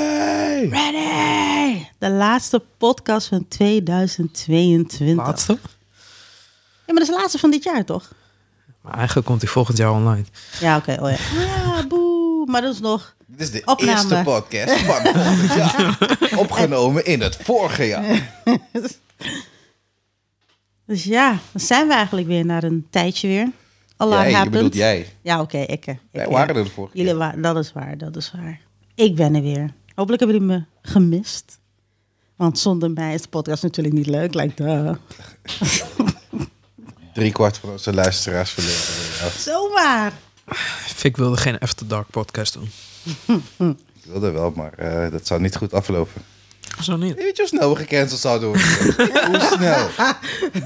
Ready! Ready! De laatste podcast van 2022. Laatste. Ja, maar dat is de laatste van dit jaar, toch? Maar eigenlijk komt hij volgend jaar online. Ja, oké. oh ja. ja, boe. Maar dat is nog... Dit is de Opname. eerste podcast van het jaar. Opgenomen in het vorige jaar. Dus ja, dan zijn we eigenlijk weer naar een tijdje weer. Al lang Jij, je bedoelt jij. Ja, oké, ik. eh, ik, Wij ja. waren er de vorige Jullie keer. waren, dat is waar, dat is waar. Ik ben er weer. Hopelijk hebben jullie me gemist. Want zonder mij is de podcast natuurlijk niet leuk, lijkt de... Drie kwart van onze luisteraars verleden. Ja, Zomaar! Fik wilde geen After Dark podcast doen. ik wilde wel, maar eh, dat zou niet goed aflopen. Zo niet. Weet je hoe snel we gecanceld zouden worden? hoe snel?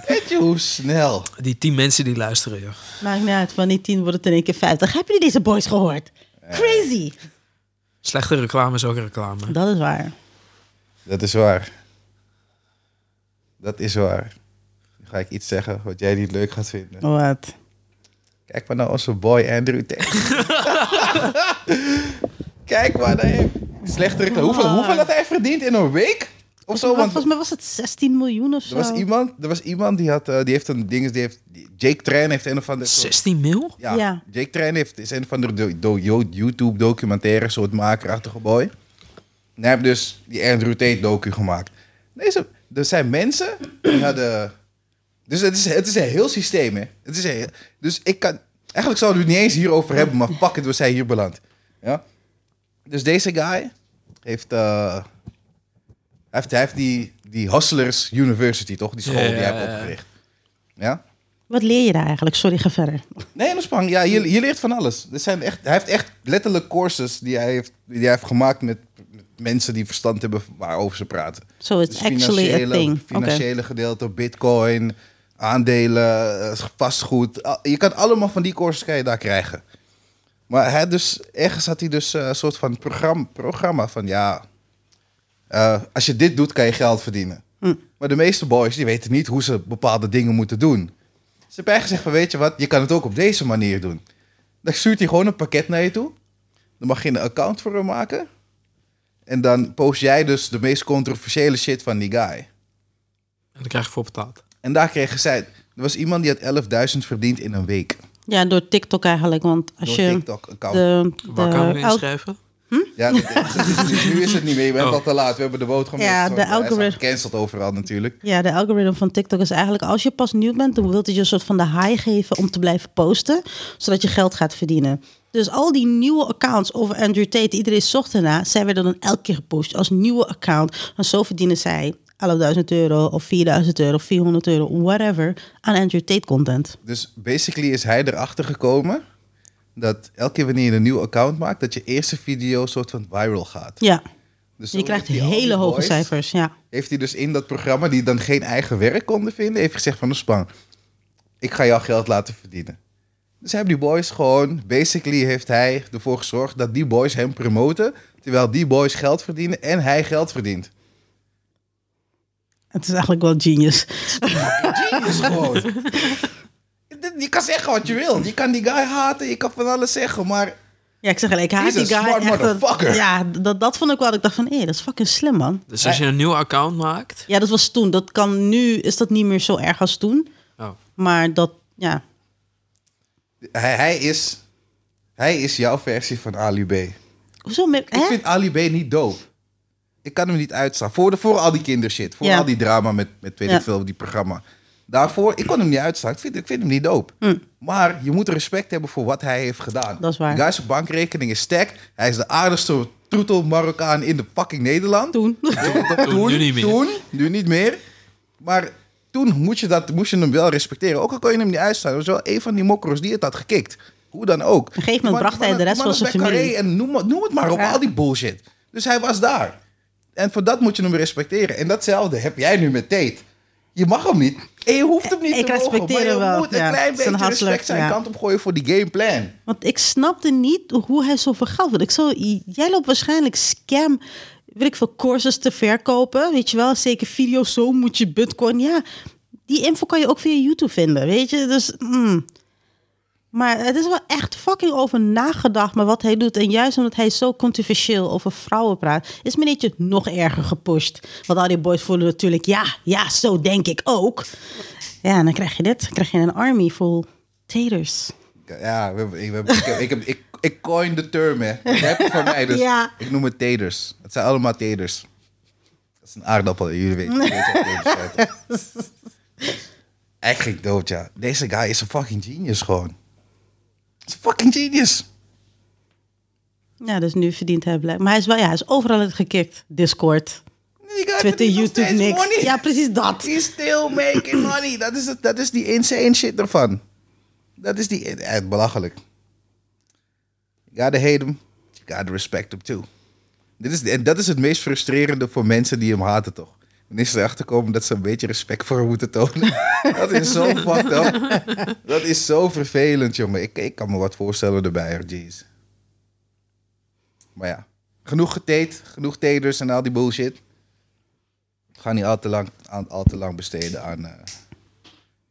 Weet je hoe snel? Die tien mensen die luisteren, joh. Maakt niet uit, van die tien wordt het in één keer 50. Hebben jullie deze boys gehoord? Crazy! Slechte reclame is ook reclame. Dat is waar. Dat is waar. Dat is waar. Nu ga ik iets zeggen wat jij niet leuk gaat vinden. Wat? Kijk maar naar onze boy Andrew Tate. Kijk maar naar hem. Slechte reclame. Hoeveel, hoeveel had hij verdiend in een week? Of zo? Want Volgens mij was het 16 miljoen of zo. er was iemand, er was iemand die, had, eh, die heeft een ding. Die heeft, die- Jake Train heeft een of andere. 16 mil? Ja, Ja. Jake Train heeft, is een van de do, do- yo- YouTube documentaire soort makerachtige boy. En hij heeft dus die Andrew Tate docu gemaakt. Deze, er zijn mensen die hadden... Dus het is, het is een heel systeem, hè. Het is een heel- dus ik kan... Eigenlijk zouden we het niet eens hierover hebben, maar fuck it, we zijn hier beland. Ja? Dus deze guy heeft... eh, hij heeft, hij heeft die, die Hustlers University, toch? Die school die hij Ja. heeft opgericht. Ja? Wat leer je daar eigenlijk? Sorry, ga verder. Nee, dat is bang. Ja, je, je leert van alles. Er zijn echt, hij heeft echt letterlijk courses die hij heeft, die hij heeft gemaakt met, met mensen die verstand hebben waarover ze praten. So it's actually a Dus financiële- thing. Oké. financiële gedeelte, bitcoin, aandelen, eh, vastgoed. Al- Je kan allemaal van die courses kan je daar krijgen. Maar hij dus, ergens had hij dus eh, een soort van programma, programma van ja, eh, als je dit doet kan je geld verdienen. Mm. Maar de meeste boys die weten niet hoe ze bepaalde dingen moeten doen. Ze hebben eigenlijk gezegd van weet je wat, je kan het ook op deze manier doen. Dan stuurt hij gewoon een pakket naar je toe. Dan mag je een account voor hem maken. En dan post jij dus de meest controversiële shit van die guy. En daar krijg je voor betaald. En daar kregen zij... Er was iemand die had 11.000 verdiend in een week. Ja, door TikTok eigenlijk. Want als Door je TikTok-account. de, Waar kan ik me de, al- inschrijven? Ja, dat- nu is het niet meer. Je bent Oh. al te laat. We hebben de boot gemist. Ja, want de hij is al algoritme- gecanceld overal natuurlijk. ja, de algoritme van TikTok is eigenlijk... als je pas nieuw bent, dan wil het je een soort van de high geven... om te blijven posten, zodat je geld gaat verdienen. Dus al die nieuwe accounts over Andrew Tate... iedereen zocht erna, zij werden dan elke keer gepusht... als nieuwe account. En zo verdienen zij 11.000 euro of 4.000 euro, 400 euro, whatever... aan Andrew Tate content. Dus basically is hij erachter gekomen... dat elke keer wanneer je een nieuw account maakt... dat je eerste video soort van viral gaat. Ja, Dus zo je krijgt heeft hij al hele die hoge boys- cijfers, ja. Heeft hij dus in dat programma... die dan geen eigen werk konden vinden... heeft gezegd van de span... ik ga jouw geld laten verdienen. Dus hebben die boys gewoon... basically heeft hij ervoor gezorgd... dat die boys hem promoten... terwijl die boys geld verdienen... en hij geld verdient. Het is eigenlijk wel genius. Genius gewoon. Dit- Je kan zeggen wat je wil. Je kan die guy haten, je kan van alles zeggen, maar Ja, ik zeg gelijk, ik haat He's die a guy. smart echt, dat- motherfucker. ja, dat, dat vond ik wel. dat Ik dacht van, hé, dat is fucking slim, man. Dus als je een nieuw account maakt... Ja, dat was toen. Dat kan nu, is dat niet meer zo erg als toen. Oh. Maar dat, ja. hij, hij, is, hij is jouw versie van Ali B. Ik Hoezo? Met, hè? vind Ali B niet dope. Ik kan hem niet uitstaan. Voor, de, voor al die kindershit, voor Ja. al die drama met, met weet Ja. ik veel, die programma. Daarvoor, ik kon hem niet uitstaan. Ik vind, ik vind hem niet dope. Maar je moet respect hebben voor wat hij heeft gedaan. Hm. Dat is waar. Die guy zijn bankrekening is sterk. Hij is de aardigste troetel Marokkaan in de fucking Nederland. Toen. Toen, Toen, nu niet meer. toen, nu niet meer. Maar toen moest je, dat, moest je hem wel respecteren. Ook al kon je hem niet uitstaan. Dat was wel een van die mokros die het had gekikt. Hoe dan ook. Op een gegeven moment bracht hij de rest van zijn familie. En noem, maar- noem het maar op, Ja. al die bullshit. Dus hij was daar. En voor dat moet je hem respecteren. En datzelfde heb jij nu met Tate. Je mag hem niet. En je hoeft hem niet Ik te mogen, respecteer maar je hem wel, moet ja. een klein Het is een beetje respect hustler, zijn ja. kant op gooien voor die gameplan. Want ik snapte niet hoe hij zoveel geld wil. Ik zo, j- jij loopt waarschijnlijk scam, weet ik veel, courses te verkopen. Weet je wel, zeker video's, zo moet je bitcoin. Ja, die info kan je ook via YouTube vinden, weet je. Dus, mm. Maar het is wel echt fucking over nagedacht met wat hij doet. En juist omdat hij zo controversieel over vrouwen praat, is meneertje nog erger gepusht. Want al die boys voelen natuurlijk, ja, ja, zo denk ik ook. Ja, en dan krijg je dit. Dan krijg je een army vol taters. Ja, we hebben- ik, we hebben- ik, heb- ik, heb- ik, ik coin de term, hè. Je hebt het van mij, dus Ja. ik noem het teders. Het zijn allemaal teders. Dat is een aardappel, jullie weten. jullie weten wat teders zijn, toch? Eigenlijk dood, ja. Deze guy is een fucking genius gewoon. Is een fucking genius. Ja, dus nu verdient hij blijk. Maar hij is wel, ja, hij is overal uit gekikt. Discord, Die guy Twitter, verdient nog YouTube, steeds niks. money. Ja, precies dat. He's still making money. Dat is, het- dat is die insane shit ervan. Dat is die... eh, belachelijk. You gotta hate him. You gotta respect him too. Dit is, en dat is het meest frustrerende voor mensen die hem haten, toch? Wanneer ze erachter komen dat ze een beetje respect voor hem moeten tonen. dat is zo fucked up. Dat is zo vervelend, jongen. Ik, ik kan me wat voorstellen erbij, hoor. jeez. Maar ja, genoeg geteet, genoeg teders en al die bullshit. Ik ga niet al te lang, aan, al te lang besteden aan eh,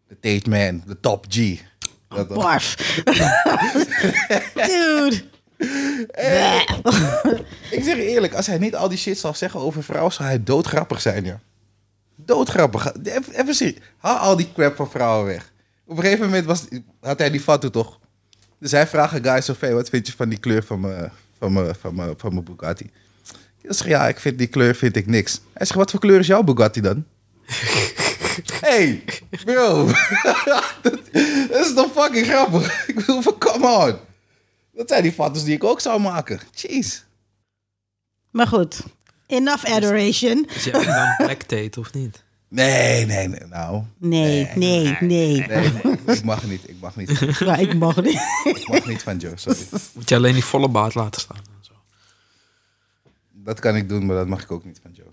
de Tate Man, de top G. Dat, dat- barf. Dude. Ik zeg je eerlijk, als hij niet al die shit zou zeggen over vrouwen, zou hij doodgrappig zijn, ja. Doodgrappig. Even, even serieus. Haal al die crap van vrouwen weg. Op een gegeven moment was, had hij die tattoo toch? Dus hij vraagt een guy zo van, "Hey, wat vind je van die kleur van mijn van mijn- van mijn- van mijn Bugatti? Ik zeg, ja, ik vind die kleur vind ik niks. Hij zegt, wat voor kleur is jouw Bugatti dan? hey, bro. dat, dat is toch fucking grappig? Ik bedoel, van, come on. Dat zijn die foto's die ik ook zou maken. Jeez. Maar goed, enough adoration. Is je dan black tape of niet? Nee, nee, nee. Nou, Nee, nee, nee. nee, nee. ik mag niet. Ik mag niet. Maar ik mag niet. Ik mag niet van Joe, sorry. Moet je alleen die volle baard laten staan? en zo. Dat kan ik doen, maar dat mag ik ook niet van Joe.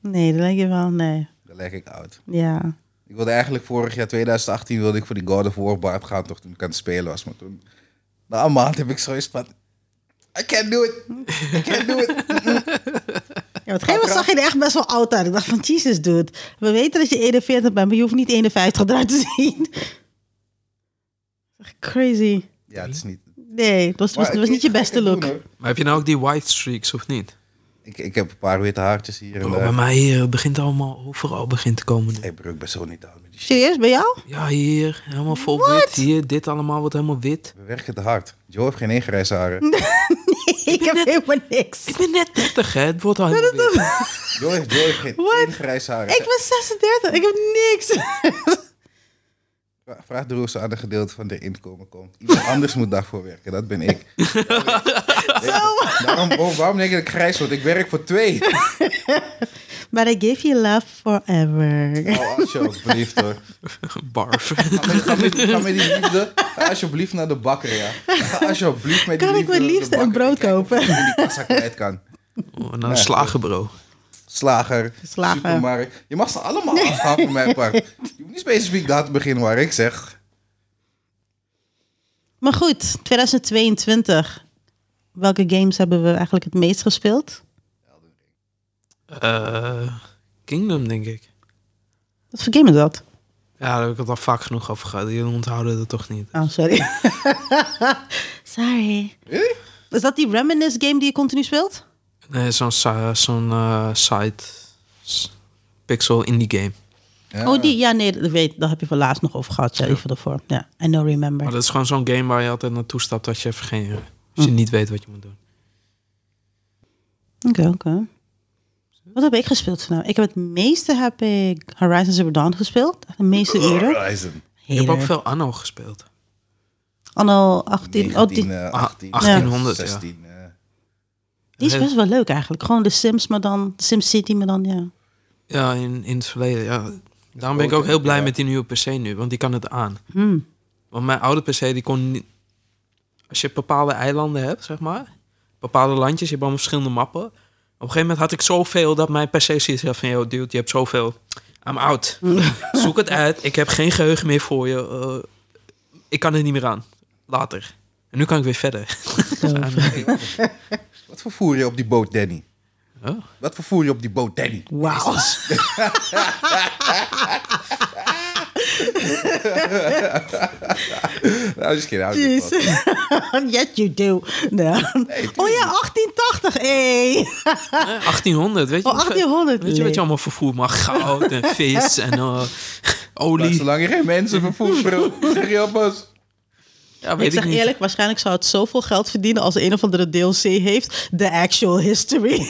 Nee, dat lijkt je wel, nee. Dan leg ik oud. Ja. Ik wilde eigenlijk vorig jaar, 2018, wilde ik voor die God of War baard gaan, toch toen ik aan het spelen was. Maar toen, na een maand heb ik zoiets van, I can't do it. I can't do it. Ja, op een gegeven moment zag je er echt best wel oud uit. Ik dacht van, Jesus dude, we weten dat je 41 bent, maar je hoeft niet 51 eruit te zien. Echt Crazy. Ja, het is niet... Het Nee, het was, was, was niet je beste look. Maar heb je nou ook die white streaks of niet? ik, ik heb een paar witte haartjes hier. En, Bro, daar. bij mij hier begint allemaal, overal begint te komen. dit. hey, bro, ik ben zo niet down met die shit. Serieus, bij jou? Ja, hier, helemaal vol wit. Hier, dit allemaal wordt helemaal wit. We werken te hard. Joe heeft geen ingrijze haren. Ik heb helemaal niks. Ik ben net 30, hè? Het wordt al helemaal wit. Joe heeft, Joe heeft geen What? ingrijze haren. Ik ben 36, ik heb niks. Vra- Vraag de roos aan een gedeelte van de inkomen komt. Iemand anders moet daarvoor werken, dat ben ik. Daarom, oh, waarom denk je dat ik grijs word? Ik werk voor twee. But I give you love forever. Oh, alsjeblieft hoor. Barf. Ga met, ga met- ga met die liefde, ga alsjeblieft naar de bakker, ja. Ga alsjeblieft met die Kan ik liefde met naar de liefde een bakker en brood kijk of kopen? je die kassa kwijt kan. Oh, nou, slagen, bro. Slager, Slager. supermarkt. Je mag ze allemaal afgaan voor mijn part. Je hoeft niet specifiek daar te beginnen waar ik zeg. Maar goed, 2022. Welke games hebben we eigenlijk het meest gespeeld? Eh, Kingdom, denk ik. Wat voor game is dat? Ja, daar heb ik het al vaak genoeg over gehad. Jullie onthouden dat toch niet. Oh, sorry. sorry. Really? Is dat die Reminisce game die je continu speelt? Nee, zo'n si- zo'n eh, site. S- Pixel indie game. Ja. Oh, die? Ja, nee, dat weet, daar heb je van laatst nog over gehad. Sorry voor daarvoor. Ja, I know remember. Maar dat is gewoon zo'n game waar je altijd naartoe stapt als je even geen... Als je niet weet wat je moet doen. Oké, oké. Wat heb ik gespeeld nou? Ik heb het meeste heb ik Horizon Zero Dawn gespeeld. De meeste uren. oh, Horizon. Ik heb ook veel Anno gespeeld. Anno 18. oh, 19, die, eh, Ah, 18, 1800, ja. 16. eh. die eh. is best wel leuk eigenlijk. Gewoon de Sims, maar dan Sims City, maar dan ja. Ja, in, in het verleden. Ja. Daarom ben ik ook heel blij met die nieuwe PC nu, want die kan het aan. Hmm. Want mijn oude PC die kon niet. Als je bepaalde eilanden hebt, zeg maar, bepaalde landjes, je hebt allemaal verschillende mappen. Op een gegeven moment had ik zoveel dat mijn PC zoiets had van: yo, dude, je hebt zoveel. I'm out. Zoek het uit. Ik heb geen geheugen meer voor je. Eh, ik kan er niet meer aan. Later. En nu kan ik weer verder. Wat vervoer je op die boot, Danny? Oh. Wat vervoer je op die boot, Danny? Wauw. Nou, just kidding. I was just Jeez. fucking- Yes, you do. Nou. oh ja, 1880. Hey. Eh, 1800, weet je? Oh, 1800, Weet je wat nee. je allemaal vervoer mag? Goud en vis en eh, Maar olie. zolang je geen mensen vervoert, bro. Zeg je alvast. Ja, weet Ik ik, zeg niet. eerlijk, waarschijnlijk zou het zoveel geld verdienen als een of andere DLC heeft. The actual history.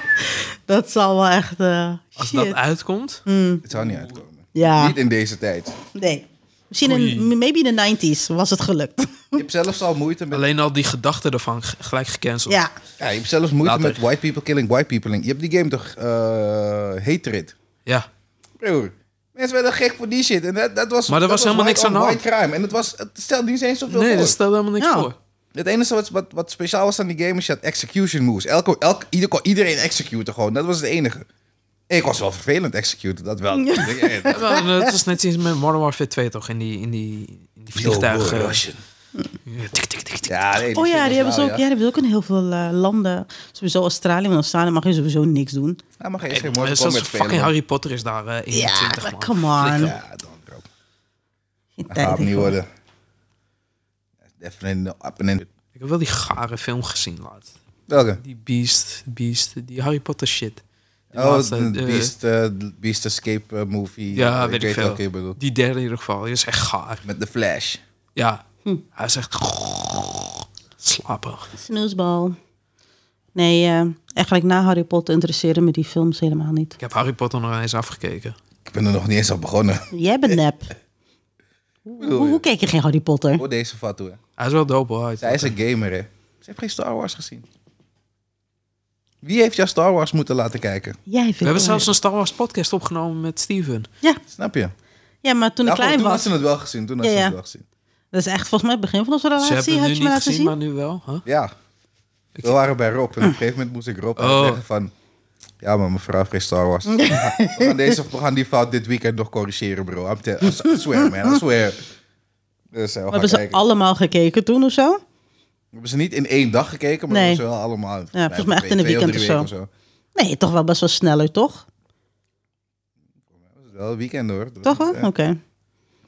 dat zal wel echt. eh, Als shit. Mm. dat uitkomt. Het zou niet uitkomen. Ja, Niet in deze tijd. nee. Misschien in, Oei. maybe in de 90s was het gelukt. Je hebt zelfs al moeite met, Alleen al die gedachten ervan g- gelijk gecanceld. ja. ja, je hebt zelfs moeite Later. met white people killing white peopling. Je hebt die game toch eh hatred. Ja. Broer. Mensen werden gek voor die shit. En dat, dat was, Maar er was helemaal white niks aan on de white crime. En het, was, het stelde niet eens zoveel Nee, voor. dat stelt helemaal niks Ja. voor. Het enige wat, wat, wat speciaal was aan die game is je had execution moves. Elke, elk, ieder, kon iedereen executen gewoon. Dat was het enige. Ik was wel vervelend executen, dat wel. Ik denk, eh, Ja, maar, eh, Het is net iets met Modern Warfare 2 toch? In die, in die, in die Yo, vliegtuigen. boy, Russian. Ja, tik, tik, tik, tik. Ja, nee, Oh shit ja, die was hebben ze wel, ook, ja. die hebben ze ook in heel veel eh, landen. Sowieso Australië, want in Australië mag je sowieso niks doen. Hij mag eerst Hey, geen man, Mortal zelfs Kombat fucking spelen. Harry Potter is daar eh 21, Ja, man. come on. Flikker. Ja, dan bro. Geen Dat tijd gaat hem niet ervoor. worden. Definitely up and in. Ik heb wel die gare film gezien laat. Welke? Die Beast, Beast, die Harry Potter shit. Die Oh, laatste, de eh, Beast, eh, Beast Escape eh, movie. Ja, weet ik veel. welke je bedoelt. Die derde in ieder geval. Die is echt gaar. Met de Flash. Ja. Hij is echt... Slapen. Snoesbal. Nee, eh, eigenlijk na Harry Potter interesseerde me die films helemaal niet. Ik heb Harry Potter nog eens afgekeken. Ik ben er nog niet eens aan begonnen. Jij bent nep. hoe, hoe keek je geen Harry Potter? Voor deze fatu, hè. Hij is wel dope hoor. Harry Zij is Potter. een gamer, hè. Ze heeft geen Star Wars gezien. Wie heeft jou Star Wars moeten laten kijken? Jij vindt We hebben het zelfs een Star Wars podcast opgenomen met Steven. Ja, Snap je? ja, maar toen ik Daarvoor- klein toen had was. ze het wel gezien. Toen had Ja, ze ja. het wel gezien. Dat is echt volgens mij het begin van onze Ze relatie. hebben Had het je nu me niet laten gezien, zien? maar nu wel. Huh? Ja. We waren bij Rob. En op een gegeven moment moest ik Rob Oh. uitleggen van... Ja, maar mevrouw heeft geen Star Wars. We gaan, deze, we gaan die fout dit weekend nog corrigeren, bro. I'm te- I swear, man. I swear. Dus eh, we We gaan hebben ze kijken. allemaal gekeken toen of zo? We hebben ze niet in één dag gekeken, maar Nee. we hebben ze wel allemaal... Ja, volgens mij echt in een twee weekend drie of weken zo. Nee, toch wel best wel sneller, toch? Dat is Wel een weekend, hoor. Dat Toch wel? was- Oké. ja.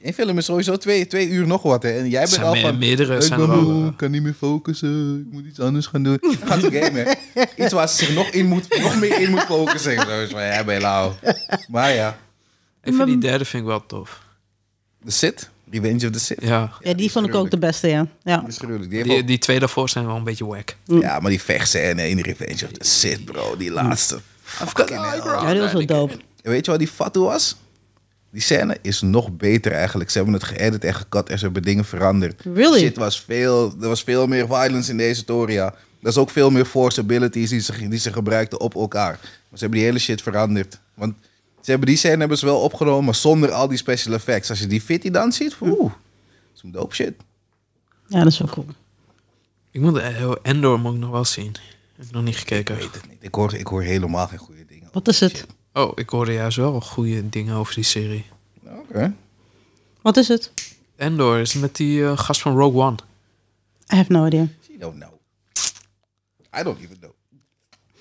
Eén film is sowieso twee, twee uur nog wat, hè. En jij bent Zijn al me- van... meerdere Ik zijn ben er wel, moe, eh. ik kan niet meer focussen. Ik moet iets anders gaan doen. Dan gaat ze gamen. Iets waar ze zich nog, in moet, nog meer in moet focussen. Zo is van, ja, ben je lauw. Maar ja. Ik vind die derde vind ik wel tof. The Sith. Revenge of the Sith. Ja. Ja, die vond ik ook de beste, ja. ja. Dat is gruwelijk. Die heeft Die, die twee daarvoor zijn wel een beetje wack. ook- ja, maar die vechtscène in Revenge of the Sith, bro. Die laatste. Fucking hell. Ja, die was wel dope. En Weet je wat die fatu was? Die scène is nog beter eigenlijk. Ze hebben het geëdit en gekat en ze hebben dingen veranderd. Really? Shit was veel, er was veel meer violence in deze Toria. Er is ook veel meer force abilities die ze, die ze gebruikten op elkaar. Maar ze hebben die hele shit veranderd. Want ze hebben die scène hebben ze wel opgenomen maar zonder al die special effects. Als je die fitty dan ziet, oeh, dat is een dope shit. Ja, dat is wel cool. Ik moet eh, Endor moet ik nog wel zien. Heb ik nog niet gekeken. Ik weet het niet. Ik hoor, ik hoor helemaal geen goede dingen. Wat is het? Oh, ik hoorde juist wel goede dingen over die serie. Oké. Wat is het? Endor is met die eh, gast van Rogue One. I have no idea. You don't know. I don't even know.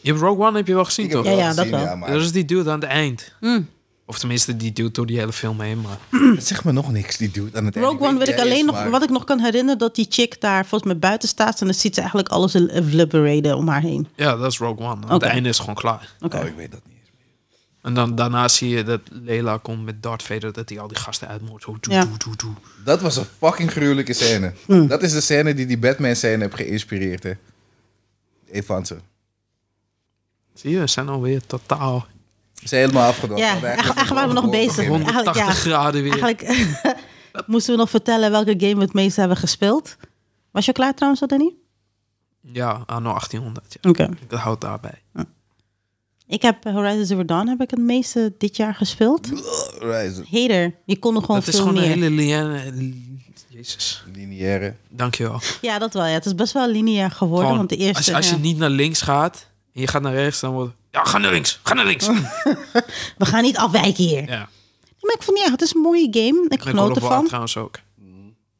Je hebt Rogue One heb je wel gezien, Ik heb toch? Ja, het ja, dat gezien, wel. maar Dat is die dude aan het eind. Mm. Of tenminste, die dude door die hele film heen. Maar Het zegt me nog niks, die dude aan het einde. Rogue One wie weet ik hij alleen is, nog, maar- wat ik nog kan herinneren, dat die chick daar volgens mij buiten staat en dan ziet ze eigenlijk alles liberated om haar heen. ja, dat is Rogue One. Aan het Oké. einde is gewoon klaar. Oké. Oh, ik weet dat niet eens meer. En dan, daarna zie je dat Leila komt met Darth Vader, dat hij al die gasten uitmoordt. Zo, doe, Ja. doe, doe, doe. Dat was een fucking gruwelijke scène. Hmm. Dat is de scène die die Batman-scène heeft geïnspireerd, hè. Even ze. Zie je, we zijn alweer totaal Ze zijn helemaal afgedaan. Ja, We hadden echt- echt waren we nog gewoon bezig. beginnen. 180 Eigenlijk, ja. graden weer. Eigenlijk moesten we nog vertellen welke game we het meest hebben gespeeld. Was je klaar trouwens, al, Danny? Ja, anno 1800. Ja. Oké. Dat houdt daarbij. Ik heb eh, Horizon Zero Dawn heb ik het meeste dit jaar gespeeld. Horizon, Hater, je kon nog gewoon dat is veel gewoon meer. een hele liane... li- Jezus, lineaire. dankjewel. Ja, dat wel. Ja. Het is best wel lineair geworden. Gewoon, want de eerste, als, je- als je ja. niet naar links gaat en je gaat naar rechts, dan wordt het, Ja, ga naar links, ga naar links. Oh. We gaan niet afwijken hier. ja. Maar ik vond ja, het is een mooie game. Ik En God genoot of War ervan. trouwens ook.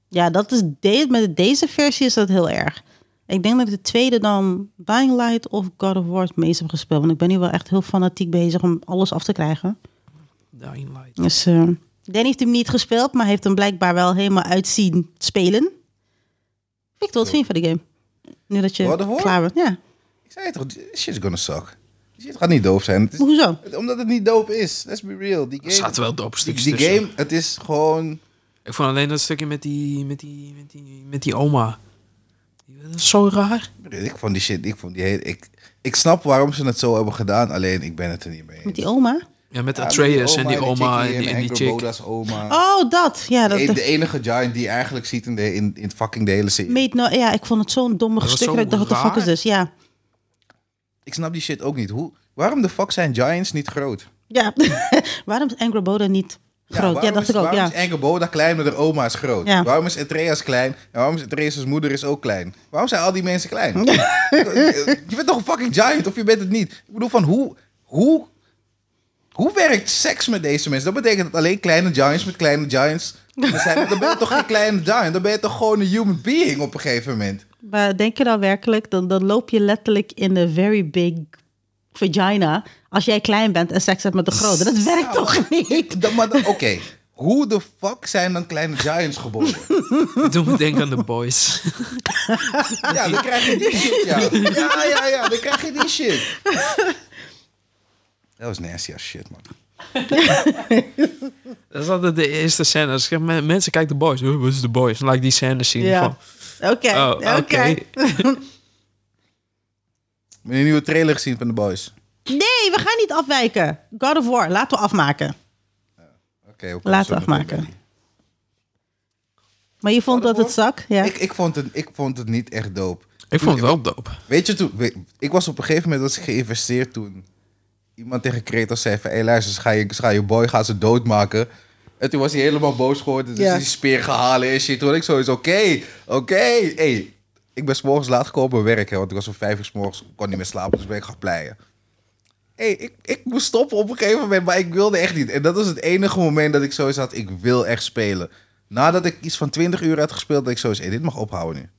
Ja, dat is de- met deze versie is dat heel erg. Ik denk dat ik de tweede dan Dying Light of God of War het meest heb gespeeld. Want ik ben nu wel echt heel fanatiek bezig om alles af te krijgen. Dying Light. Dus eh, Danny heeft hem niet gespeeld, maar heeft hem blijkbaar wel helemaal uitzien spelen. Victor, wat vind je van de game? Nu dat God of je War? klaar bent. Ja. Ik zei het toch, shit's gonna suck. Shit gaat niet doof zijn. Het is- Maar hoezo? omdat het niet doop is. Let's be real. Die Er game, zaten wel dope die, stukjes die tussen. game het is gewoon... Ik vond alleen dat stukje met die, met die, met die, met die oma. Dat is zo raar. Ik vond die shit, ik vond die hele... Ik, ik snap waarom ze het zo hebben gedaan, alleen ik ben het er niet mee Met eens. die oma? Ja, met Ja, met Atreus en die oma chickie en die, en die Angry chick. Boda's oma. Oh, dat. Ja, dat, De, de enige giant die je eigenlijk ziet in, de, in, in fucking de hele serie. Meet no ja, ik vond het zo'n domme Dat was stuk. zo dat ik dacht, wat de fuck raar. is dus? Ja. Ik snap die shit ook niet. Hoe, waarom de fuck zijn giants niet groot? ja. waarom is Angry Boda niet groot? Ja, waarom dacht is, ik ook. Waarom Ja. is Angerboda klein, maar de oma is groot? Ja. Waarom is Etreas klein? En waarom is Etreas' moeder is ook klein? Waarom zijn al die mensen klein? je bent toch een fucking giant of je bent het niet? Ik bedoel, van hoe... Hoe, hoe werkt seks met deze mensen? Dat betekent dat alleen kleine giants met kleine giants... er Zijn, dan ben je toch geen kleine giant? Dan ben je toch gewoon een human being op een gegeven moment? Maar denk je dan werkelijk, dan, dan loop je letterlijk in een very big vagina... als jij klein bent en seks hebt met een grote. Dat werkt toch niet? Dan- maar dan- Oké, hoe de fuck zijn dan kleine giants geboren? Dat doet me denken aan de boys. Ja, dan krijg je die shit, ja. Ja, ja, ja, dan krijg je die shit. Dat was nasty as shit, man. Dat is altijd de eerste scène. Als ik zeg, men- mensen kijken de boys. Huh, Wat is de boys? En laat ik die scène zien. Ja. Van, Oké, oh, oké. oké. Heb je een nieuwe trailer gezien van The Boys? Nee, we gaan niet afwijken. God of War, laten we afmaken. Oké, we komen Laten zo we meteen afmaken. bij Maar je vond dat het zak? Ja. die. Ik, ik, vond het, ik vond het niet echt dope. ik vond het wel dope. Weet je, toen, we- ik was op een gegeven moment was ik geïnvesteerd toen iemand tegen Kratos zei van... Hé, luister, ze gaan je, ze gaan je boy gaan ze doodmaken. En toen was hij helemaal boos geworden. Dus Ja. is die speer gehalen en shit. Toen had ik sowieso, oké, oké. hey, ik ben 's morgens laat gekomen op mijn werk. Hè, want ik was om vijf uur 's morgens, kon niet meer slapen. Dus ben ik gaan pleien. hey, ik, ik moest stoppen op een gegeven moment, maar ik wilde echt niet. En dat was het enige moment dat ik sowieso had, ik wil echt spelen. Nadat ik iets van 20 uur had gespeeld, dat ik sowieso, hé, dit mag ophouden nu.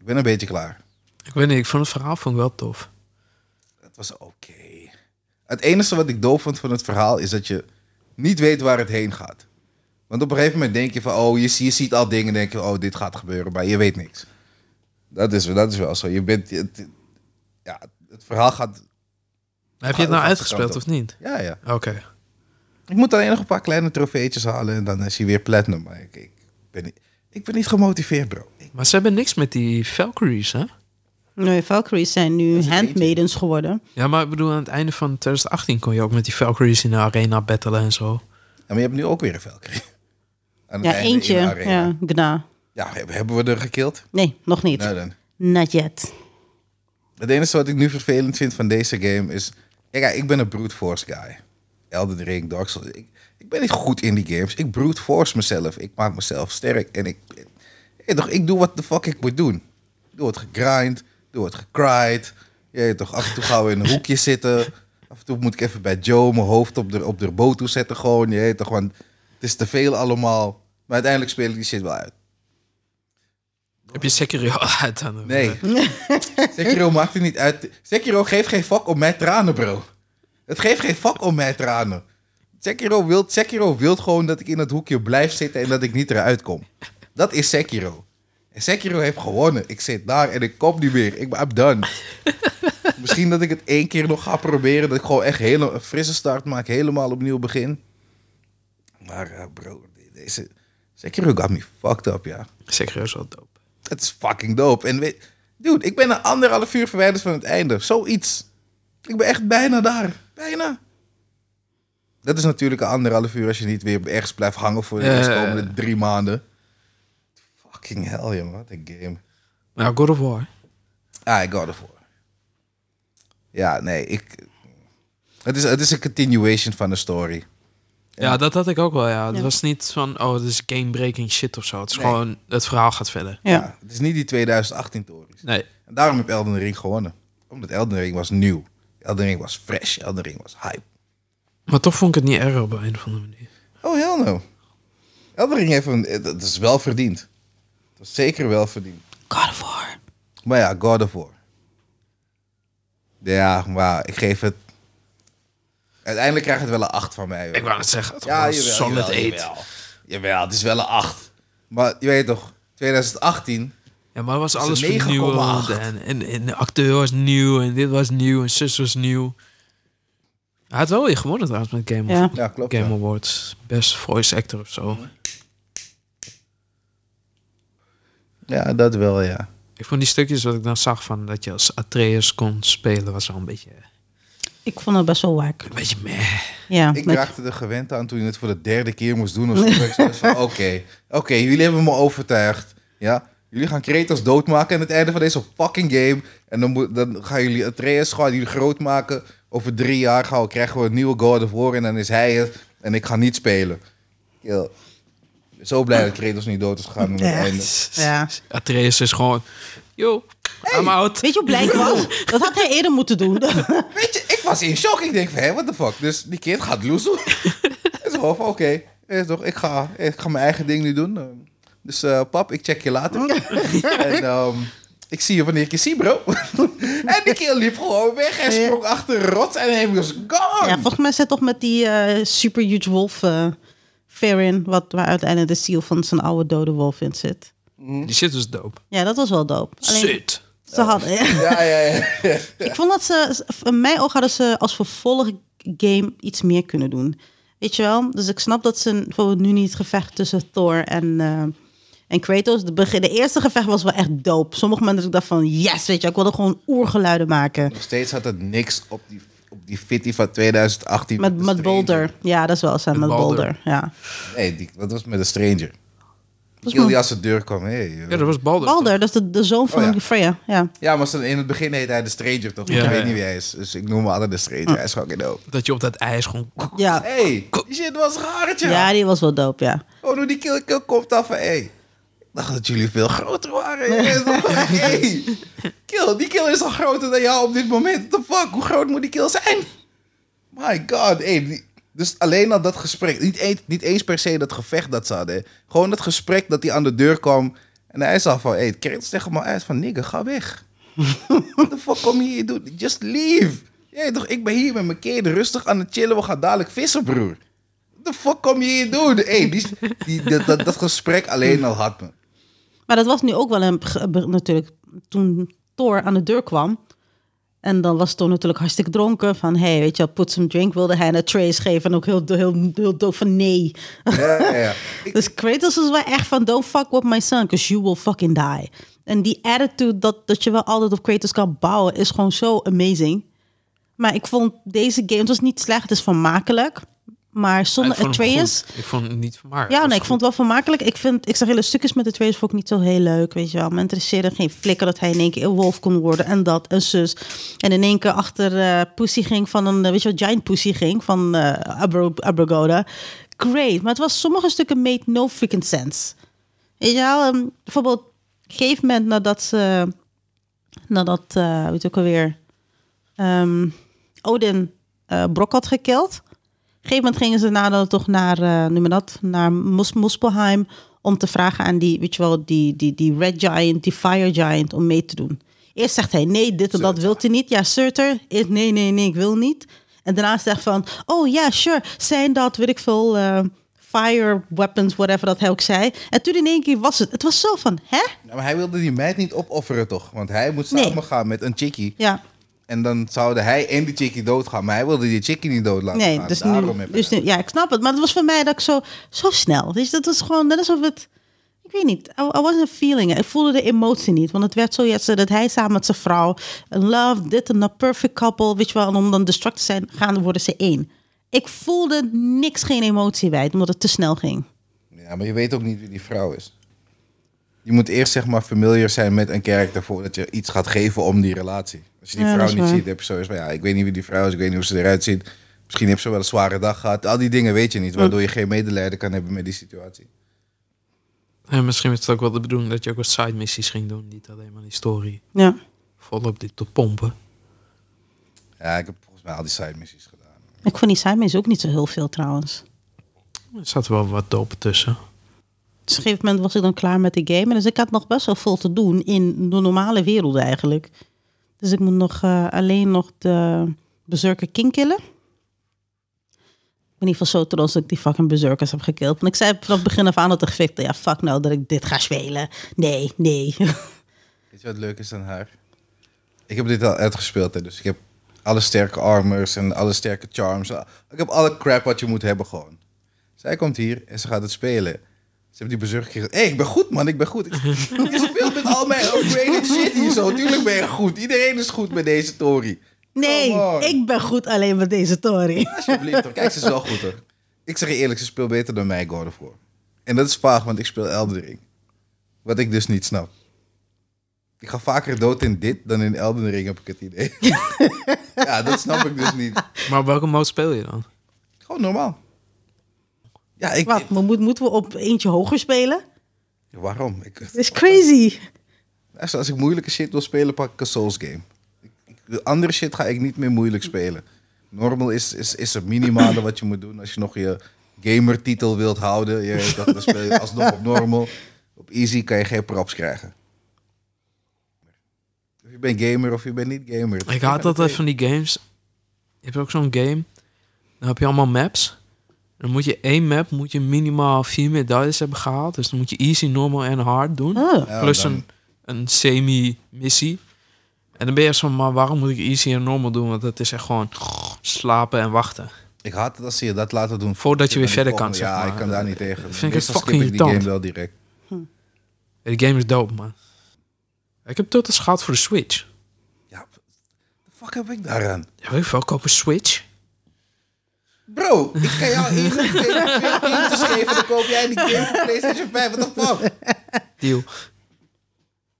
Ik ben een beetje klaar. Ik weet niet, ik vond het verhaal vond ik wel tof. Het was oké. Het enige wat ik doof vond van het verhaal is dat je niet weet waar het heen gaat. Want op een gegeven moment denk je van, oh, je, zie- je ziet al dingen en denk je, oh, dit gaat gebeuren, maar je weet niks. Dat is, dat is wel zo. Je bent, het, ja, het verhaal gaat, heb je het dat nou gaat uitgespeeld de of kant niet? ja, ja. Oké. Ik moet alleen nog een paar kleine trofeetjes halen en dan is hij weer platinum. Maar ik, ik, ben, niet, ik ben niet gemotiveerd, bro. Ik- Maar ze hebben niks met die Valkyries, hè? Nee, Valkyries zijn nu handmaidens geworden. Ja, maar ik bedoel, aan het einde van 2018 kon je ook met die Valkyries in de arena battelen en zo. Ja, maar je hebt nu ook weer een Valkyrie. Aan het Ja, einde in de eentje. arena. Ja, gna. Ja, heb- hebben we er gekild? Nee, nog niet. Nou dan. Not yet. Het enige wat ik nu vervelend vind van deze game is... Ja, kijk, ik ben een brute force guy. Elden Ring, Dark Souls. Ik, ik ben niet goed in die games. Ik brute force mezelf. Ik maak mezelf sterk. En ik, ik, toch, ik doe wat de fuck ik moet doen. Ik doe het gegrind. Doe het gecried. Je weet toch, af en toe gaan we in een hoekje zitten. Af en toe moet ik even bij Joe mijn hoofd op de, op de boot toe zetten gewoon. Je weet toch, want het is te veel allemaal. Maar uiteindelijk speel ik die shit wel uit. Heb je Sekiro al uit aan de- Nee. Sekiro maakt het niet uit. Sekiro geeft geen fuck om mijn tranen, bro. Het geeft geen fuck om mijn tranen. Sekiro wil Sekiro wilt gewoon dat ik in dat hoekje blijf zitten en dat ik niet eruit kom. Dat is Sekiro. En Sekiro heeft gewonnen. Ik zit daar en ik kom niet meer. Ik ben I'm done. Misschien dat ik het één keer nog ga proberen. Dat ik gewoon echt hele, een frisse start maak. Helemaal opnieuw begin. Maar eh, bro, deze... Sekiro got me fucked up, ja. Sekiro is wel dope. Het is fucking dope. En weet, dude, ik ben een anderhalf uur verwijderd van het einde. Zoiets. Ik ben echt bijna daar. Bijna. Dat is natuurlijk een anderhalf uur als je niet weer ergens blijft hangen voor de Ja, rest ja, ja. komende drie maanden. Fucking hell, jongen. Wat een game. Nou, God of War. Ah, ik God of War. Ja, nee, ik... Het is, het is een continuation van de story. Ja, dat had ik ook wel, ja. Het Ja. was niet van, oh, dit is game-breaking shit of zo. Het is Nee. gewoon, het verhaal gaat verder. Ja. het is niet die 2018 tories. Nee. En daarom heb Elden Ring gewonnen. Omdat Elden Ring was nieuw. Elden Ring was fresh. Elden Ring was hype. Maar toch vond ik het niet erg op een of andere manier. Oh, hell no. Elden Ring heeft een... eh, Dat is wel verdiend. Dat is zeker wel verdiend. God of War. Maar ja, God of War. Ja, maar ik geef het... Uiteindelijk krijgt het wel een 8 van mij. hoor. Ik wou het zeggen, het Ja, ja, jawel, solid jawel, 8. Jawel. Jawel, het is wel een 8. Maar je weet toch, 2018, Ja, maar was is alles een vernieuwd. 9,8. En, en, en de acteur was nieuw en dit was nieuw en zus was nieuw. Hij had wel weer gewonnen trouwens met Game, Ja. of, Ja, klopt, Game ja. Awards. Best voice actor of zo. Ja, dat wel, ja. Ik vond die stukjes wat ik dan zag van dat je als Atreus kon spelen, was wel een beetje... Ik vond het best wel wack. Een beetje meh. Ja, Ik met- raakte er gewend aan toen je het voor de derde keer moest doen. Of zo. Ik was van, Oké, oké, jullie hebben me overtuigd. Ja? Jullie gaan Kratos doodmaken aan het einde van deze fucking game. En dan, moet- dan gaan jullie Atreus gaan jullie groot maken. Over drie jaar gaan, we- krijgen we een nieuwe God of War en dan is hij het. En ik ga niet spelen. Yo. Zo blij dat Kratos niet dood is gegaan. aan het Echt? einde. Ja. Atreus is gewoon... Yo, I'm out. Weet je hoe blij ik was? Dat had hij eerder moeten doen. Weet je, ik was in shock. Ik denk van, hé, what the fuck? Dus die kind gaat loezoe. en zo van, oké, is toch, ik ga, ik ga mijn eigen ding nu doen. Ehm, Dus eh, pap, ik check je later. en ehm, ik zie je wanneer ik je zie, bro. en die kerel liep gewoon weg en Ja. sprong achter een rots en hij was gone. Ja, volgens mij zit toch met die eh, super huge wolf eh Farin, wat waar uiteindelijk de ziel van zijn oude dode wolf in zit. Die shit was dope. Ja, dat was wel dope. Shit. ze hadden. ja, ja, ja. Ik vond dat ze, in mijn oog hadden ze als vervolggame iets meer kunnen doen. Weet je wel? Dus ik snap dat ze bijvoorbeeld nu niet het gevecht tussen Thor en, eh, en Kratos. De, begin, de eerste gevecht was wel echt dope. Sommige mensen ik dacht van, yes, weet je, ik wilde gewoon oergeluiden maken. Nog steeds had het niks op die, op die fitty van 2018. Met, de met Stranger. Boulder. Ja, dat is wel zo. Met Balder. Boulder. Ja. Nee, die, dat was met de stranger. Die kerel die als de deur kwam. Hey, joh. Ja, dat was Balder. Balder, dat is de, de zoon van Oh ja. Freya. Ja. Ja, maar ze- in het begin heet hij de Stranger, toch? Ja. Ik weet niet wie hij is. Dus ik noem hem altijd de Stranger. Hij is gewoon dope. Dat je op dat ijs gewoon... Ja. Hé, hey, die shit was raartje. ja, die was wel dope, ja. Gewoon hoe die kill, kill komt af van, hé. Hey. Ik dacht dat jullie veel groter waren. hey. Kill, die kill is al groter dan jou op dit moment. What the fuck, hoe groot moet die kill zijn? My god, hey. die- dus alleen al dat gesprek. Niet, een- niet eens per se dat gevecht dat ze hadden. hè. Gewoon dat gesprek dat hij aan de deur kwam. En hij zei van, hé, hey, Kratos tegen me uit van, nigga, ga weg. What the fuck kom je hier doen? Just leave. Jij toch, ik ben hier met mijn kinderen rustig aan het chillen. We gaan dadelijk vissen, broer. What the fuck kom je hier doen? Hey, die, die, dat, dat, dat gesprek alleen al had me. Maar dat was nu ook wel een, ge- be- natuurlijk toen Thor aan de deur kwam. En dan was Thor natuurlijk hartstikke dronken. Van, hey, weet je wel, put some drink wilde hij naar Trace geven. En ook heel, heel, heel doof van nee. Ja, ja, ja. Ik- Dus Kratos was wel echt van, don't fuck with my son, because you will fucking die. En die attitude dat, dat je wel altijd op Kratos kan bouwen, is gewoon zo amazing. Maar ik vond deze game, het was niet slecht, het is vermakelijk. Maar Ik zonder vond hem Atreus... goed. Ik vond hem niet van maar. Ja, nee, ik vond het wel vermakelijk. Ik, vind, ik zag hele stukjes met de trailers, vond ik niet zo heel leuk, weet je wel. Me interesseerde geen flikker dat hij in één keer een wolf kon worden en dat, en zus. En in één keer achter eh, Pussy ging van een, eh, weet je wel, Giant Pussy ging van eh Abro- Abrogoda. Great, maar het was sommige stukken made no freaking sense. Weet je wel, ehm, bijvoorbeeld, op een gegeven moment nadat ze, nadat, eh weet je ook alweer, ehm, Odin eh, Brok had gekild. Op een gegeven moment gingen ze nadat toch naar, eh noem maar dat, naar Mos Mospelheim om te vragen aan die, weet je wel, die, die, die Red Giant, die Fire Giant, om mee te doen. Eerst zegt hij nee, dit en dat wilt hij niet. Ja, Surter, eh, nee, nee, nee, ik wil niet. En daarna zegt van, oh ja, sure, zijn dat, weet ik veel, eh, fire weapons, whatever dat hij ook zei. En toen in één keer was het, het was zo van, hè? Nou, maar hij wilde die meid niet opofferen, toch? Want hij moet Nee. samen gaan met een chickie. Ja, En dan zouden hij en die chickie doodgaan. Maar hij wilde die chickie niet dood laten nee, gaan. dus Daarom nu, heb dus hij- nu, ja, ik snap het. Maar het was voor mij dat ik zo, zo snel. Dus dat was gewoon net alsof het, ik weet niet, I, I wasn't feeling it. Ik voelde de emotie niet, want het werd zoiets dat hij samen met zijn vrouw, een love, dit en dat, perfect couple, weet je wel. En om dan destruct te zijn, gaan worden ze één. Ik voelde niks, geen emotie bij, omdat het te snel ging. Ja, maar je weet ook niet wie die vrouw is. Je moet eerst zeg maar familiar zijn met een karakter voordat je iets gaat geven om die relatie. Als je die Ja, dat vrouw is niet waar. ziet, heb je sowieso van ja, ik weet niet wie die vrouw is, ik weet niet hoe ze eruit ziet. Misschien heeft ze wel een zware dag gehad. Al die dingen weet je niet, waardoor je geen medelijden kan hebben met die situatie. En misschien is het ook wel de bedoeling dat je ook wat side missies ging doen. Niet alleen maar die story. Ja. Volop dit te pompen. Ja, ik heb volgens mij al die side missies gedaan. Ik vond die Simons ook niet zo heel veel trouwens. Er zat wel wat dope tussen. Dus op een gegeven moment was ik dan klaar met de game. En Dus ik had nog best wel veel te doen in de normale wereld eigenlijk. Dus ik moet nog eh, alleen nog de Berserker King killen. ben in ieder geval zo trots dat ik die fucking berserkers heb gekild. Want ik zei vanaf het begin af aan dat ik fikte. Ja, fuck nou dat ik dit ga spelen. Nee, nee. Weet je wat leuk is aan haar? Ik heb dit al uitgespeeld, hè, dus ik heb alle sterke armors en alle sterke charms. Ik heb alle crap wat je moet hebben gewoon. Zij komt hier en ze gaat het spelen. Ze hebben die bezorgd gezegd, hey, ik ben goed man, ik ben goed. Ik zeg, Je speelt met al mijn upgraded shit hier zo. Tuurlijk ben je goed. Iedereen is goed met deze Tory. Nee, Come on. ik ben goed alleen met deze Tory. Alsjeblieft hoor. Kijk, ze is wel goed hoor. Ik zeg je eerlijk, ze speelt beter dan mij God of War. En dat is vaag, want ik speel Elden Ring. Wat ik dus niet snap. Ik ga vaker dood in dit dan in Elden Ring, heb ik het idee. ja, dat snap ik dus niet. Maar op welke mode speel je dan? Gewoon normaal. Ja, ik... Wat, maar moet, moeten we op eentje hoger spelen? Waarom? Ik, Dat is crazy. Luister, als ik moeilijke shit wil spelen, pak ik een Souls game. Ik- ik- de andere shit ga ik niet meer moeilijk spelen. Normal is, is, is het minimale wat je moet doen als je nog je gamertitel wilt houden. Je, weet dat, dan speel je alsnog op normal. Op easy kan je geen props krijgen. Of je bent gamer of je bent niet gamer. Ik haat altijd van die games. Je hebt ook zo'n game. Dan heb je allemaal maps. Dan moet je één map moet je minimaal vier medailles hebben gehaald. Dus dan moet je easy, normal en hard doen. Oh. Ja, Plus dan- een, een semi-missie. En dan ben je echt van, maar waarom moet ik easy en normal doen? Want dat is echt gewoon slapen en wachten. Ik haat het als ze je dat laten doen. Voordat je weer Dan verder volgende- kan, zeg Ja, maar. ik kan daar niet tegen. vind ik Meestal fucking skip ik die game irritant. wel direct. De game is dope, man. Ik heb totals gehad voor de Switch. Ja, de fuck heb ik daaraan? Ja, weet ik veel, koop een Switch. Bro, ik kan jou hier geen te geven, dan koop jij die game voor PlayStation 5. Wat de fuck? Deal.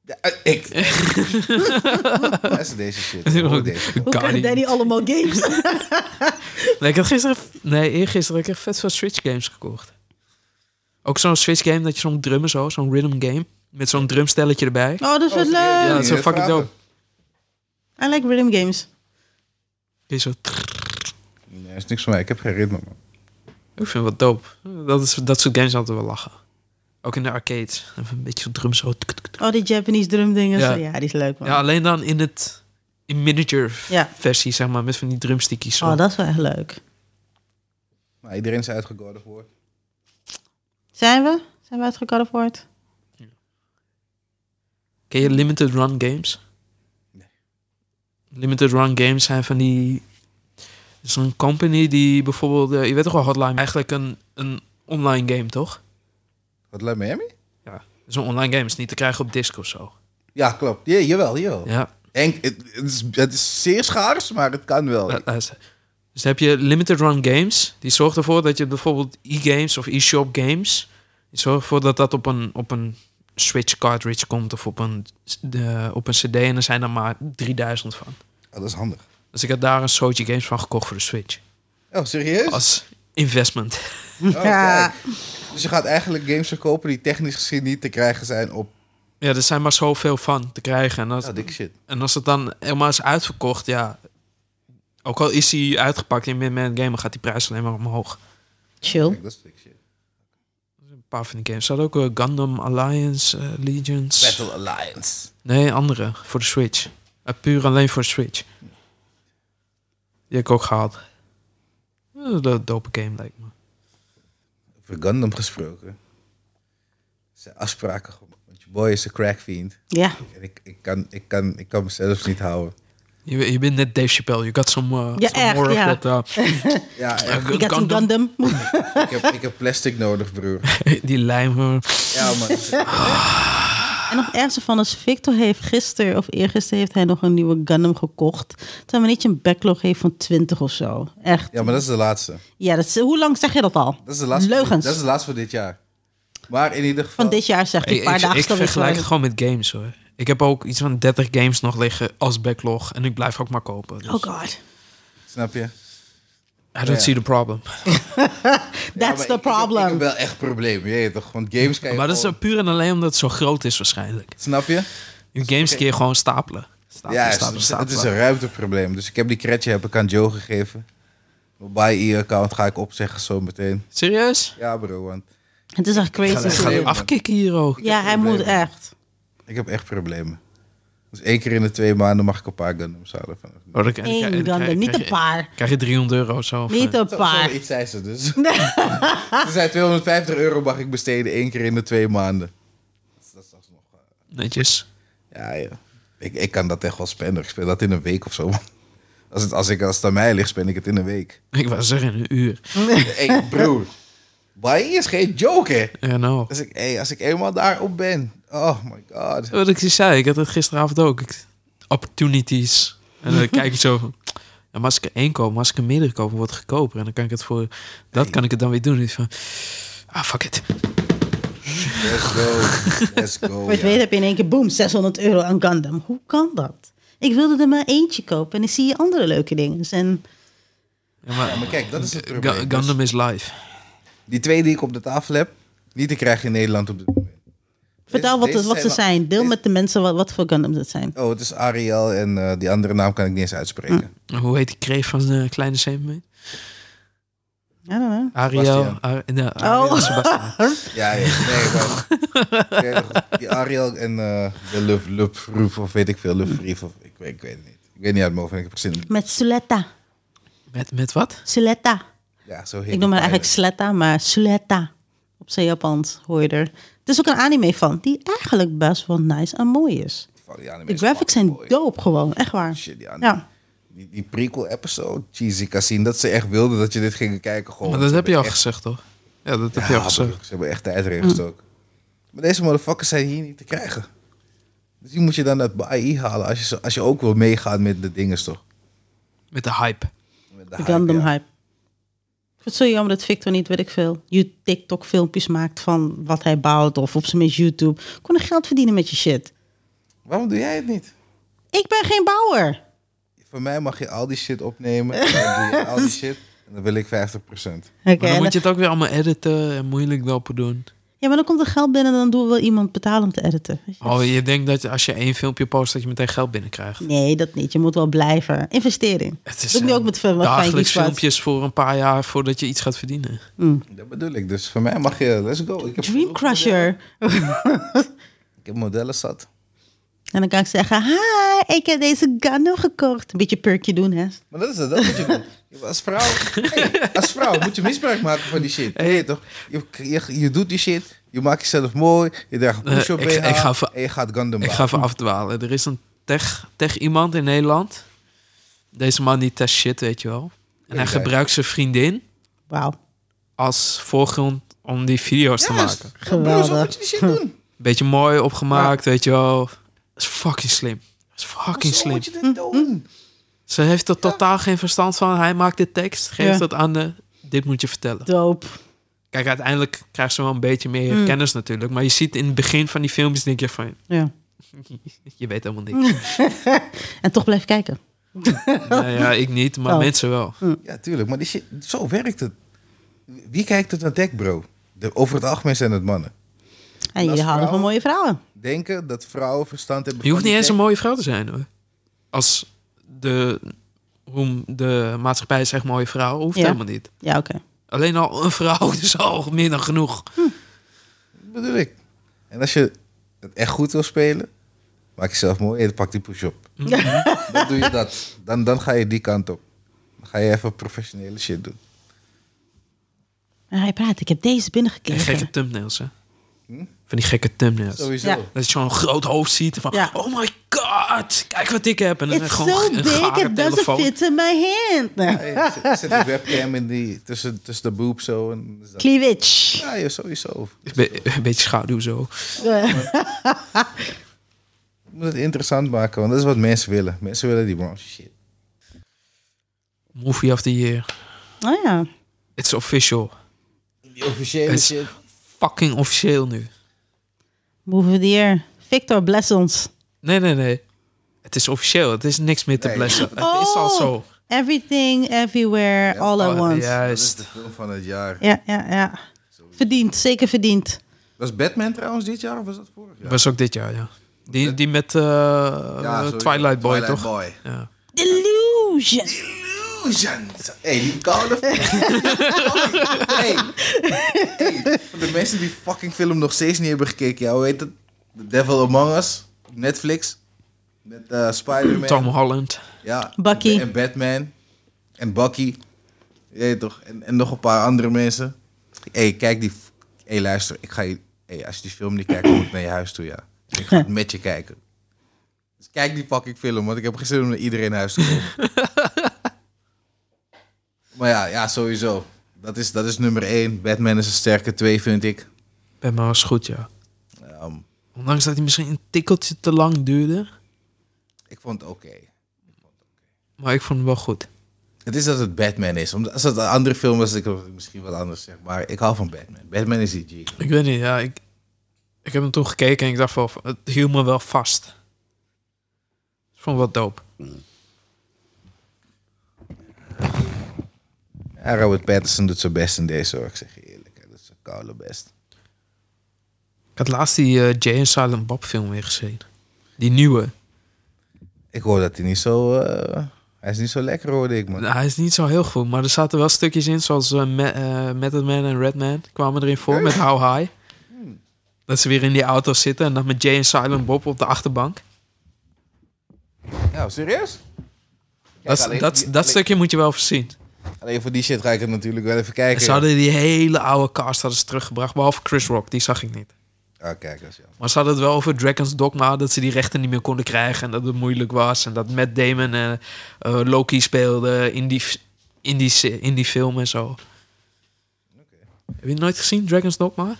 Ja, eh, Ik. Dat is deze shit. Ik hoor deze. Hoe kan Guardian. Danny allemaal games? Nee, ik had gisteren... Nee, eergisteren heb ik echt vet veel Switch games gekocht. Ook zo'n Switch game dat je zo'n drummen zo, zo'n rhythm game. Met zo'n drumstelletje erbij. Oh, dat is wat ja. ja, leuk. dat is wel dat fucking vragen. dope. I like rhythm games. Die Zo, Nee, is niks voor mij. Ik heb geen ritme, man. ik vind het wel dope. Dat, is, dat soort games altijd wel lachen. Ook in de arcades. Even een beetje zo'n drum zo. Oh, die Japanese drum dingen. Ja. Ja, die is leuk man. Ja, alleen dan in het... In miniature Ja. versie, zeg maar. Met van die drumstickies zo. Oh, dat is wel echt leuk. Maar iedereen is uitgegorderd voor. Zijn we? Zijn we uitgecarrefoord? Ken je limited run games? Nee. Limited run games zijn van die... Zo'n company die bijvoorbeeld... eh, je weet toch wel Hotline? Eigenlijk een, een online game, toch? Wat Hotline Miami? Zo'n online game is niet te krijgen op disc of zo. Ja, klopt. Ja, jawel, jawel. Ja, En, het, het is, het is zeer schaars, maar het kan wel. Oh, lu- luister. Dus dan heb je limited run games. Die zorgt ervoor dat je bijvoorbeeld e-games of e-shop games... Die zorgt ervoor dat dat op een, op een Switch cartridge komt of op een, s- de- op een cd. En er zijn er maar 3000 van. Oh, dat is handig. Dus ik heb daar een soortje games van gekocht voor de Switch. Oh, serieus? als investment. Oh, Ja. kijk. Dus je gaat eigenlijk games verkopen die technisch gezien niet te krijgen zijn op... Ja, er zijn maar zoveel van te krijgen. En als, Oh, dikke shit. en als het dan helemaal is uitverkocht, ja. Ook al is hij uitgepakt in Midman Gamer, gaat die prijs alleen maar omhoog. Chill. Kijk, dat is dikke shit. Een paar van die games. Ze hadden ook eh, Gundam Alliance, eh, Legions. Battle Alliance. Nee, andere. Voor de Switch. Eh, puur alleen voor de Switch. Die heb ik ook gehaald. Eh, Dat dope game lijkt me. Over Gundam gesproken. Zijn afspraken gewoon. Want je boy is een crackfiend. Ja. En ik, ik, kan, ik, kan, ik kan mezelf niet houden. Je, je bent net Dave Chappelle. You got some, eh, Ja, some echt, more of ja. that, eh, Ja, eh, en Ik had een Gundam. Gundam. ik heb, ik heb plastic nodig, broer. Die lijm. eh. Ja, man. En nog ergens van als Victor heeft gisteren of eergisteren heeft hij nog een nieuwe Gundam gekocht. Terwijl mijn nietje een backlog heeft van 20 of zo. Echt. Ja, maar dat is de laatste. Ja, dat is, hoe lang zeg je dat al? Dat is de laatste. Leugens. Dat is de laatste voor dit jaar. Maar in ieder geval... Van dit jaar zegt hij een Ik, paar ik, dagen ik is dat weer vergelijk het klaar. gewoon met games hoor. Ik heb ook iets van 30 games nog liggen als backlog. En ik blijf ook maar kopen. Dus Oh god. Snap je? I don't Ja. see the problem. Ja, That's maar the ik- ik heb- Ik, problem. heb wel echt probleem, je weet toch? Want games kan je Maar dat is gewoon- dan puur en alleen omdat het zo groot is waarschijnlijk. Snap je? Je games kun je gewoon stapelen. Stapelen, Ja, het, stapelen, is- stapelen. het is een ruimteprobleem. Dus ik heb die kretje heb ik aan Joe gegeven. Mijn buy account ga ik opzeggen zo meteen. Serieus? Ja, bro, want Het is echt Ik crazy. ga serieus, hem man. afkicken hier ook. Ja, hij moet problemen. echt. ik heb echt problemen. Dus één keer in de twee maanden mag ik een paar Gundams halen. Van. Oh, dan, dan- dan- dan- Eén dan- gander, niet krijg een je- paar. Krijg je 300 euro of zo? of, Niet eh, een Zo- paar. Zoiets zei ze dus. ze zei 250 euro mag ik besteden één keer in de twee maanden. Dat is alsnog... eh, Netjes. Ja, ja. Ik, ik kan dat echt wel spenden. Ik speel dat in een week of zo. Als het, als ik, als het aan mij ligt, spend ik het in een week. Ik was zeggen, een uur. hey, broer. Why is geen joke, hè? Ja, nou. Als ik, hey, als ik eenmaal daarop ben. Oh my god. Wat ik je zei, ik had het gisteravond ook. Ik- opportunities. En dan kijk ik zo van... ja, maar als ik er één koop, maar als ik er meerdere koop, wordt het goedkoper. En dan kan ik het voor... Dat kan ik het dan weer doen. Dus van, ah, fuck it. Let's go. Let's go. Voor je het weet Oh, ja. heb je in één keer, boom, 600 euro aan Gundam. Hoe kan dat? Ik wilde er maar eentje kopen en dan zie je andere leuke dingen. Dus, En Ja, maar, Ja, maar kijk, dat is het Ga- probleem. Dus Gundam is live. die twee die ik op de tafel heb, die te krijgen in Nederland op dit moment. vertel wat, Deze- het, wat deze ze zijn. Deel wel- met de mensen wat, wat voor Gundams het zijn. Oh, het is Ariel en eh, die andere naam kan ik niet eens uitspreken. Hm. Hoe heet die kreef van de kleine zeemermin? I don't know. Ariel. Sebastian. Ar- ja, Ariel Oh. Sebastian. Ja, ja. Nee, maar... Ja, die Ariel en eh, de Luf, Luf, Ruf, of weet ik veel, Luf, Rief, of ik, weet- ik weet het niet. Ik weet niet uit mijn hoofd en ik heb gezin. Met Suletta. Met, met Oh, wat? Suletta. Ja, zo heet Ik noem haar die eigenlijk Sletta, maar Suletta. Op zijn Japans hoor je er. Het is ook een anime van, die eigenlijk best wel nice en mooi is. pilot. Van die anime De is graphics zijn fucking mooi. dope gewoon, echt waar. Shit, die anime. Ja. Die, die prequel-episode, cheesy zien dat ze echt wilden dat je dit ging kijken. Gewoon. Maar dat Ze heb je al hebben echt- gezegd, toch? Ja, dat heb je al Ja, gezegd. broer, Ze hebben echt tijd erin gestoken. Maar deze motherfuckers zijn hier niet te krijgen. Dus die moet je dan uit AI halen als je, zo- als je ook wil meegaan met de dingen, toch? Met de hype. Met De hype, Gundam ja. hype. Ik vind het zo jammer dat Victor niet, weet ik veel, je TikTok filmpjes maakt van wat hij bouwt of op zijn minst YouTube. Kon er geld verdienen met je shit. Waarom doe jij het niet? Ik ben geen bouwer. Voor mij mag je al die shit opnemen. En dan doe je al die shit. En dan wil ik 50%. Oké. Maar dan en- moet je het ook weer allemaal editen en moeilijk lopen doen. Ja, maar dan komt er geld binnen en dan doen we wel iemand betalen om te editen. Weet je? Oh, je denkt dat als je één filmpje post, dat je meteen geld binnenkrijgt. Nee, dat niet. Je moet wel blijven. Investering. Het is dat nu eh, ook met film, wat dagelijks Fijn Geek was. filmpjes voor een paar jaar voordat je iets gaat verdienen. Dat bedoel ik. Dus voor mij mag je, let's go. Ik heb, Dream Crusher. ik heb modellen zat. En dan kan ik zeggen, hi, ik heb deze Gundam gekocht. Een beetje perkje doen, hè. Maar dat is het, dat moet je doen. Als vrouw, hey, als vrouw moet je misbruik maken van die shit. Je weet toch? Je, je, je doet die shit, je maakt jezelf mooi, je draagt een Eh, push-up ik- ik ga BH voor- en je gaat Gundam Ik bouwen. ga even afdwalen. Er is een tech, tech iemand in Nederland. Deze man die test shit, weet je wel. En hij Oké. gebruikt zijn vriendin Wauw. als voorgrond om die video's te Juist. maken. Ja, broer, zo moet je die shit doen. Beetje mooi opgemaakt, weet je wel. Dat is fucking slim. Dat is fucking Zo slim. moet je dit doen. Ze heeft er totaal geen verstand van. Hij maakt de tekst, geeft Ja. dat aan de... Dit moet je vertellen. Dope. Kijk, uiteindelijk krijgt ze wel een beetje meer Mm. kennis natuurlijk. Maar je ziet in het begin van die filmpjes, denk je van... Ja. Je weet helemaal niks. En toch blijf kijken. nou ja, ik niet, maar Oh. mensen wel. Ja, tuurlijk, maar die shit, zo werkt het. Wie kijkt het naar tech, bro? De, over het algemeen zijn het mannen. En jullie houden vrouw- van mooie vrouwen. Denken dat vrouwen verstand hebben Je hoeft van niet Oh, die eens een tech. mooie vrouw te zijn hoor. Als de, hoe de maatschappij zegt mooie vrouw, hoeft Ja. helemaal niet. Ja, oké. Alleen al een vrouw is al meer dan genoeg. Dat bedoel ik. En als je het echt goed wil spelen, maak jezelf mooi en pak die push-up. Mm-hmm. Dan doe je dat. Dan, dan ga je die kant op. Dan ga je even professionele shit doen. En hij praat, ik heb deze En binnengekregen. gekke thumbnails hè. Van die gekke thumbnails. Sowieso. Ja. Dat je zo'n groot hoofd ziet van... Ja. Oh my god, kijk wat ik heb. En dan It's gewoon so een big, gare it doesn't telefoon. fit in my hand. Nou, Hey, zet, zet die webcam in die, tussen, tussen de boob zo. En is dat- Cleavage. ja, joh, sowieso. Een be- een beetje schaduw zo. Eh, Je moet het interessant maken, want dat is wat mensen willen. Mensen willen die bronze shit. Movie of the year. Oh ja. It's official. Die officiële Is- shit. Fucking officieel nu. Move of the year. Victor, bless ons. Nee, nee, nee. Het is officieel. Het is niks meer te Nee. blessen. Het is al zo. Everything, everywhere, Oh, all at Oh, once. Ja. Dat is Juist. de film van het jaar. ja, ja, Verdiend, zeker verdiend. Was Batman trouwens dit jaar of was dat vorig jaar? Was ook dit jaar, ja. Die, die met eh, sowieso. Twilight Boy, toch? Boy. Ja. Delusion. Illusion. Hey, die koude... hey. hey. Voor de mensen die fucking film nog steeds niet hebben gekeken. Ja, hoe heet het? The Devil Among Us. Netflix. Met eh, Spider-Man. Tom Holland. Ja. Bucky. En Batman. En Bucky. Je weet toch? En, en nog een paar andere mensen. Hé, hey, kijk die... f- Hé, hey, luister. Ik ga je... hey, als je die film niet kijkt, kom ik naar je huis toe, ja. Ik ga het met je kijken. Dus kijk die fucking film, want ik heb geen zin om naar iedereen naar huis te komen. maar ja, ja, sowieso. Dat is, dat is nummer één. Batman is een sterke twee, vind ik. Bij mij was goed, ja. Ehm, Ondanks dat hij misschien een tikkeltje te lang duurde. ik vond het oké. Maar ik vond hem wel goed. Het is dat het Batman is. Omdat, als het een andere film was, ik had het misschien wat anders zeg. Maar ik hou van Batman. Batman is die G. Ik weet niet, ja. Ik, ik heb hem toen gekeken en ik dacht van, het hield me wel vast. Ik vond het wel dope. Ja, Robert Pattinson doet zijn best in deze hoor. Ik zeg je eerlijk. Hij doet zijn koude best. Ik had laatst die eh, Jay en Silent Bob film weer gezien. Die nieuwe. Ik hoor dat hij niet zo... eh, hij is niet zo lekker hoorde ik man. Nou, hij is niet zo heel goed, maar er zaten wel stukjes in, zoals eh Ma- eh, Method Man en Redman kwamen erin voor met How High. Dat ze weer in die auto zitten en dan met Jay en Silent Bob op de achterbank. Nou, serieus? Dat, alleen- dat, die- dat stukje moet je wel voorzien. Alleen voor die shit ga ik het natuurlijk wel even kijken. Ze hadden die hele oude cast hadden ze teruggebracht, behalve Chris Rock, die zag ik niet. Ah, kijk, dat is jammer. Maar ze hadden het wel over Dragon's Dogma, dat ze die rechten niet meer konden krijgen en dat het moeilijk was. En dat Matt Damon eh, eh, Loki speelde in die, in, die, se- in die film en zo. Heb je het nooit gezien, Dragon's Dogma?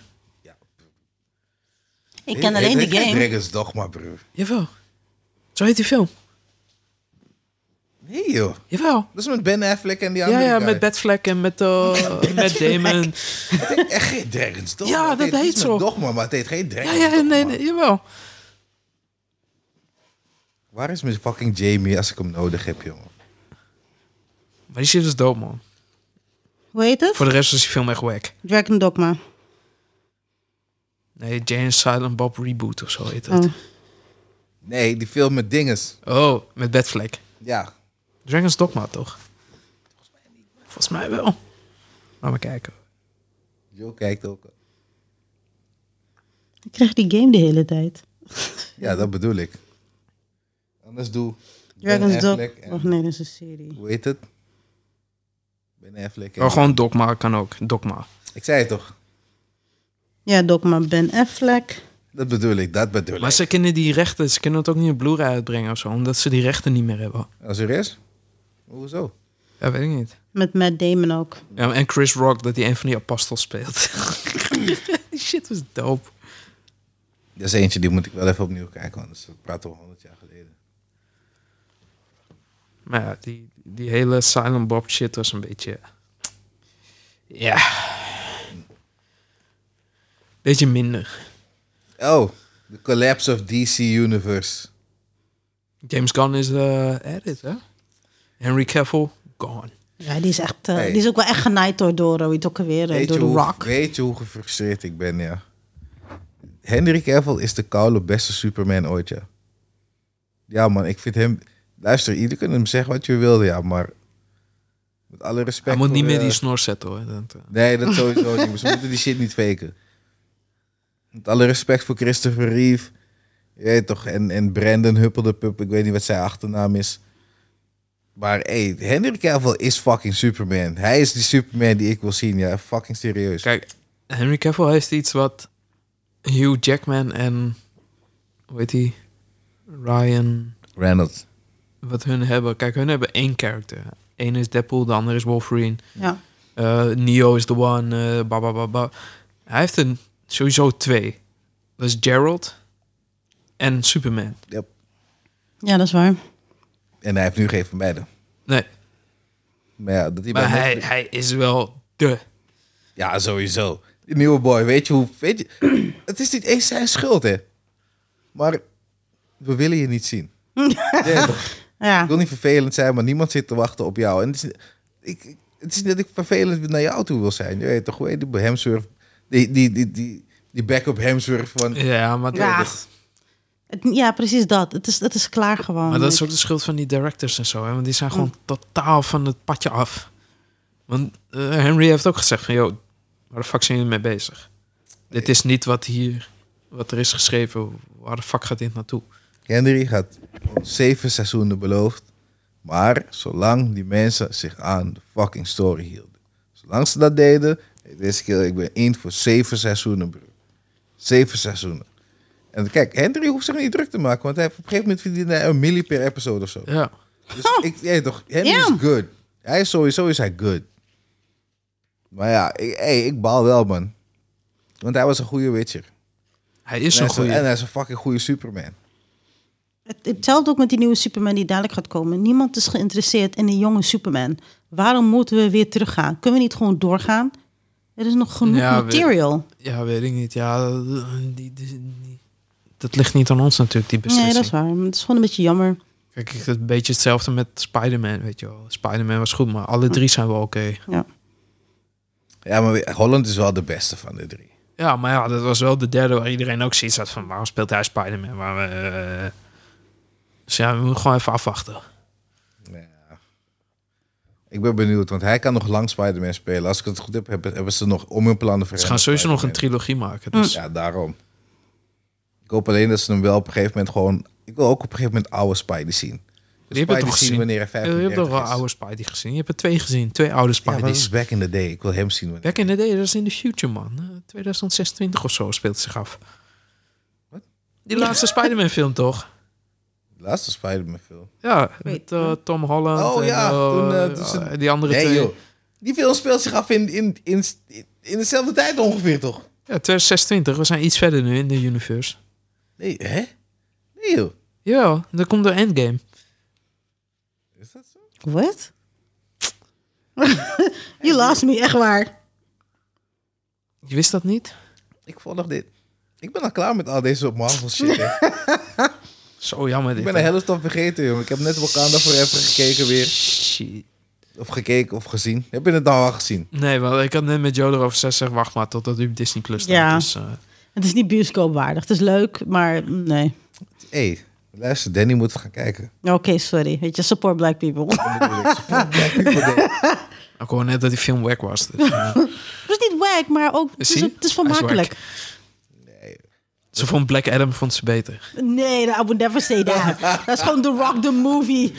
Ik ken alleen ik, die ik- game. Dragon's Dogma, broer. Jawel. Zo heet die film. Nee, joh. Jawel. Dat is met Ben Affleck en die Ja, andere ja, guy. met Batfleck en met, eh met Damon. Het heet echt geen Dragon's Dogma. Ja, Het dat heet iets zo. met Dogma, maar het heet geen Ja, Dragon's ja, Dogma. nee, nee, jawel. Waar is mijn fucking Jamie als ik hem nodig heb, jongen? Maar die shit is dood, man. Hoe heet het? Voor de rest is die film echt wack. Dragon Dogma. Nee, Jane and Silent Bob Reboot of zo heet dat. Oh. Nee, die film met dinges. Oh, met Batfleck. Ja. Dragon's Dogma, toch? Volgens mij wel. Laat maar kijken. Joe kijkt ook. Ik krijg die game de hele tijd. Ja, dat bedoel ik. Anders doe Ben Dragon's Affleck Dogma. en- Och nee, dat is een serie. Hoe heet het? Ben Affleck. en- Oh, gewoon Dogma kan ook. Dogma. Ik zei het toch? Ja, Dogma Ben Affleck. Dat bedoel ik, dat bedoel Maar ik. ze kunnen die rechten, ze kunnen het ook niet op Blu-ray uitbrengen of zo, omdat ze die rechten niet meer hebben. Als er is? Oh, Hoezo? Ja, weet ik niet. Met Matt Damon ook. Ja, en Chris Rock, dat hij een van die apostels speelt. die shit was dope. Dat is eentje, die moet ik wel even opnieuw kijken, anders praten we 100 jaar geleden. Maar ja, die, die hele Silent Bob shit was een beetje... Ja. Beetje minder. Oh, The Collapse of DC Universe. James Gunn is de edit, hè? Henry Cavill, gone. Ja, die is echt. eh, Hey. Die is ook wel echt genaaid door, door eh, hoe heet het ook alweer, eh, Weet door je, de hoe, Rock. weet je hoe gefrustreerd ik ben, ja. Henry Cavill is de koude beste Superman ooit, ja. Ja, man, ik vind hem... Luister, ieder kunt hem zeggen wat je wilde, ja, maar... Met alle respect... Hij moet niet voor, meer eh, die snor zetten, hoor. Dat, eh, Nee, dat sowieso niet. maar Ze moeten die shit niet faken. Met alle respect voor Christopher Reeve. Je weet toch, en, en Brandon Huppeldepup. Ik weet niet wat zijn achternaam is. Maar hey, Henry Cavill is fucking Superman. Hij is die Superman die ik wil zien, ja. Fucking serieus. Kijk, Henry Cavill heeft iets wat Hugh Jackman en... Hoe heet die? Ryan... Reynolds. Wat hun hebben. Kijk, hun hebben één karakter. Eén is Deadpool, de ander is Wolverine. Ja. Eh, Neo is the one, eh ba, ba, ba, ba. Hij heeft een, sowieso twee. Dat is Gerald en Superman. Yep. ja, dat is waar. En hij heeft nu geen van beide. Nee, Maar ja, dat hij bij maar hij, Netflix- hij is wel de... Ja, sowieso. Die nieuwe boy, weet je hoe... Weet je, het is niet eens zijn schuld, hè. Maar we willen je niet zien. Ja, toch? Ja. Ik wil niet vervelend zijn, maar niemand zit te wachten op jou. En het is, ik, ik- het is niet dat ik vervelend naar jou toe wil zijn. Je weet toch, hoe heet die Hemsworth? Die, die, die, die, die backup Hemsworth van... Ja, maar, Ja. Het- ja, precies dat. Het is, het is klaar gewoon. maar dat is ook de schuld van die directors en zo. Hè? Want die zijn gewoon totaal van het padje af. Want eh, Henry heeft ook gezegd van... Yo, waar de fuck zijn jullie mee bezig? Dit is niet wat hier... Wat er is geschreven. Waar de fuck gaat dit naartoe? Henry had zeven seizoenen beloofd. Maar zolang die mensen zich aan de fucking story hielden. Zolang ze dat deden, deze keer, ik ben één voor zeven seizoenen, broer. Zeven seizoenen. En kijk, Henry hoeft zich niet druk te maken, want hij heeft op een gegeven moment verdiende hij een milli per episode of zo. Ja. Dus Oh. ik, ja, toch, Henry Ja. is good. Hij is sowieso is hij good. Maar ja, ik, hey, ik baal wel, man. Want hij was een goede Witcher. Hij is en, een hij een- en eh, goede. hij is een fucking goede Superman. Het- Hetzelfde ook met die nieuwe Superman die dadelijk gaat komen. Niemand is geïnteresseerd in een jonge Superman. Waarom moeten we weer teruggaan? Kunnen we niet gewoon doorgaan? Er is nog genoeg Ja, we- material. Ja, weet ik niet. Ja, die, die, die- dat ligt niet aan ons natuurlijk, die beslissing. Nee, dat is waar. Maar Het is gewoon een beetje jammer. Kijk, ik- een beetje hetzelfde met Spider-Man, weet je wel. Spider-Man was goed, maar alle drie zijn wel oké. Ja. Ja, maar we- Holland is wel de beste van de drie. Ja, maar ja, dat was wel de derde waar iedereen ook zoiets had van... waarom speelt hij Spider-Man? Waarom, eh, eh. Dus ja, we moeten gewoon even afwachten. Ja. Ik ben benieuwd, want hij kan nog lang Spider-Man spelen. Als ik het goed heb, hebben, hebben ze nog om hun plannen veranderd. Ze gaan sowieso nog een Spider-Man. trilogie maken, dus... Ja, daarom. Ik hoop alleen dat ze hem wel op een gegeven moment gewoon... Ik wil ook op een gegeven moment oude Spidey zien. Dus Die hebben Spidey toch zien gezien? wanneer hij Je hebt 35 toch is. wel oude Spidey gezien? Je hebt er twee gezien, twee oude Ja, maar dat is Spideys. back in the day. Ik wil hem zien. wanneer- Back in the day, dat is in the future, man. Eh, 2026 of zo speelt het zich af. Wat? Die laatste Spider-Man film, toch? De laatste Spider-Man film. Ja, Weet- met eh, Tom Holland Oh en ja, eh, toen, eh, toen ze- eh, die andere Nee twee. joh, die film speelt zich af in, in, in, in dezelfde tijd ongeveer toch? Ja, 2026, we zijn iets verder nu in de universe. Nee, hè? Nee joh. Ja, dan komt de Endgame. Is dat zo? What? you lost me, echt waar. Je wist dat niet? Ik volg dit. Ik ben al klaar met al deze Marvel shit. hè. Zo jammer ik dit. ben de helft al vergeten jongen. Ik heb net Wakanda Forever gekeken weer. Shit. Of gekeken of gezien. Heb je het nou al gezien? Nee, want ik had net met Joe erover gezegd, zeg, wacht maar totdat u op Disney Plus staat. Ja. Dus, eh, Het is niet bioscoopwaardig. Het is leuk, maar nee. Hé, hey, luister, Danny moet gaan kijken. Oké, sorry. Weet je, support black people. Dat bedoel ik. Support black people day. ik hoor net dat die film wack was. Dus, eh, Het is niet wack, maar ook... Het is, Zie? het is Hij is vermakelijk. ze vond Black Adam vond ze beter. Nee, I would never say that. Dat is gewoon The Rock, the movie.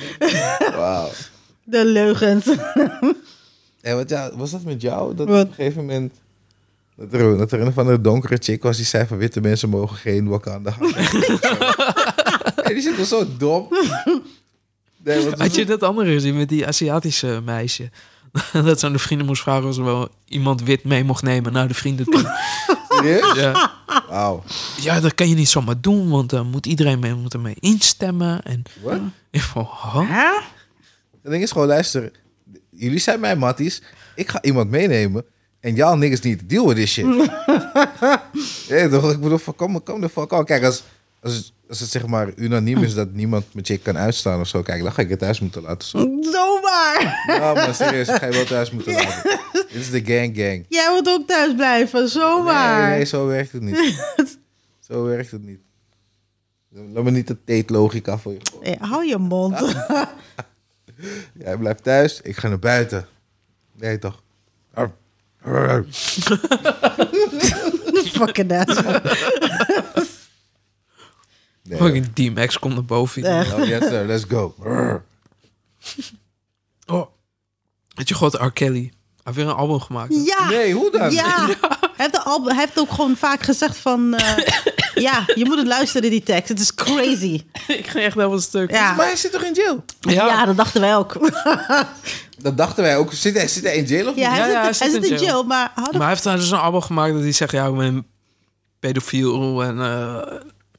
Wauw. De leugens. En wat ja, was dat met jou? Dat Wat? op een gegeven moment. Dat er, dat er een van de donkere chick was die zei van witte mensen mogen geen Wakanda houden. en die zit wel zo dom. Nee, wat Had je dat andere gezien met die Aziatische meisje? dat ze aan de vrienden moest vragen of ze wel iemand wit mee mocht nemen naar de vrienden toe. serieus? ja. Wauw. ja, dat kan je niet zomaar doen, want dan moet iedereen mee, moet ermee instemmen. En Wat? ik van, huh? Hè? Het ding is gewoon, luister. Jullie zijn mijn matties. Ik ga iemand meenemen. En jou niks niet. Deal with this shit. nee, toch? Ik bedoel, van, kom, kom de fuck on. Kijk, als, als, als het zeg maar unaniem is dat niemand met chick kan uitstaan of zo. Kijk, dan ga ik het thuis moeten laten. Zo. Zomaar. Ja, maar serieus, ik ga je wel thuis moeten laten. Dit is de gang gang. Jij moet ook thuis blijven. Zomaar. Nee, nee, zo werkt het niet. zo werkt het niet. Laat me niet de teetlogica voor je. Hey, hou je mond. Jij blijft thuis, ik ga naar buiten. Nee, toch? Arf, arf, arf. Fucking ass. Nee, Fucking DMX komt naar boven. Echt. Oh, yes sir, let's go. Arf. Oh. Weet je, god, R. Kelly. Hij heeft weer een album gemaakt. Ja. Nee, hoe dan? Ah, Ja. Hij heeft, al, hij heeft ook gewoon vaak gezegd van... eh, ja, je moet het luisteren, die tekst. Het is crazy. ik ging echt helemaal stuk. Ja. Maar hij zit toch in jail? Ja. dat dachten wij ook. Dat dachten wij ook. Zit hij, zit hij in jail of Ja, hij, Ja, zit, ja, hij zit in jail, maar Maar hadden hij heeft daar dus een album gemaakt dat hij zegt, ja, ik ben pedofiel en eh,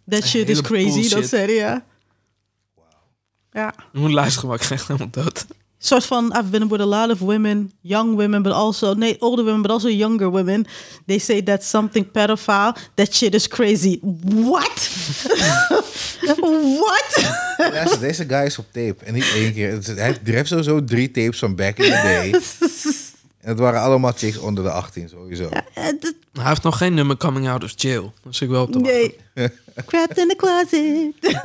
that shit is hele crazy, dat bullshit. zei hij, ja. Ja. ik moet luisteren, gemaakt. ik ging echt helemaal dood. Een soort van, I've been with a lot of women, young women, but also, nee, older women, but also younger women. They say that's something pedophile, that shit is crazy. What? What? Luister, deze guy is op tape. En niet één keer. Het is- Hij heeft- hij heeft sowieso drie tapes van back in the day. En het waren allemaal chicks onder de 18 sowieso. Eh, dat- Maar Hij heeft nog geen nummer coming out of jail. Dus ik wel op de wacht. nee. Trapped in the closet.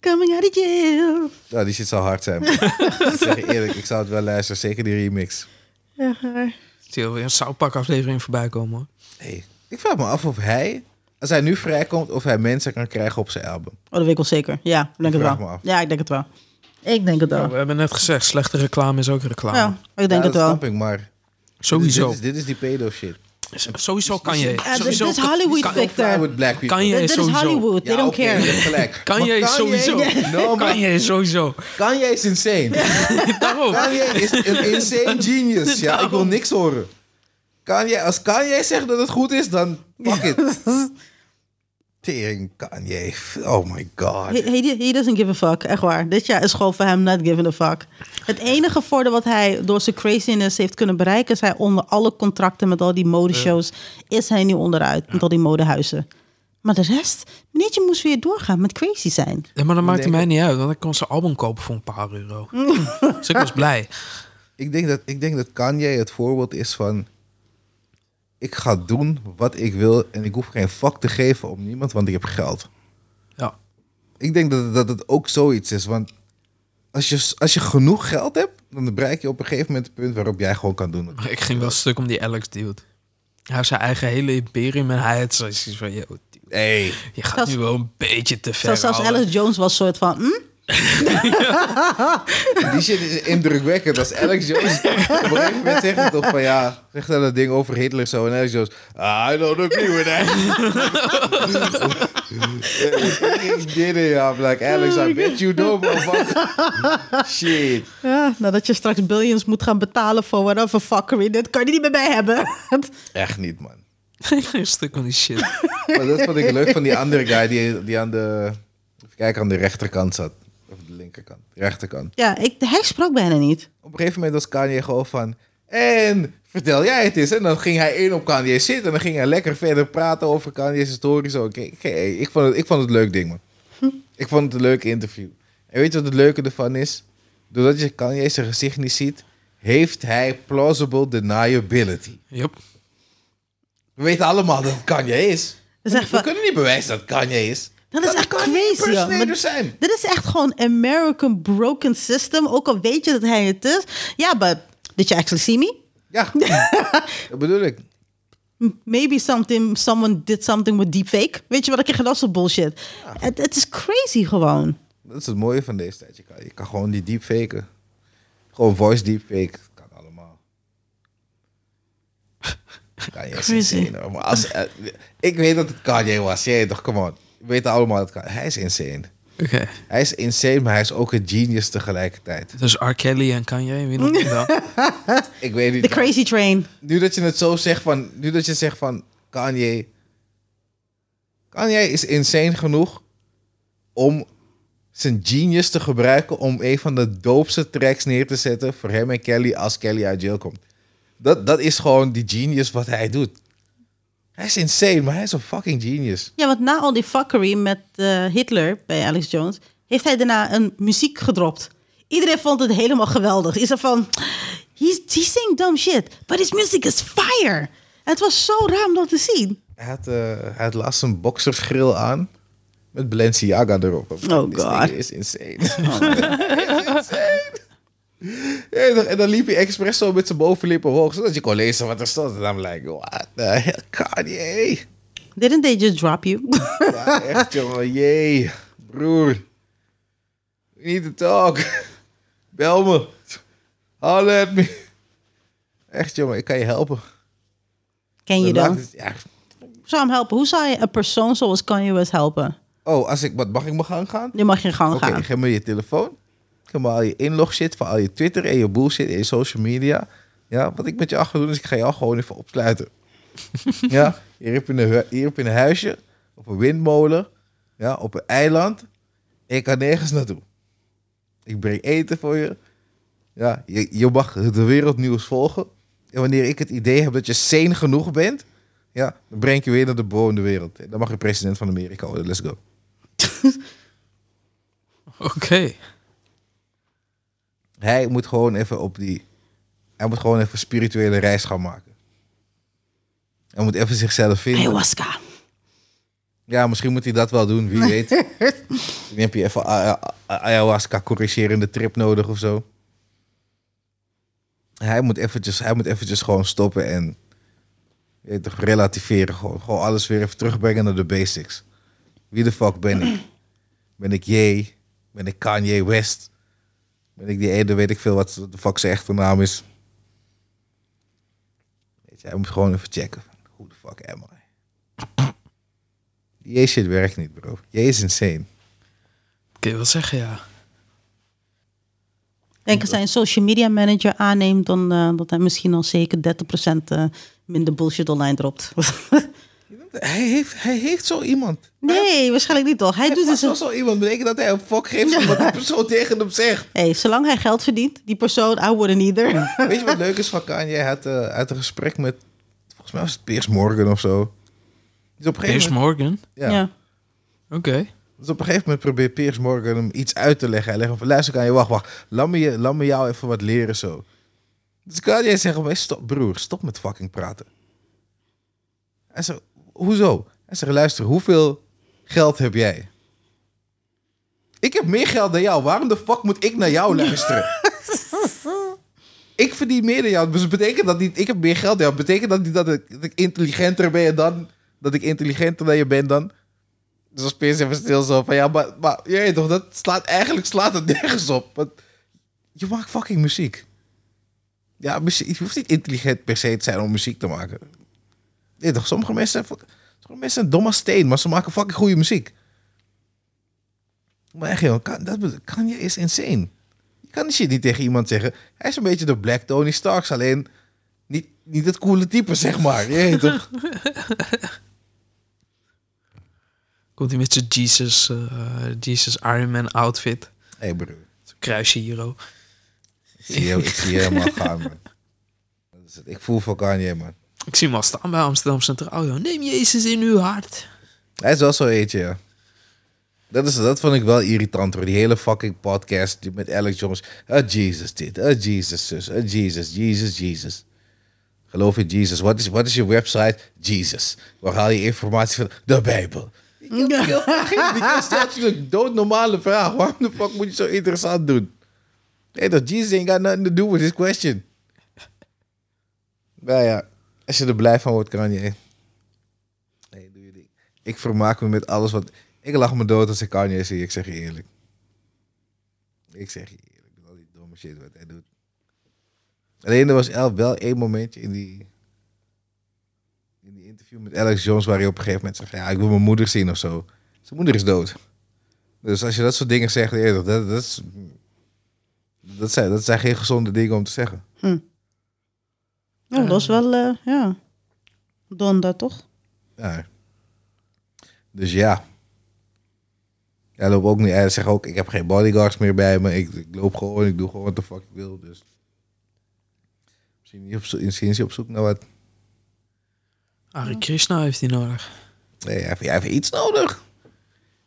Coming out of jail. Nou, die shit zal hard zijn. man. ik zeg je eerlijk, ik zou het wel luisteren. Zeker die remix. Ja, Ik zie alweer een South Park aflevering voorbij komen. hoor. Hey, ik vraag me af of hij Als hij nu vrijkomt of hij mensen kan krijgen op zijn album. Oh, dat weet ik wel zeker. Ja, ik denk het vraag wel. me af. Ja, ik denk het wel. Ik denk het wel. we hebben net gezegd, slechte reclame is ook reclame. Ja, ik denk Ja, het dat wel. snap ik, maar Sowieso. Dit is, dit is, dit is die pedo shit. Sowieso kan je. Ja, dit- sowieso dit is Hollywood, kan- Vic. Victor. Fly with black people. Kan je Dit dit is sowieso. Hollywood. They Ja, don't oké, je care. hebt gelijk. Kan Maar je sowieso. No, Kan maar je sowieso. kan je is insane. Daarom. Kanye is een insane genius. Ja, ik wil niks horen. Kanye, als Kanye zegt dat het goed is, dan fuck it. Tering Kanye. Oh my god. He, he, he doesn't give a fuck, echt waar. Dit jaar is gewoon voor hem not giving a fuck. Het enige voordeel wat hij door zijn craziness heeft kunnen bereiken... is hij onder alle contracten met al die modeshows... is hij nu onderuit, met al die modehuizen. Maar de rest? Meneertje moest weer doorgaan met crazy zijn. Ja, maar dat maakte denk mij niet uit, want ik kon zijn album kopen voor een paar euro. dus ik was blij. Ik denk, dat, ik denk dat Kanye het voorbeeld is van... Ik ga doen wat ik wil en ik hoef geen fuck te geven om niemand, want ik heb geld. Ja. Ik denk dat, dat het ook zoiets is, want als je, als je genoeg geld hebt, dan bereik je op een gegeven moment het punt waarop jij gewoon kan doen. wat Maar ik ging wel stuk om die Alex dude. Hij heeft zijn eigen hele imperium en hij had zoiets van... Yo, dude, Hey, je gaat Zelfs- nu wel een beetje te ver. Zelfs, zelfs ouwe. Alice Jones was soort van... Hm? die shit is indrukwekkend. Als Alex Jones op een gegeven moment zegt hij toch van ja, zegt dan dat ding over Hitler zo. En Alex Jones, "Ah, I don't agree with that. Ik did it, I'm like, Alex, I bet you don't, motherfucker. Shit. Ja, nadat je straks billions moet gaan betalen voor whatever fuckery... dit kan je niet meer bij hebben. Echt niet, man. Ik ging stuk om die shit. Maar dat vond ik leuk van die andere guy die, die aan de, even kijken, aan de rechterkant zat. Of de linkerkant, rechterkant. ja, ik, hij sprak bijna niet. Op een gegeven moment was Kanye gewoon van. En vertel jij het eens. En dan ging hij in op Kanye zitten. En dan ging hij lekker verder praten over Kanye's historie. Zo. Ik, ik, ik, vond het, ik vond het een leuk ding, man. Ik vond het een leuk interview. En weet je wat het leuke ervan is? Doordat je Kanye zijn gezicht niet ziet, heeft hij plausible deniability. Yup. We weten allemaal dat het Kanye is. Dus echt We van- kunnen niet bewijzen dat het Kanye is. Dat is echt kan niet crazy. joh. impersonator Maar dus zijn. Dit is echt gewoon American broken system. Ook al weet je dat hij het is. Ja, but did you actually see me? Ja, dat bedoel ik. Maybe something, someone did something with deepfake. Weet je wat ik krijg? Dat soort bullshit. Het het is crazy gewoon. Dat is het mooie van deze tijd. Je kan, je kan gewoon die deepfaken. Gewoon voice deepfake. Kan allemaal. Kanye is Crazy. insane. hoor. Maar als, eh, ik weet dat het Kanye was. Jij toch, come on. We weten allemaal dat Kanye... Hij is insane. Oké. Hij is insane, maar hij is ook een genius tegelijkertijd. Dus R. Kelly en Kanye, wie noemt die dan? Ik weet niet... The crazy train. Nu dat je het zo zegt van... Nu dat je zegt van... Kanye... Kanye is insane genoeg om zijn genius te gebruiken om een van de doopste tracks neer te zetten voor hem en Kelly als Kelly uit jail komt. Dat, dat is gewoon die genius wat hij doet. Hij is insane, maar hij is een fucking genius. Ja, want na al die fuckery met eh, Hitler bij Alex Jones... heeft hij daarna een muziek gedropt. Iedereen vond het helemaal geweldig. Is er van... He's, he's saying dumb shit, but his music is fire. En het was zo raar om dat te zien. Hij had, eh, hij had laatst een boxersgril aan met Balenciaga erop. Oh, Dit God. ding is insane. Dit is insane. Ja, toch? en dan liep hij expres zo met zijn bovenlippen hoog, zodat je kon lezen wat er stond. En dan like, what the hell, Kanye? Didn't they just drop you? Ja, echt jongen, jee. Broer. We need to talk. Bel me. Holler at me. Echt jongen, ik kan je helpen. Ken je Laat dan? het- ja. zou hem helpen. Hoe zou je een persoon zoals Kanye West helpen? Oh, als ik, wat, mag ik mijn gang gaan? Nu mag je in gang Oké, gaan. geef me je telefoon. Geef me al je inlog shit van al je Twitter en je bullshit en je social media. Ja, wat ik met jou ga doen is ik ga jou gewoon even opsluiten. ja, hier heb, je een, hu- hier heb je een huisje, op een windmolen, ja, op een eiland. En je kan nergens naartoe. Ik breng eten voor je. Ja, je, je mag de wereldnieuws volgen. En wanneer ik het idee heb dat je sane genoeg bent, ja, dan breng ik je weer naar de bewoonde wereld. En dan mag je president van Amerika worden. Let's go. Oké. Hij moet gewoon even op die. Hij moet gewoon even een spirituele reis gaan maken. Hij moet even zichzelf vinden. Ayahuasca. Ja, misschien moet hij dat wel doen, wie weet. Dan heb je even a- a- a- ayahuasca-corrigerende trip nodig of zo. Hij moet eventjes, hij moet eventjes gewoon stoppen en je weet toch, relativeren. Gewoon, gewoon alles weer even terugbrengen naar de basics. Wie de fuck ben ik? Ben ik Jay? Ben ik Kanye West? Ben ik die ene, weet ik veel wat de fuck zijn echte naam is. Weet je, hij moet gewoon even checken. van, Who the fuck am I? Die shit werkt niet, bro. Jay is insane. Kun je wel zeggen, ja. Denk als hij een social media manager aanneemt, dan eh, dat hij misschien al zeker 30% eh, minder bullshit online dropt. Hij heeft, hij heeft zo iemand. nee, waarschijnlijk niet toch? Hij Hij doet dus- was het. wel zo iemand betekent dat hij een fuck geeft om wat de persoon tegen hem zegt. Hey, zolang hij geld verdient, die persoon, I wouldn't either. Weet je wat leuk is van Kanye? Hij had, eh, hij had een gesprek met, volgens mij was het Piers Morgan of zo. Dus op een gegeven Piers moment, Morgan. ja. ja. Oké. Dus op een gegeven moment probeert Piers Morgan hem iets uit te leggen. Hij legt hem van, luister Kanye, wacht, wacht. Laat me, je, laat me jou even wat leren zo. Dus Kanye zegt hem, "Hey, stop, broer, stop met fucking praten. Hij zegt, hoezo? Hij zegt, luister, hoeveel geld heb jij? Ik heb meer geld dan jou. Waarom de fuck moet ik naar jou luisteren? ik verdien meer dan jou. Dus het betekent dat niet, ik heb meer geld dan jou. Betekent dat niet dat ik, dat ik intelligenter ben dan... Dat ik intelligenter dan je ben dan... Dus als Piers even stil zo van ja, maar, maar je weet toch, dat slaat eigenlijk slaat het nergens op. Want je maakt fucking muziek. Ja, muziek, je hoeft niet intelligent per se te zijn om muziek te maken. Nee, toch, sommige mensen, zijn fuck- sommige mensen zijn dom als steen, maar ze maken fucking goede muziek. Maar echt, joh, kan, dat, bedo- Kanye is insane. Je kan die shit niet tegen iemand zeggen. Hij is een beetje de Black Tony Starks, alleen niet, niet het coole type, zeg maar. Je weet toch? Komt hij met zijn Jesus, eh, Jesus Iron Man outfit. Hé hey, broer. Zo'n kruisje hero. Ik zie, hem, ik zie helemaal gaan, man. Dat is het. Ik voel voor Kanye, man. Ik zie hem al staan bij Amsterdam Centraal. joh. Neem Jezus in uw hart. Hij is wel zo eentje, ja. Dat, is, dat vond ik wel irritant, hoor. Die hele fucking podcast die met Alex Jones. Ah, Jesus dit, ah, Jesus zus, ah, Jesus, Jesus, Jesus. Geloof in Jesus. Wat is, wat is je website? Jesus. Waar haal je informatie van? De Bijbel. Ik heb- ik heb- Die kerel stelt je een doodnormale vraag. Waarom de fuck moet je zo interessant doen? Nee, dat Jesus ain't got nothing to do with this question. Nou ja, als je er blij van wordt, kan je. Nee, doe je ding. Ik vermaak me met alles wat... Ik lach me dood als ik Kanye zie, ik zeg je eerlijk. Ik zeg je eerlijk, met al die domme shit wat hij doet. Alleen er was el- wel één momentje in die... In die interview met Alex Jones waar hij op een gegeven moment zegt... Ja, ik wil mijn moeder zien of zo. Zijn moeder is dood. Dus als je dat soort dingen zegt, eerlijk, dat, dat, is, dat, zijn, dat zijn geen gezonde dingen om te zeggen. Nou, dat is wel, eh, ja. Don dat toch? Ja. Dus ja. Hij loopt ook niet. Hij zegt ook: Ik heb geen bodyguards meer bij me. Ik, ik loop gewoon. Ik doe gewoon wat de fuck ik wil. Dus. Misschien, niet op, zo- misschien is hij op zoek naar wat. Hare Krishna heeft hij nodig. Nee, hij heeft, hij heeft iets nodig.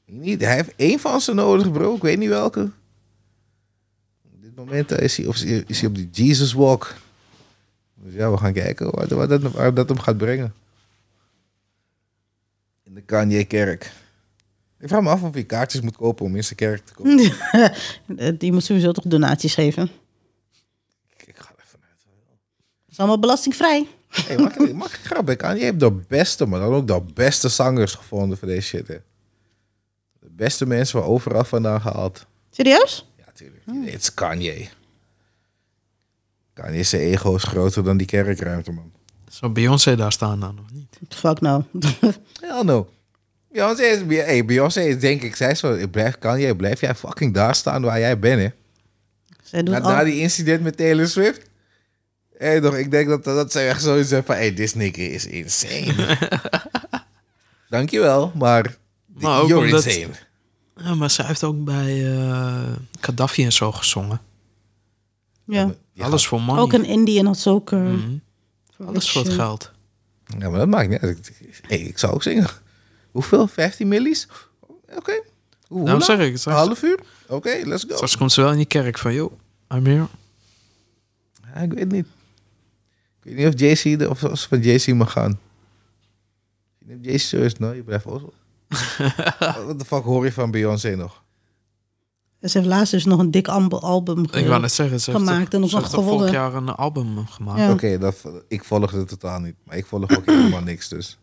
Ik Niet, hij heeft één van ze nodig, bro. Ik weet niet welke. Op dit moment eh, is, hij op, is hij op die Jesus Walk. Dus ja, we gaan kijken waar, waar dat, waar dat hem gaat brengen. In de Kanye-kerk. Ik vraag me af of je kaartjes moet kopen om in zijn kerk te komen. Eh, die moet sowieso toch donaties geven? Het Ik- Ik ga er even uit. is allemaal belastingvrij. Hey, maak, het- maak een grap. hè, Kanye heeft de beste, maar dan ook de beste zangers gevonden voor deze shit. Hè. De beste mensen van overal vandaan gehaald. Serieus? Ja, tuurlijk. Het is Kanye. Kanye zijn ego is groter dan die kerkruimte, man. Zou Beyoncé daar staan dan, of niet? Fuck nou. Hell no. Beyoncé is, hey, Beyoncé is denk ik, zij is zo, ik blijf, Kanye, blijf jij fucking daar staan waar jij bent, hè. Zij doet Na, al... na die incident met Taylor Swift. Hey, toch, ik denk dat, dat zij echt zoiets hebben van, hey, this nigga is insane. Dankjewel, maar, Maar ook you're omdat- insane. Ja, maar zij heeft ook bij eh Gaddafi en zo gezongen. ja. Ja, Alles voor money. Mhm. Ook een Indian had ze ook... eh, Mm. Alles voor het shit. geld. Ja, maar dat maakt niet uit. Ik- Hey, ik zou ook zingen. Hoeveel? 15 millies? Oké. Hoe, hoe Nou, lang? zeg ik. Een Straks, half uur? Oké, let's go. straks komt ze wel in die kerk van, joh, I'm here. Ja, ik weet niet. Ik weet niet of JC de- of of ze van JC mag gaan. Ik neem JC serieus. Nou, je blijft ook zo. Wat de fuck hoor je van Beyoncé nog? Ze heeft laatst dus nog een dik ambe- album ge- Ik wou net zeggen, ze heeft Gemaakt toch- en nog ze heeft toch gewonnen. vorig jaar een album gemaakt. Ja. Oké, dat ik volg het totaal niet. Maar ik volg ook helemaal niks, dus...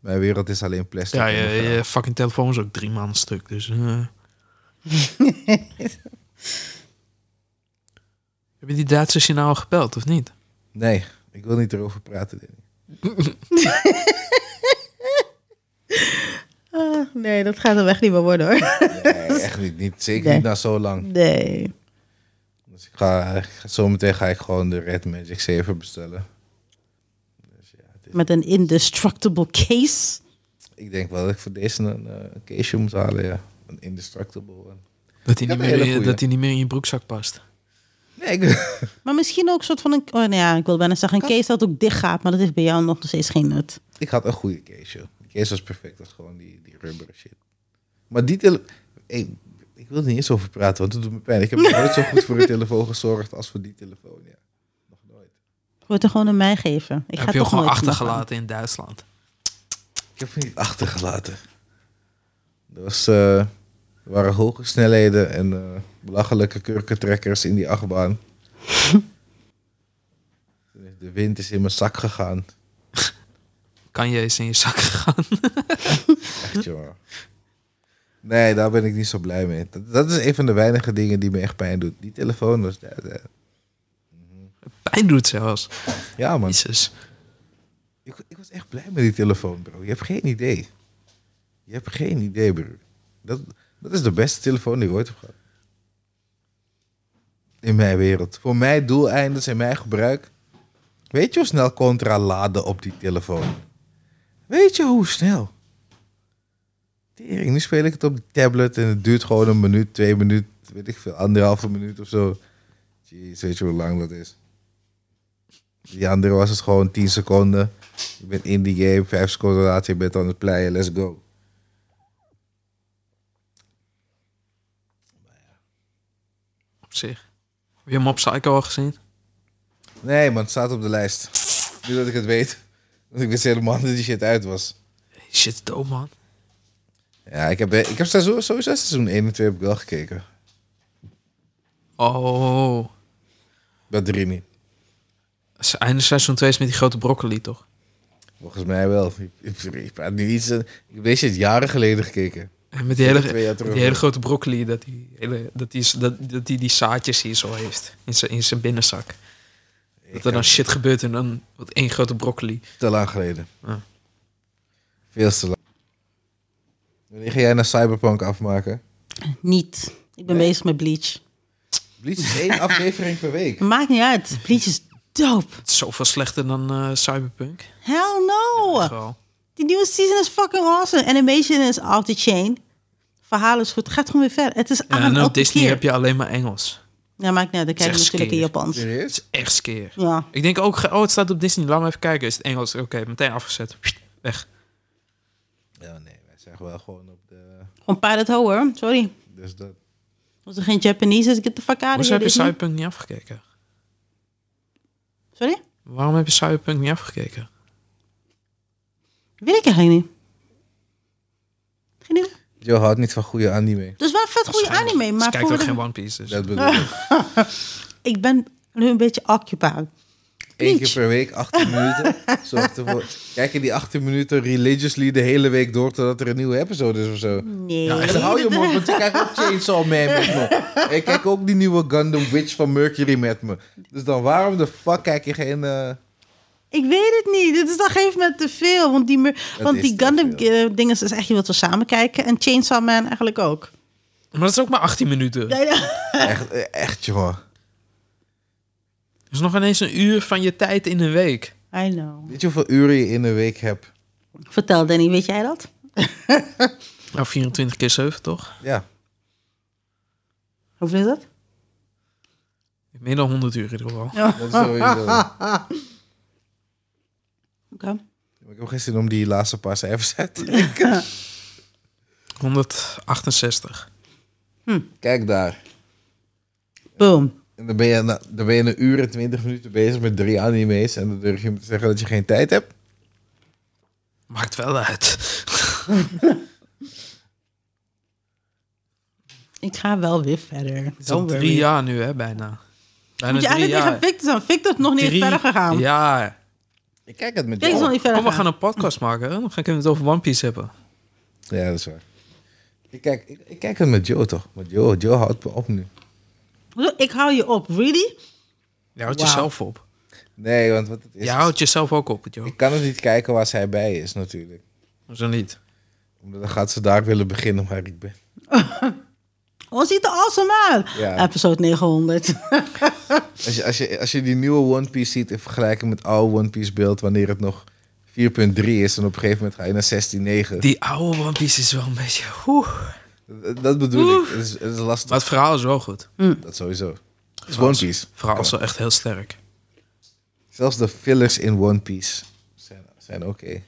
Mijn wereld is alleen plastic. Ja, en je, mevrouw. je fucking telefoon is ook drie maanden stuk. Dus, eh. Heb je die Duitse signaal gebeld of niet? Nee, ik wil niet erover praten, Danny. Ah, nee, dat gaat hem echt niet meer worden hoor. Nee, echt niet. niet zeker Nee. niet na zo lang. Nee. Dus ik ga, ik ga- zometeen ga ik gewoon de Red Magic 7 bestellen. Met een indestructible case. Ik denk wel dat ik voor deze een eh, caseje moet halen, ja. Een indestructible eh. one. Dat hij, heb niet een hele meer, in- goeie. dat hij niet meer in je broekzak past. Nee, ik, Maar misschien ook een soort van een. Oh, nou ja, ik wil bijna zeggen, een case dat ook dicht gaat. Maar dat heeft bij jou nog steeds geen nut. ik had een goede caseje. De case was perfect, dat is gewoon die, die rubberen shit. Maar die telefoon... Ik, ik wil er niet eens over praten, want het doet me pijn. Ik heb nog nooit zo goed voor een telefoon gezorgd als voor die telefoon, ja. Nog nooit. Wordt er gewoon aan mij geven. Ik ga heb je toch hem gewoon nooit achtergelaten in Duitsland. Ik heb het niet achtergelaten. Er, was, eh, er waren hoge snelheden en eh, belachelijke kurkentrekkers in die achtbaan. De wind is in mijn zak gegaan. Kan je eens in je zak gaan? Echt, jongen. Nee, daar ben ik niet zo blij mee. Dat, dat is een van de weinige dingen die me echt pijn doet. Die telefoon was... Pijn doet zelfs. Ja, man. Jezus. Ik, ik was echt blij met die telefoon, bro. Je hebt geen idee. Je hebt geen idee, bro. Dat, dat is de beste telefoon die ik ooit heb gehad. In mijn wereld. Voor mijn doeleinden, in mijn gebruik. Weet je hoe snel Contra laden op die telefoon? Weet je hoe snel? Tering, nu speel ik het op de tablet en het duurt gewoon een minuut, twee minuten, weet ik veel, anderhalve minuut of zo. Jeez, weet je hoe lang dat is? Die andere was het gewoon 10 seconden. Je bent in die game, 5 seconden later, je bent aan het pleien, let's go. Op zich. Heb je hem op Psycho al gezien? Nee man, het staat op de lijst. Nu dat ik het weet. Want ik wist helemaal dat die shit uit was. Shit, is dope man. Ja, ik heb, ik heb seizoen, sowieso seizoen 1 en 2 heb ik wel gekeken. Oh. Dat 3 niet. Ze- Einde seizoen 2 is met die grote broccoli, toch? Volgens mij wel. Ik- Ik ik praat nu iets. eh, Ik heb deze shit jaren geleden gekeken. En met Twee die jaar hele, terug. die hele grote broccoli, dat hij hele, dat die, dat, dat die, die zaadjes hier zo heeft. In zijn, in zijn binnenzak. Dat er dan shit gebeurt en dan wat één grote broccoli. Te lang geleden. Ja. Veel te lang. Wanneer ga jij naar Cyberpunk afmaken? Niet. Ik ben bezig met Bleach. Bleach is één aflevering per week. Maakt niet uit. Bleach is dope. Het is zoveel slechter dan eh, Cyberpunk. Hell no. Echt wel. Die nieuwe season is fucking awesome. Animation is off the chain. Verhaal is goed. Het gaat gewoon weer verder. Het is Ja, aan en elke op Disney keer. heb je alleen maar Engels. Ja, maakt niet uit. Dan kijk je echt natuurlijk in scary. Japans. Het Serieus? is echt skeer. Ja. Ik denk ook, ge- oh, het staat op Disney. Laat me even kijken. Is het Engels? Oké, meteen afgezet. Weg. Ja, nee, wij zeggen wel gewoon op de. Gewoon Pilot Ho hoor. Sorry. Dus dat. Als er geen Japanese is, get the fuck out of here. Hoezo heb je Disney. Cyberpunk niet afgekeken? Sorry? Waarom heb je Cyberpunk niet afgekeken? Weet ik eigenlijk niet. Geen idee. Joe houdt niet van goede anime. Dus wel een vet goede Waarschijnlijk. anime. Ze Maar kijkt voor ook geen One Piece. Dus. Dat Ah, bedoel ik. ik ben nu een beetje occupied. Eén keer per week, 18 minuten. Zorgt ervoor. Kijk in die 18 minuten religiously de hele week door totdat er een nieuwe episode is of zo. Nee. En dan hou je mond, want je kijkt ook Chainsaw Man met me. En ik kijk ook die nieuwe Gundam Witch van Mercury met me. Dus dan waarom de fuck kijk je geen... eh, Ik weet het niet. Dit is op een gegeven moment te veel. Want die, mer- want is die te Gundam eh, dingen is echt wat we samen kijken. En Chainsaw Man eigenlijk ook. Maar dat is ook maar 18 minuten. Ja, ja. echt, eh, echt, jongen. Dat is nog ineens een uur van je tijd in een week. I know. Weet je hoeveel uren je in een week hebt? Vertel Danny, weet jij dat? Nou, 24 keer 7, toch? Ja. Hoeveel is dat? Meer dan 100 uur in ieder geval. Dat is sowieso. Maar Oké. Ik heb geen zin om die laatste paar cijfers uit te denken. 168. Kijk daar. Boom. En dan ben, je, na- dan ben je een uur en twintig minuten bezig met drie anime's. En dan durf je me te zeggen dat je geen tijd hebt. Maakt wel uit. Ik ga wel weer verder. Het is al Don't worry. drie jaar nu, hè, bijna. Bijna Moet je drie eigenlijk jaar. tegen Victor zijn. Victor is nog niet Drie verder gegaan. jaar. Ik kijk het met Victor is nog jou. niet verder Kom, we gaan gegaan. een podcast maken. hè? Dan gaan we het over One Piece hebben. Ja, dat is waar. Ik kijk, ik, ik kijk het met Joe toch? Want Joe, Joe houdt me op nu. Ik hou je op. Really? Je houdt Wauw. jezelf op. Nee, want wat het is. Je houdt jezelf ook op, joh. Ik kan het niet kijken waar zij bij is natuurlijk. Zo niet. Omdat dan gaat ze daar willen beginnen waar ik ben. Oh, ziet er awesome uit. Ja. Episode 900. Als je, als, je, als je die nieuwe One Piece ziet in vergelijking met oude One Piece beeld, wanneer het nog 4.3 is en op een gegeven moment ga je naar 16.9. Die oude One Piece is dus wel een beetje... Oeh. Dat- Dat bedoel ik. Het is, het is lastig. Maar het verhaal is wel goed. Dat sowieso. Het is One Piece. Het verhaal is wel echt heel sterk. Zelfs de fillers in One Piece zijn, zijn oké.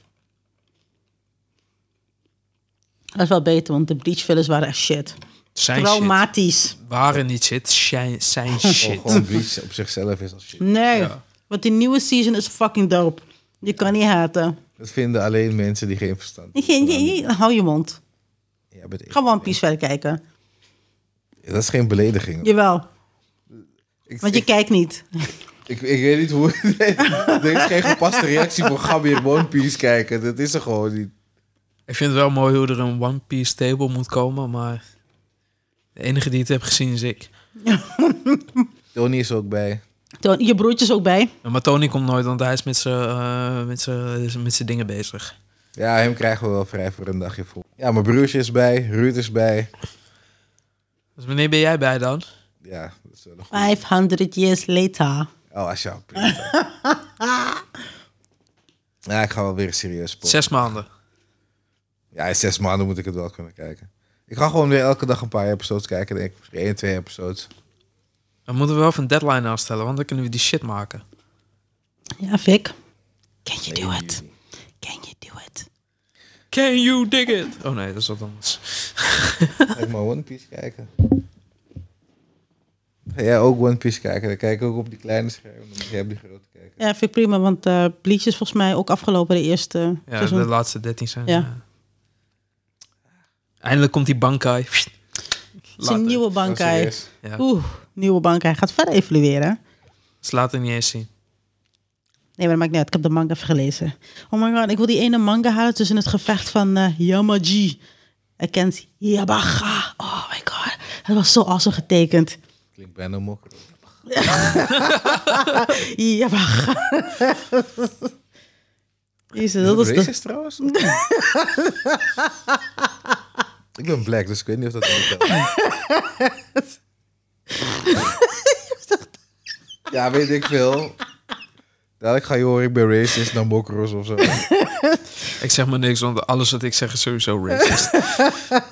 Dat is wel beter, want de bleach fillers waren echt shit. Zijn shit. Traumatisch. Waren niet shit. Zijn, zijn Of shit. Gewoon Bleach op zichzelf is al shit. Nee, Ja. want die nieuwe season is fucking dope. Je kan niet haten. Dat vinden alleen mensen die geen verstand Je- je- je- Hou je mond. Ja, maar ik- Ga One Piece verder kijken. Dat is geen belediging. Jawel, Ik, want je ik, kijkt niet. ik, ik weet niet hoe... er is geen gepaste reactie voor Gabi in One Piece kijken. Dat is er gewoon niet. Ik vind het wel mooi hoe er een One Piece table moet komen, maar... De enige die het heeft gezien is ik. Tony is ook bij. Toen- Je broertjes ook bij. Ja, Maar Tony komt nooit, want hij is met zijn eh, met zijn- met zijn dingen bezig. Ja, hem krijgen we wel vrij voor een dagje vol. Ja, mijn broertje is bij. Ruud is bij. Dus wanneer ben jij bij dan? Ja, dat is wel een goed. 500 years later. Oh, alsjeblieft. ja, ik ga wel weer serieus sporten. Zes maanden. Ja, in zes maanden moet ik het wel kunnen kijken. Ik ga gewoon weer elke dag een paar episodes kijken, denk ik. Misschien één, twee episodes. Dan moeten we wel even een deadline aanstellen, want dan kunnen we die shit maken. Ja, Vic. Can you do it? Can you do it? Can you dig it? Oh nee, dat is wat anders. Ga ik maar One Piece kijken. Ga jij ook One Piece kijken? Dan kijk ik ook op die kleine schermen. Dan moet jij op die grote kijken. Ja, vind ik prima, want eh Bleach is volgens mij ook afgelopen de eerste Ja, seizoen. de laatste 13 zijn. Ja. ja. Eindelijk komt die Bankai. Zijn Later. nieuwe bankai. serieus. Ja, dat Oeh, nieuwe bankai. Gaat verder evolueren. is later niet eens zien. Nee, maar dat maakt niet uit. Ik heb de manga even gelezen. Oh my god, ik wil die ene manga halen tussen het gevecht van eh, Yamaji. Hij kent Yabaga. Oh my god. Dat was zo awesome getekend. Klinkt bijna mokker. Yabaga. Is Jezus, dat dat was de... racist trouwens? ik ben black, dus ik weet niet of dat ook telt. ja, weet ik veel. Dadelijk ga je horen, ik ben racist naar mokkeros of zo. Ik zeg maar niks, want alles wat ik zeg is sowieso racist.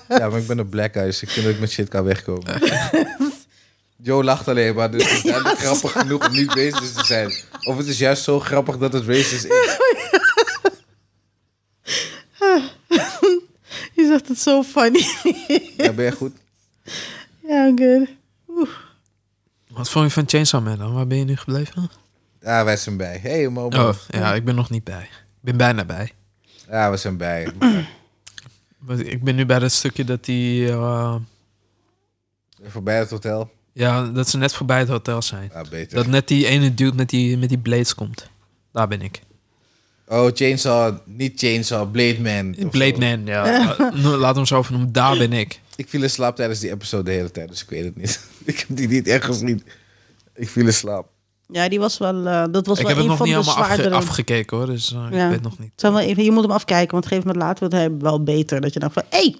Ja, maar ik ben een black guy, dus ik vind dat ik met shit kan wegkomen. Joe lacht alleen maar, dus het is duidelijk grappig genoeg om niet racist te zijn. Of het is juist zo grappig dat het racist is. Je zegt het zo funny. Ja, ben je goed? ja, good. Oeh. wat vond je van Chainsaw Man dan? Waar ben je nu Oh, gebleven? Ja, Ah, wij zijn bij. hey, Momo. Oh, ja, ik ben nog niet bij. Ik ben bijna bij. Ja, Ah, we zijn bij. Want Ik ben nu bij dat stukje dat die... eh, Voorbij het hotel. ja, dat ze net voorbij het hotel zijn. Ja, beter. Dat net die ene dude met die, met die blades komt. Daar ben ik. Oh, Chainsaw, niet Chainsaw, Blade Man. of Blade zo. Man, ja. Eh, nou, Laat hem zo van noemen. Daar ben ik. Ik viel in slaap tijdens die episode de hele tijd, dus ik weet het niet. ik heb die niet echt gezien. Ik viel in slaap. Ja, die was wel... eh, dat was ik wel heb het een nog van niet de helemaal afge- zwaardere... afgekeken hoor, dus eh, Ja. ik weet nog niet. Zou wel even, je moet hem afkijken, want op een gegeven moment later wordt hij wel beter. Dat je dan van, hey,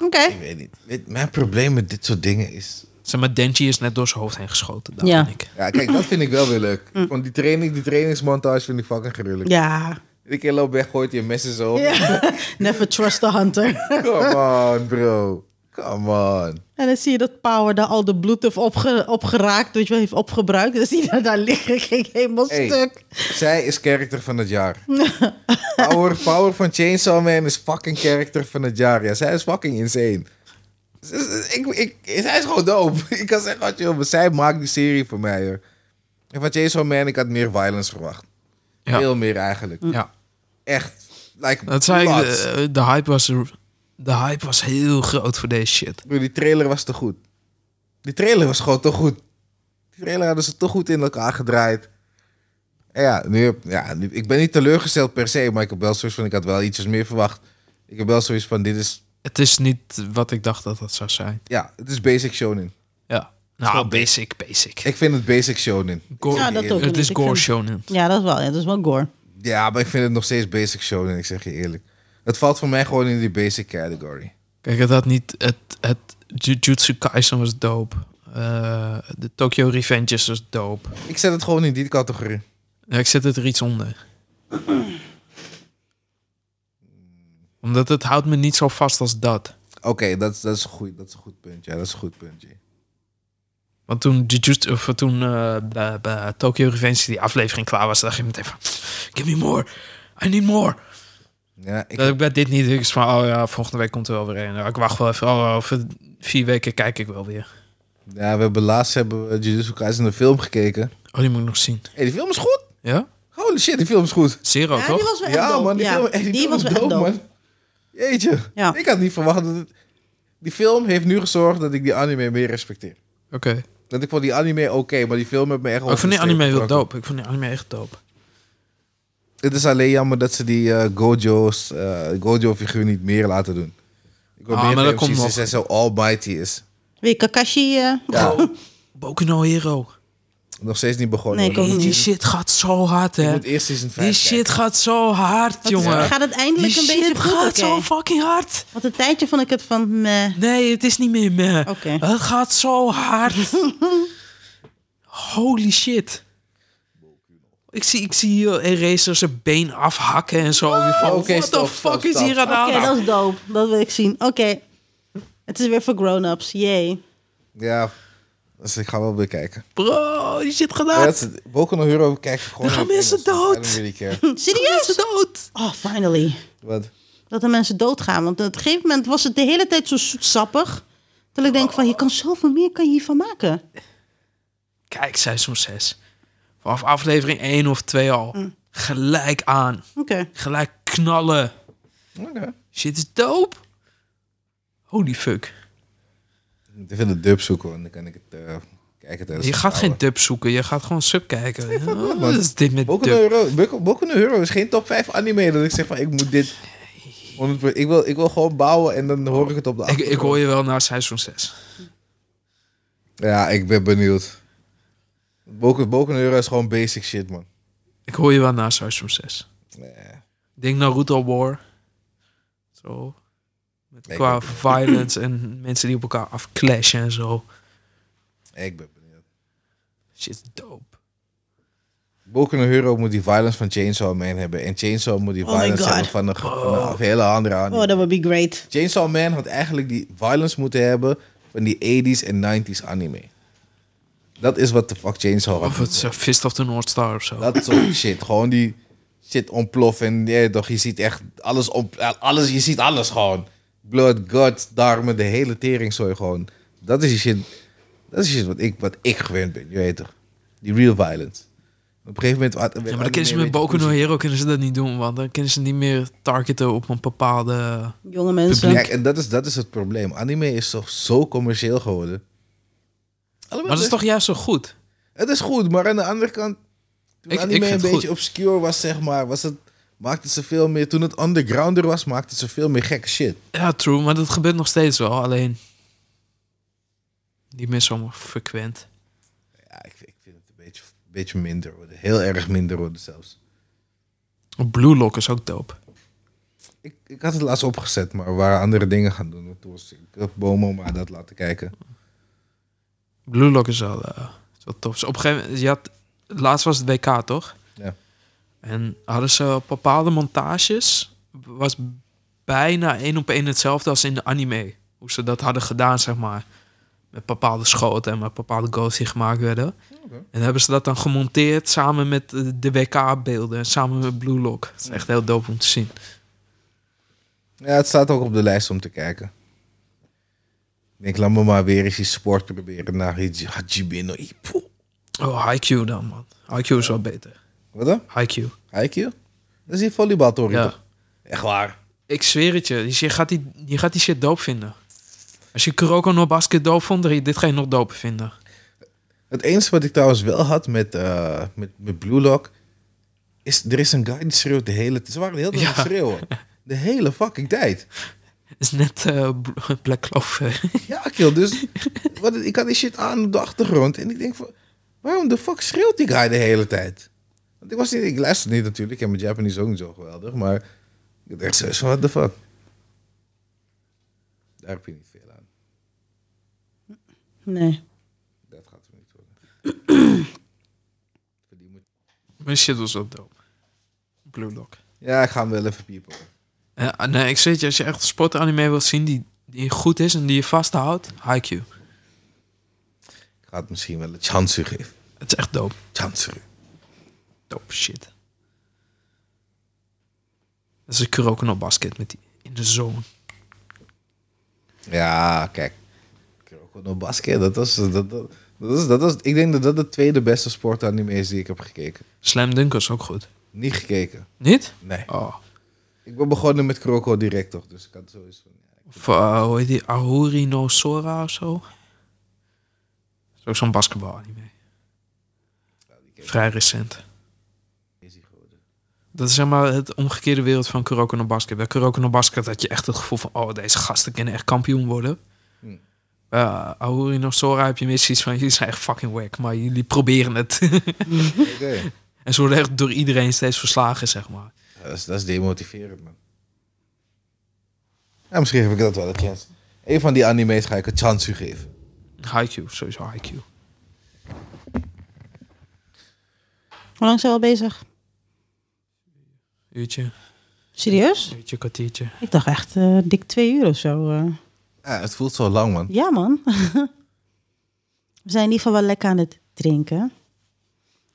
oké. Ik weet niet. Weet- Mijn probleem met dit soort dingen is... Zeg maar, Denji is net door zijn hoofd heen geschoten. Daar Ja. ben ik. Ja, kijk, dat vind ik wel weer leuk. Want die, training, die trainingsmontage vind ik fucking gruwelijk. Mm. Ja. Iedere keer loop weg, gooit je messen zo. ja. Never trust the hunter. Come on, bro. Come on. En dan zie je dat Power daar al de bloed heeft opge- opgeraakt, weet je wel, heeft opgebruikt. Dan zie je daar, daar liggen, ging helemaal Hey. stuk. Zij is character van het jaar. Power, power van Chainsaw Man is fucking character van het jaar. Ja, zij is fucking insane. Z- z- Ik, ik, zij is gewoon dope. Ik kan zeggen wat je wil, maar zij maakt die serie voor mij. Hoor. En van Chainsaw Man, ik had meer violence verwacht. Ja. Mm. Veel meer eigenlijk. Ja. Echt. Like, Dat zei ik, eh, lots. de, de hype was er de hype was heel groot voor deze shit. Bro, die trailer was te goed. Die trailer was gewoon te goed. Die trailer hadden ze te goed in elkaar gedraaid. En ja, nu, heb- ja nu, ik ben niet teleurgesteld per se, maar ik heb wel zoiets van, ik had wel ietsjes meer verwacht. Ik heb wel zoiets van, dit is, Het is niet wat ik dacht dat dat zou zijn. ja, het is basic shonen. Ja. Nou, basic, basic. Ik vind het basic shonen. Gore- Ja, dat ook het is niet. Ik gore vind- shonen. Ja, dat is wel, ja, dat is wel gore. Ja, maar ik vind het nog steeds basic shonen, ik zeg je eerlijk. Het valt voor mij gewoon in die basic category. Kijk, het had niet... Het, het Jujutsu Kaisen was dope. Eh, de Tokyo Revengers was dope. Ik zet het gewoon in die categorie. Ja, ik zet het er iets onder. Omdat het houdt me niet zo vast als dat. Oké, dat, is- dat, is goed, dat is een goed puntje. Ja, dat is een goed puntje. Want toen, Jujutsu, of toen eh, bij, bij Tokyo Revenge die aflevering klaar was, dacht ik meteen van... Give me more. I need more. Ja, ik, dat ik bij dit niet ik is van, oh ja, volgende week komt er wel weer een. Ja, Ik wacht wel even, oh, over vier weken kijk ik wel weer. ja, we hebben laatst hebben we Jujutsu Kaisen een film gekeken. Oh, die moet ik nog zien. hey, die film is goed. Ja? Holy shit, die film is goed. Zero, ja, toch? die was wel echt Ja, dope. man, die Ja, film, hey, die film is was wel echt dope, dope. man. Jeetje. Ja. Ik had niet verwacht dat het- Die film heeft nu gezorgd dat ik die anime meer respecteer. Oké. Dat ik vond die anime oké, maar die film heeft me echt... Oh, ik vond die oversteken. anime heel dope. Ik vond die anime echt dope. Het is alleen jammer dat ze die eh, Gojo's, eh, Gojo-figuur niet meer laten doen. Ik hoor Ah, meer maar dat dat komt nog. Ze zo almighty is. Weet je, Kakashi... eh, Bro, Boku no Hero. Nog steeds niet begonnen. Nee, ik ook Hey, niet. die shit gaat zo hard, Ik hè. moet eerst season 5 Die shit gaat zo hard, jongen. Gaat het Die eindelijk een beetje shit goed? gaat Oké. zo fucking hard. Want een tijdje vond ik het van... Meh. Nee, het is niet meer me. Oké. Het gaat zo hard. Holy shit. Ik zie, ik zie hier Eraser zijn been afhakken en zo. Je van, Oké, what stop, the stop, fuck is stop. hier aan de Oké, hand? dat is dope. Dat wil ik zien. Oké. Het is weer voor grown-ups. Yay. Ja, dus ik ga wel bekijken. Bro, die shit gedaan. Maar dat is- Boku no Hero kijk ik gewoon... Er gaan in het mensen Engels, dood. I don't really care. Hm, Serieus? dood. Oh, finally. Wat? Dat de mensen doodgaan. Want op een gegeven moment was het de hele tijd zo zoetsappig. Dat ik denk van, je kan zoveel meer kan je hiervan maken. Kijk, seizoen 6. Vanaf aflevering 1 of 2 al. Mm. Gelijk aan. Oké. Gelijk knallen. Oké. Shit is dope. Holy fuck. Ik moet even de dub zoeken, want dan kan ik het eh, kijken tijdens Je het gaat geen oude. dub zoeken. Je gaat gewoon sub kijken. man. Wat is dit met Boku dub? no, Hero, Boku- Boku no Hero is geen top 5 anime dat ik zeg van ik moet dit... 100% Ik wil, ik wil gewoon bouwen en dan hoor ik het op de Ik, ik achtergrond. hoor je wel naar seizoen 6. Ja, ik ben benieuwd. Boku, Boku no Hero is gewoon basic shit, man. Ik hoor je wel naar seizoen 6. Nee. Ik denk Naruto War. Zo. Met Ik qua ook. violence en mensen die op elkaar afclashen en zo. Ik ben benieuwd. Shit, dope. Boku no Hero moet die violence van Chainsaw Man hebben. En Chainsaw moet die Oh my violence God. hebben van een, van een hele andere anime. Oh, that would be great. Chainsaw Man had eigenlijk die violence moeten hebben van die 80s en 90s anime. Dat is wat de fuck Chainsaw had. Of het is Fist of the North Star of zo. Dat soort shit. Gewoon die shit ontploffen. En ja, toch, je ziet echt alles, op, alles. Je ziet alles gewoon. Blood, guts, darmen, de hele teringzooi gewoon. Dat is die shit. Dat is die shit wat ik, wat ik gewend ben. Je weet toch? Die real violence. Op een gegeven moment... had- Ja, werd maar dan anime kunnen ze een met beetje Boku no poesie. Hero kunnen ze dat niet doen. Want dan kunnen ze niet meer targeten op een bepaalde... Jonge mensen. Publiek. Kijk, en dat is, dat is het probleem. Anime is toch zo commercieel geworden. Alhoewel, Maar dat het is toch juist zo goed? Het is goed, maar aan de andere kant... Toen Ik- ik anime vind een het beetje goed. obscure was, zeg maar... Was het, maakte ze veel meer... Toen het undergrounder was, maakte ze veel meer gekke shit. Ja, true. Maar dat gebeurt nog steeds wel. Alleen... Niet meer zo frequent. Ja, ik, ik vind het een beetje, een beetje minder worden. Heel erg minder worden zelfs. Blue Lock is ook dope. Ik, ik had het laatst opgezet, maar we waren andere dingen gaan doen. Toen was ik op Bomo, maar dat laten kijken. Blue Lock is wel, eh, is wel tof. Dus op een gegeven moment, je had, laatst was het WK toch? Ja. En hadden ze bepaalde montages, was bijna één op één hetzelfde als in de anime. Hoe ze dat hadden gedaan, zeg maar. Met bepaalde schoten en met bepaalde goals die gemaakt werden. En hebben ze dat dan gemonteerd samen met eh, de WK-beelden en samen met Blue Lock. Het is echt heel dope om te zien. Ja, het staat ook op de lijst om te kijken. Ik denk, laat me maar weer eens die sport proberen naar Hajime no Ippo. Oh, Haikyuu dan, man. Haikyuu is wel beter. Wat dan? Haikyuu. Haikyuu? Dat is die volleybal Ja. toch? Echt waar. Ik zweer het je. Dus je gaat die, je gaat die shit doop vinden. Als je Kuroko no Basket doop vond, dan- dit ga je nog doper vinden. Het enige wat ik trouwens wel had met, eh, met, met Blue Lock... is er is een guy die schreeuwt de hele tijd. Ze waren de hele tijd aan het Ja. schreeuwen. De hele fucking tijd. Het is net eh, Bl- Black Clover. Ja, kill. Dus wat, ik had die shit aan op de achtergrond. En ik denk van, waarom de fuck schreeuwt die guy de hele tijd? Want ik was niet, ik luister niet natuurlijk. Ik heb mijn Japanese ook niet zo geweldig. Maar ik dacht zoiets van, what the fuck? Daar heb je niet veel aan. Nee. Dat gaat hem niet worden. Die moet- Mijn shit was wel dope. Blue Lock. ja, ik ga hem wel even piepen. Eh, nee, ik zeg het je, als je echt een sportanime wilt zien die, die goed is en die je vasthoudt, Haikyuu. Ik ga het misschien wel een chance geven. Het is echt dope. Chance. Dope shit. Dat is een Kuroko no Basket met die in de zone. Ja, kijk. Kuroko no Basket, dat was, dat, dat, dat is, dat was, ik denk dat dat de tweede beste sportanime is die ik heb gekeken. Slam Dunk was ook goed. Niet gekeken. Niet? Nee. Oh. Ik ben begonnen met Croco direct, toch? Dus ik had sowieso... Of eh, hoe heet die? Ahuri no Sora of zo. Dat is ook zo'n basketbal anime. Vrij recent. Dat is zeg maar het omgekeerde wereld van Kuroko no Basket. Bij Kuroko no Basket had je echt het gevoel van... oh, deze gasten kunnen echt kampioen worden. Hm. Bij eh, Ahuri no Sora heb je misschien iets van... jullie zijn echt fucking wack, maar jullie proberen het. Oké. en ze worden echt door iedereen steeds verslagen, zeg maar. Dat, is, dat is demotiverend, man. Ja, misschien heb ik dat wel een chance. Eén van die anime's ga ik een chance geven. Haikyuu, sowieso Haikyuu. Hoe lang zijn we al bezig? Uurtje, Serieus? uurtje, kwartiertje. Ik dacht echt eh, dik twee uur of zo. eh. Ja, het voelt zo lang, man. Ja, man. We zijn in ieder geval wel lekker aan het drinken.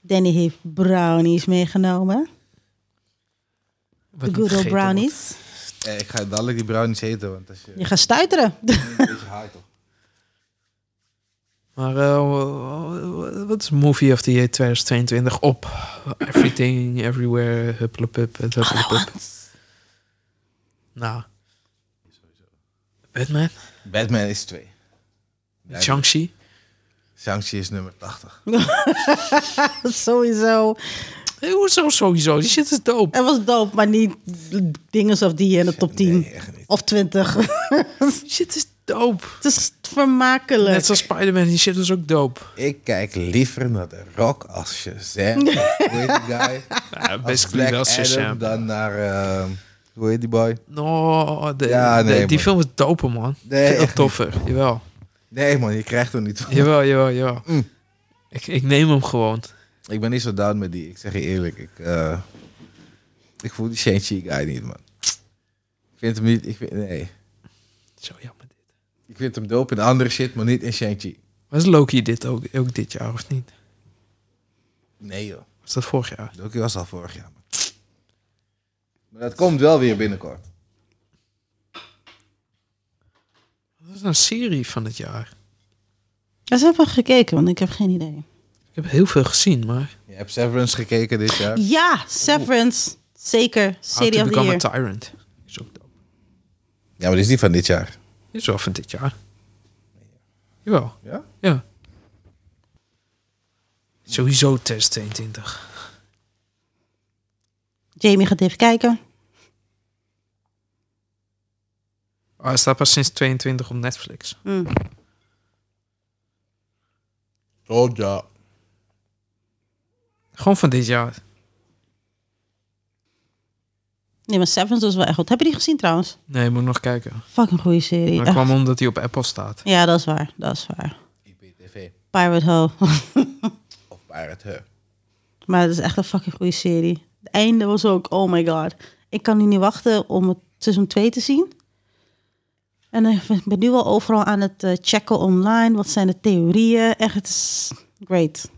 Danny heeft brownies meegenomen. Wat De niet good old gegeten wordt. brownies. Eh, ik ga dadelijk die brownies eten, want eh, als je Je gaat stuiteren. een beetje haait, toch? Maar eh, wat is Movie of the Year 2022 op? Everything, Everywhere, Hupplepup, het Hupplepup. Nou. Batman, Batman is twee. Ja, Shang-Chi. Shang-Chi is nummer 80. Sowieso. Hey, hoezo sowieso? Die shit is dope. Het was dope, maar niet dingen alsof die in de top 10 Nee, echt niet. of 20. Die shit is dope. Het is vermakelijk. Net zoals Spider-Man, die shit is ook dope. Ik kijk liever naar de rock als Shazam. Hoe heet die guy? Ja, Als Black basically wel Adam Shazam. dan naar... eh, hoe heet die boy? No, de, Ja, de- nee, die man. film is dope, man. Nee, echt Veel niet. toffer. Jawel. Nee, man, je krijgt hem niet van. Jawel, jawel, jawel. Mm. Ik, ik neem hem gewoon. Ik ben niet zo down met die. Ik zeg je eerlijk. Ik, eh, ik voel die Shang-Chi guy niet, man. Ik vind hem niet... Ik vind, nee. Zo jammer dit. Ik vind hem dope in andere shit, maar niet in Shang-Chi. Was Loki dit ook, ook dit jaar of niet? Nee, joh. Was dat vorig jaar? Doki was al vorig jaar, man. Maar dat komt wel weer binnenkort. Dat is een serie van het jaar. Dat is even gekeken, want ik heb geen idee. Ik heb heel veel gezien, maar... Je hebt Severance gekeken dit jaar. Ja, Severance. Zeker. How Serie to of the Become a Year. Tyrant. Is ook dope. Ja, maar die is niet van dit jaar. Is wel van dit jaar. Jawel, Ja? ja. Sowieso test 22. Jamie gaat even kijken. Ah, hij staat pas sinds 22 op Netflix. Hm. Oh ja. Gewoon van dit jaar. Nee, maar Severance was wel echt goed. Heb je die gezien trouwens? Nee, moet nog kijken. Fucking goede serie. Maar Echt. kwam omdat hij op Apple staat. Ja, dat is waar. Dat is waar. IPTV. Pirate Ho. Of Pirate Her. maar het is echt een fucking goede serie. Het einde was ook, oh my god. Ik kan nu niet wachten om het seizoen 2 te zien. En eh, ik ben nu al overal aan het eh, checken online. Wat zijn de theorieën? Echt, het is great.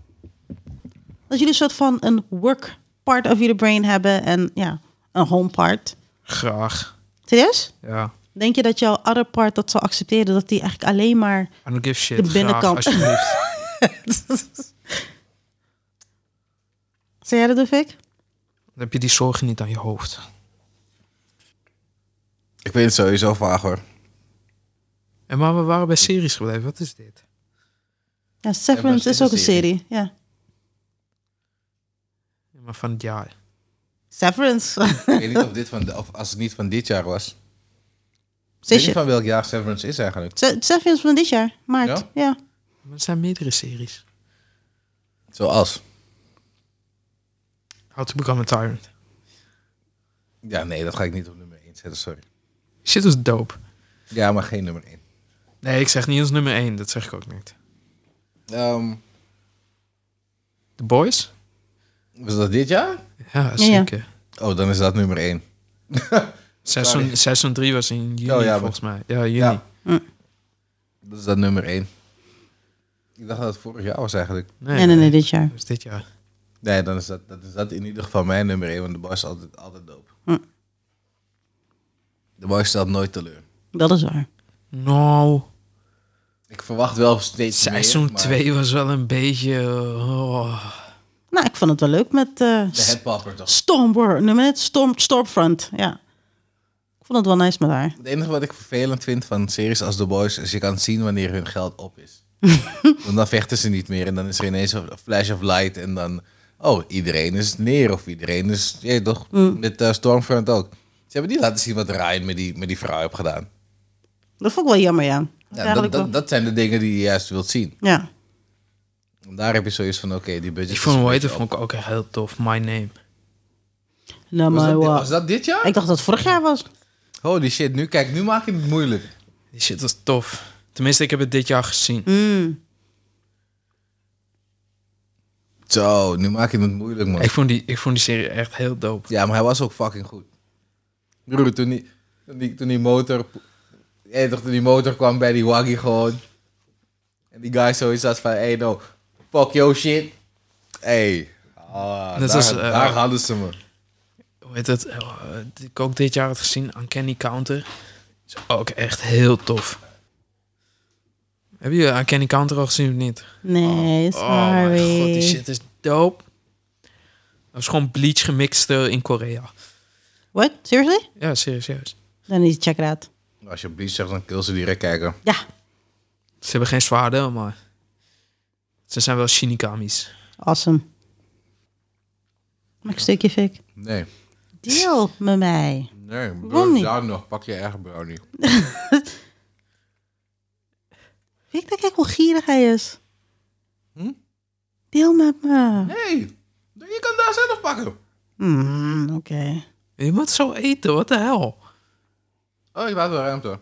Dat jullie een soort van een work part of your brain hebben. En ja, een home part. Graag. Serieus? Ja. Denk je dat jouw other part dat zal accepteren? Dat die eigenlijk alleen maar... I don't give shit. De binnenkant. Graag, alsjeblieft. Zeg jij dat, ik? Dan heb je die zorgen niet aan je hoofd. Ik weet het sowieso vaag hoor. En maar we waren bij series gebleven. Wat is dit? Ja, Severance is ook een serie. Ja. Maar van het jaar. Severance. Ik weet niet of dit van, of als het niet van dit jaar was. Ik weet niet Zisje. van welk jaar Severance is eigenlijk. Se- Severance van dit jaar, maart. Ja? Ja. Maar er zijn meerdere series. Zoals? How to Become a Tyrant. Ja, nee, dat ga ik niet op nummer 1 zetten, sorry. Shit is dope. Ja, maar geen nummer 1. Nee, ik zeg niet als nummer 1. Dat zeg ik ook niet. Ehm, The Boys? was dat dit jaar? Ja, Ja, ja. zeker. Oh, dan is dat nummer 1. Seizoen, seizoen 3 was in juni, Oh, ja, maar- volgens mij. Ja, juni. Ja. Dat is dat nummer 1. Ik dacht dat het vorig jaar was eigenlijk. Nee, Nee, nee, nee, dit jaar. Dat is dit jaar. Nee, dan is dat, dat is dat in ieder geval mijn nummer 1, want de boy is altijd, altijd dope. Hm. De boy stelt nooit teleur. Dat is waar. Nou, Ik verwacht wel steeds meer, seizoen maar 2 was wel een beetje... eh, oh. Nou, ik vond het wel leuk met De eh headpopper toch. Stormborn. Noem het? Storm, Stormfront, ja. Ik vond het wel nice met haar. Het enige wat ik vervelend vind van series als The Boys is je kan zien wanneer hun geld op is. Want dan vechten ze niet meer en dan is er ineens een flash of light en dan, oh, iedereen is neer of iedereen is, je weet toch, met eh, Stormfront ook. Ze hebben niet laten zien wat Ryan met die, met die vrouw heeft gedaan. Dat vond ik wel jammer, ja. Ja, dat, Eigenlijk dat, dat zijn de dingen die je juist wilt zien. wel. ja. En daar heb je zoiets van, oké, die budget Die is van een Waiter beetje op. vond ik ook heel tof. My Name. Nou, Was maar dat, dit- wa- was dat dit jaar? Ik dacht dat het vorig jaar was. Holy shit, nu kijk, nu maak je het moeilijk. Die shit was tof. Tenminste, ik heb het dit jaar gezien. Mm. Zo, nu maak je het moeilijk, man. Ik, vond die, ik vond die serie echt heel dope. Ja, maar hij was ook fucking goed. Broer, toen die, toen die, toen die motor... Hey, toch, toen die motor kwam bij die waggy gewoon. En die guy zoiets had van... Hey, no, fuck your shit. Hey. Ah, Dat daar, is, eh, daar hadden ze me. Hoe heet dat? Eh, die ik ook dit jaar had gezien. Uncanny Counter. Is ook echt heel tof. Hebben jullie Uncanny Counter al gezien of niet? Nee, Oh sorry. mijn god, die shit is dope. Dat is gewoon bleach gemixt eh, in Korea. What? Seriously? Ja, serieus, serieus. Dan is het check it out. Als je Bleach zegt, Nou, dan kill ze direct kijken. Ja, Ze hebben geen zwaarden, maar ze zijn wel shinikamis. awesome. Maak een stukje, Fik. Nee. Deel met mij. Nee, broer, Waarom niet? daar nog. Pak je eigen brownie. Fik, dan kijk hoe gierig hij is. Hm? Deel met me. Nee. Je kan daar zelf pakken. Mm, Oké. Je moet zo eten, wat de hel? Oh, ik laat wel ruimte.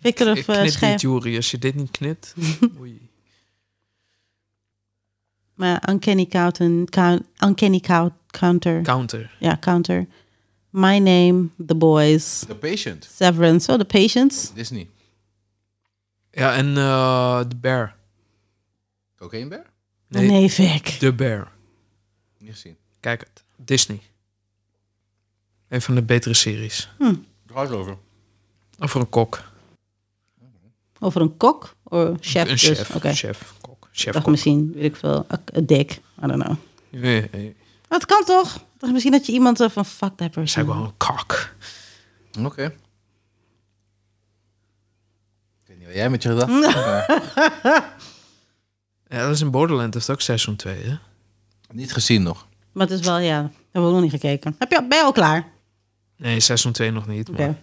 Fik Ik erop knip uh, niet, schijf. Juri. Als je dit niet knipt... Oei. Maar Uncanny Counter. Uncanny Cou- Counter. Counter. Ja, Counter. My Name, The Boys, The Patient. Severance. Oh, The Patients. Disney. Ja, en eh, de bear. Cocaine Bear? Nee. Nee, Fik. De bear. Niet gezien. Kijk het. Disney. Een van de betere series. Draait over. Over een kok. Over een kok? Of chef? een dus. chef. Oké. Chef. Kok. Chef. Dacht kok. misschien, weet ik veel, a- a dik. I don't know. Nee, nee. Maar het kan toch? Dacht misschien dat je iemand eh, van fuck that Zij person. wel een kak. Oké. Ik weet niet wat jij met je gedachten hebt, maar Ja, dat is in Borderland, dat is ook seizoen 2, hè? Niet gezien nog. Maar het is wel, ja, hebben we nog niet gekeken. Heb je, ben je al klaar? Nee, seizoen 2 nog niet. Oké. Maar... Oh,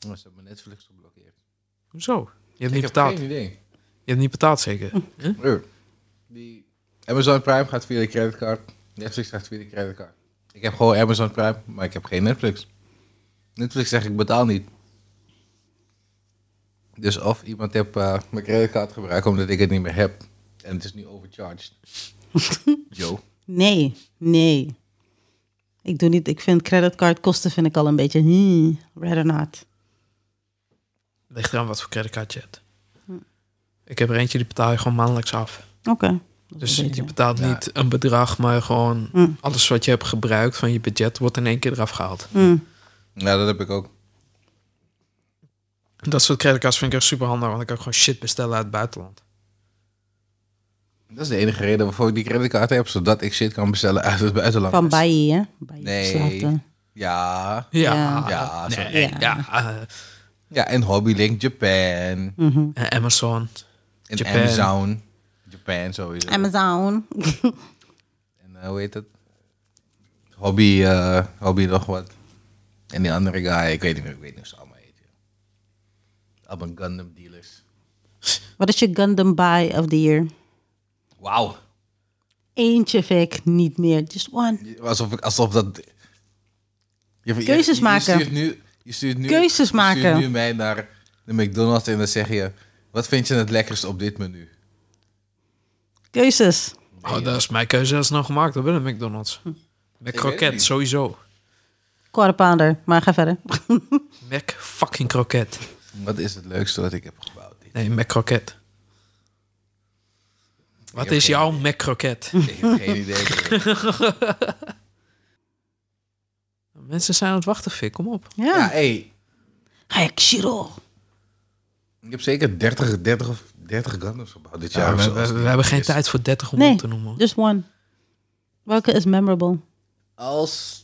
Ze hebben mijn Netflix geblokkeerd. Hoezo? Je hebt Ik niet heb betaald. geen idee. Je hebt niet betaald, zeker? Hm. Huh? Broer, Die Oh. Amazon Prime gaat via de creditcard. Netflix gaat via de creditcard. Ik heb gewoon Amazon Prime, maar ik heb geen Netflix. Netflix zegt ik betaal niet. Dus of iemand heeft eh, mijn creditcard gebruikt omdat ik het niet meer heb. En het is nu overcharged. Yo. Nee, nee. Ik doe niet, ik vind creditcardkosten vind ik al een beetje, hmm, rather not. Ligt eraan wat voor creditcard je hebt. Ik heb er eentje, die betaal je gewoon maandelijks af. Oké. Hm. Dat Dus is je beter. betaalt Ja. niet een bedrag, maar gewoon Mm. alles wat je hebt gebruikt van je budget wordt in één keer eraf gehaald. Hmm. Ja, dat heb ik ook. Dat soort creditcards vind ik echt super handig, want ik kan gewoon shit bestellen uit het buitenland. Dat is de enige reden dus- waarvoor ik die creditcard heb, zodat ik shit kan bestellen uit het buitenland. Van Bayi, hè? Bayi Nee. slaat, eh. Ja. Ja. Ja. Ja, zo. Nee, Ja. ja. eh, ja, en Hobbylink Japan. Hm. en Amazon. En Japan. Amazon. Japan sowieso. Amazon. en eh, hoe heet het? Hobby, eh, hobby nog wat. En die andere guy, ik weet niet meer, ik weet niet hoe ze allemaal heten. Allemaal Gundam dealers. Wat is je Gundam buy of the year? Wauw. Eentje Vic, niet meer. Just one. Alsof, ik- alsof dat... Je- je- Keuzes je maken. stuurt nu, je stuurt nu, Keuzes je stuurt maken. nu mij naar de McDonald's en dan zeg je... Wat vind je het lekkerst op dit menu? Keuzes. Oh, dat is mijn keuze alsnog gemaakt. Dat ben ik Hm. McDonald's. Mac het niet. kroket, sowieso. Quarter pounder. Maar ga verder. Mac fucking kroket. Wat is het leukste wat ik heb gebouwd? Nee, Mac kroket. Wat heb is geen jouw Mac kroket? Ik heb geen idee. Mensen zijn aan het wachten, Fik. Kom op. ja. Ja, hey, Hayashiro. Ik heb zeker 30, 30, of 30 Gundams gebouwd dit jaar. Ja, of we, zo, we- als we het hebben niet geen is. tijd voor 30 om Nee. op te noemen. Just one. Welke is memorable? Als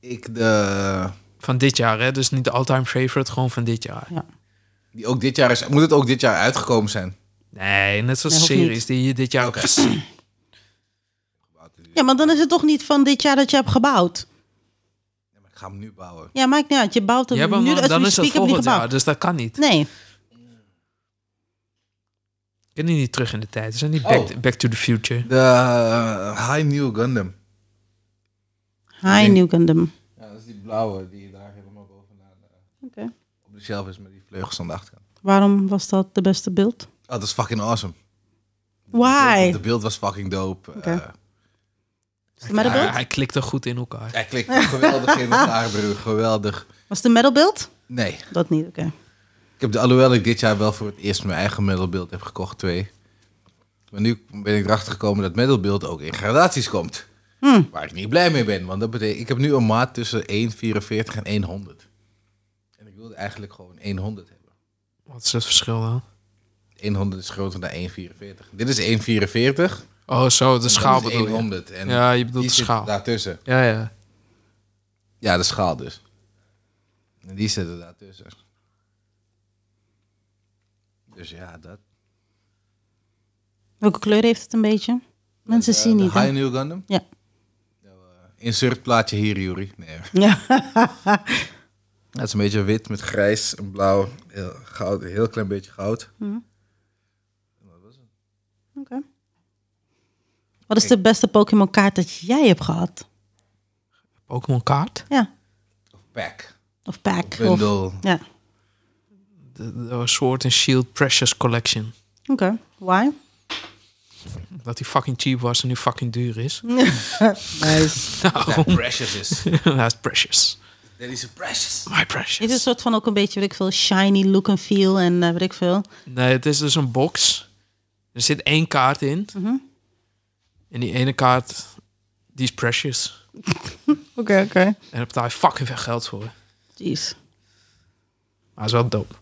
ik de... Van dit jaar, hè? Dus niet de all-time favorite, gewoon van dit jaar. Die ook dit jaar is... Moet het ook dit jaar uitgekomen zijn? Nee, net zoals Nee, hoeft series niet. die je dit jaar ook Oké. hebt gezien. Ja, maar dan is het toch niet van dit jaar dat je hebt gebouwd. Ja, maar ik ga hem nu bouwen. Ja, maakt niet uit. Je bouwt hem Ja, maar nu. man, als dan we is dat speak heb je volgend niet jaar, gebouwd. dus dat kan niet. Nee. Ik ken die niet terug in de tijd. Ze zijn niet Oh. back, back to the Future. De eh, High New Gundam. Hi, New Gundam. Ja, dat is die blauwe die daar helemaal bovenaan eh, Oké. op de shelf is met die vleugels aan de achterkant. Waarom was dat de beste beeld? Oh, dat is fucking awesome. Why? De beeld was fucking dope. Oké. Eh, Was het de metal Hij, beeld? hij klikt er goed in elkaar. hij klikt geweldig in elkaar, broer. Geweldig. Was het de metal beeld? Nee. Dat niet, oké. Ik heb de, alhoewel ik dit jaar wel voor het eerst mijn eigen middelbeeld heb gekocht, twee. Maar nu ben ik erachter gekomen dat middelbeeld ook in gradaties komt. Hm. Waar ik niet blij mee ben, want dat betekent... Ik heb nu een maat tussen 1,44 en 100. En ik wilde eigenlijk gewoon 100 hebben. Wat is het verschil dan? 100 is groter dan 1,44. Dit is 1,44. Oh, zo, de schaal dat is bedoel je. 100. En Ja, je bedoelt die de zit schaal. daartussen. Ja, ja. Ja, de schaal dus. En die zit er daartussen. Dus ja, dat... Welke kleur heeft het een beetje? Mensen Eh, zien de niet, hè? High New Gundam? Ja. Insert plaatje hier, Juri. Nee. Ja. Het is een beetje wit met grijs en blauw. Heel, goud, een heel klein beetje goud. Wat is de beste Pokémon kaart dat jij hebt gehad? Pokémon kaart? Ja. Of pack. Of pack? Of, Bundel. ja. De, de Sword and Shield Precious Collection. Oké. Why? Dat die fucking cheap was en nu fucking duur is. Nice. Nou. That precious is. Dat is precious. That is a precious. My Is een precious. soort van ook een beetje, weet ik veel, shiny look and feel en eh weet ik veel. Nee, het is dus een box. Er zit één kaart in. En die ene kaart, die is precious. Oké, oké. En daar betaal je fucking veel geld voor. Jeez. Maar is wel dope.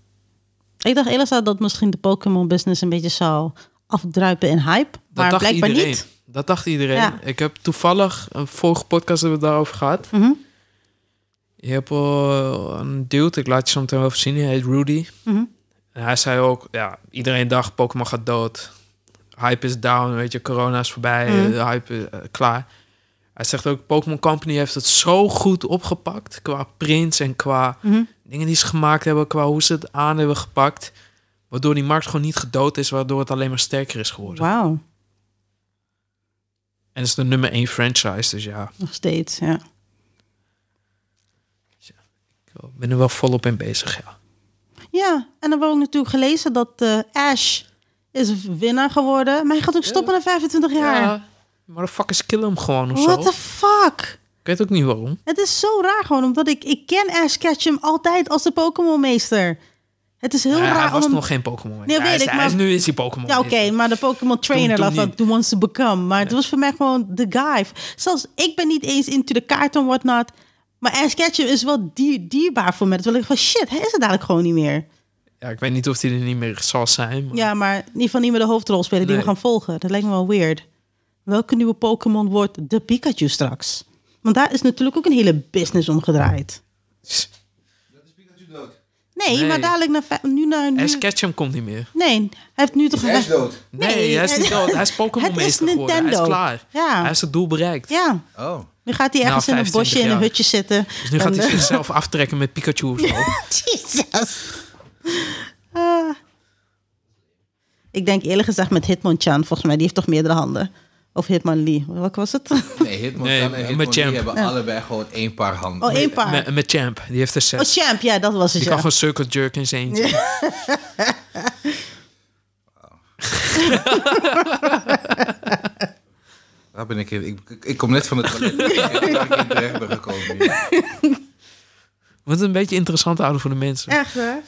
Ik dacht eerlijk gezegd dat misschien de Pokémon business een beetje zou afdruipen in hype. Dat Maar dacht blijkbaar iedereen. niet. Dat dacht iedereen. Ja. Ik heb toevallig een vorige podcast hebben we het daarover gehad. Mhm. Je hebt eh, een dude, ik laat je soms wel even zien, hij heet Rudy. Mhm. En hij zei ook, ja, iedereen dacht Pokémon gaat dood. Hype is down, weet je, corona is voorbij, Mhm. de hype is eh, klaar. Hij zegt ook, Pokémon Company heeft het zo goed opgepakt qua prints en qua Mhm. dingen die ze gemaakt hebben, qua hoe ze het aan hebben gepakt. Waardoor die markt gewoon niet gedood is, waardoor het alleen maar sterker is geworden. Wauw. En het is de nummer één franchise, dus ja, Nog steeds, ja. ik ben er wel volop in bezig. Ja. Ja, en dan hebben we ook natuurlijk gelezen dat eh, Ash is winnaar geworden. Maar hij gaat ook stoppen na 25 jaar. motherfuckers killen hem gewoon of What zo. the fuck? Ik weet ook niet waarom. Het is zo raar gewoon, omdat ik, ik ken Ash Ketchum altijd als de Pokémon-meester. Het is heel Hij- raar hij was om... nog geen Pokémon. Nee, Ja, hij weet is- ik, hij maar- is, nu is hij Pokémon. Ja, oké, maar de Pokémon trainer toen laat niet. wat who wants to become. Maar het was voor mij gewoon the guy. Zelfs ik ben niet eens into de kaart en whatnot. Maar Ash Ketchum is wel dier, dierbaar voor mij. Terwijl ik van shit, hij is er dadelijk gewoon niet meer. Ja, ik weet niet of hij er niet meer zal zijn. Maar... Ja, maar in ieder geval niet meer de hoofdrol spelen die we Nee. gaan volgen. Dat lijkt me wel weird. Welke nieuwe Pokémon wordt de Pikachu straks? Want daar is natuurlijk ook een hele business om gedraaid. Nee, Nee. maar dadelijk naar vij- nu naar nu. Ash Ketchum komt niet meer. Nee, hij heeft nu toch Hij is dood. Nee, hij is niet dood. Hij is Pokémon Het is meester geworden. Hij is Nintendo. klaar. Ja. Hij is het doel bereikt. Ja, Oh. nu gaat hij ergens in een 15 bosje in jaar. een hutje zitten. Dus nu gaat En, hij eh, zichzelf aftrekken met Pikachu of zo. Jesus. Ah. ik denk eerlijk gezegd met Hitmonchan, volgens mij, die heeft toch meerdere handen. Of Hitmonlee, wat was het? Nee, Hitman Nee, kan en met Hitman die Champ. hebben allebei gewoon één paar handen. Oh, één paar. Met, met Champ. Die heeft er zes. oh, Champ, ja, dat was het. die Ja. kan gewoon circle jerk in zijn eentje. Daar ben ik in. Ik, ik- ik kom net van het toilet. ik denk dat ik in terecht ben gekomen. hier. Moet het een beetje interessant houden voor de mensen. Echt waar?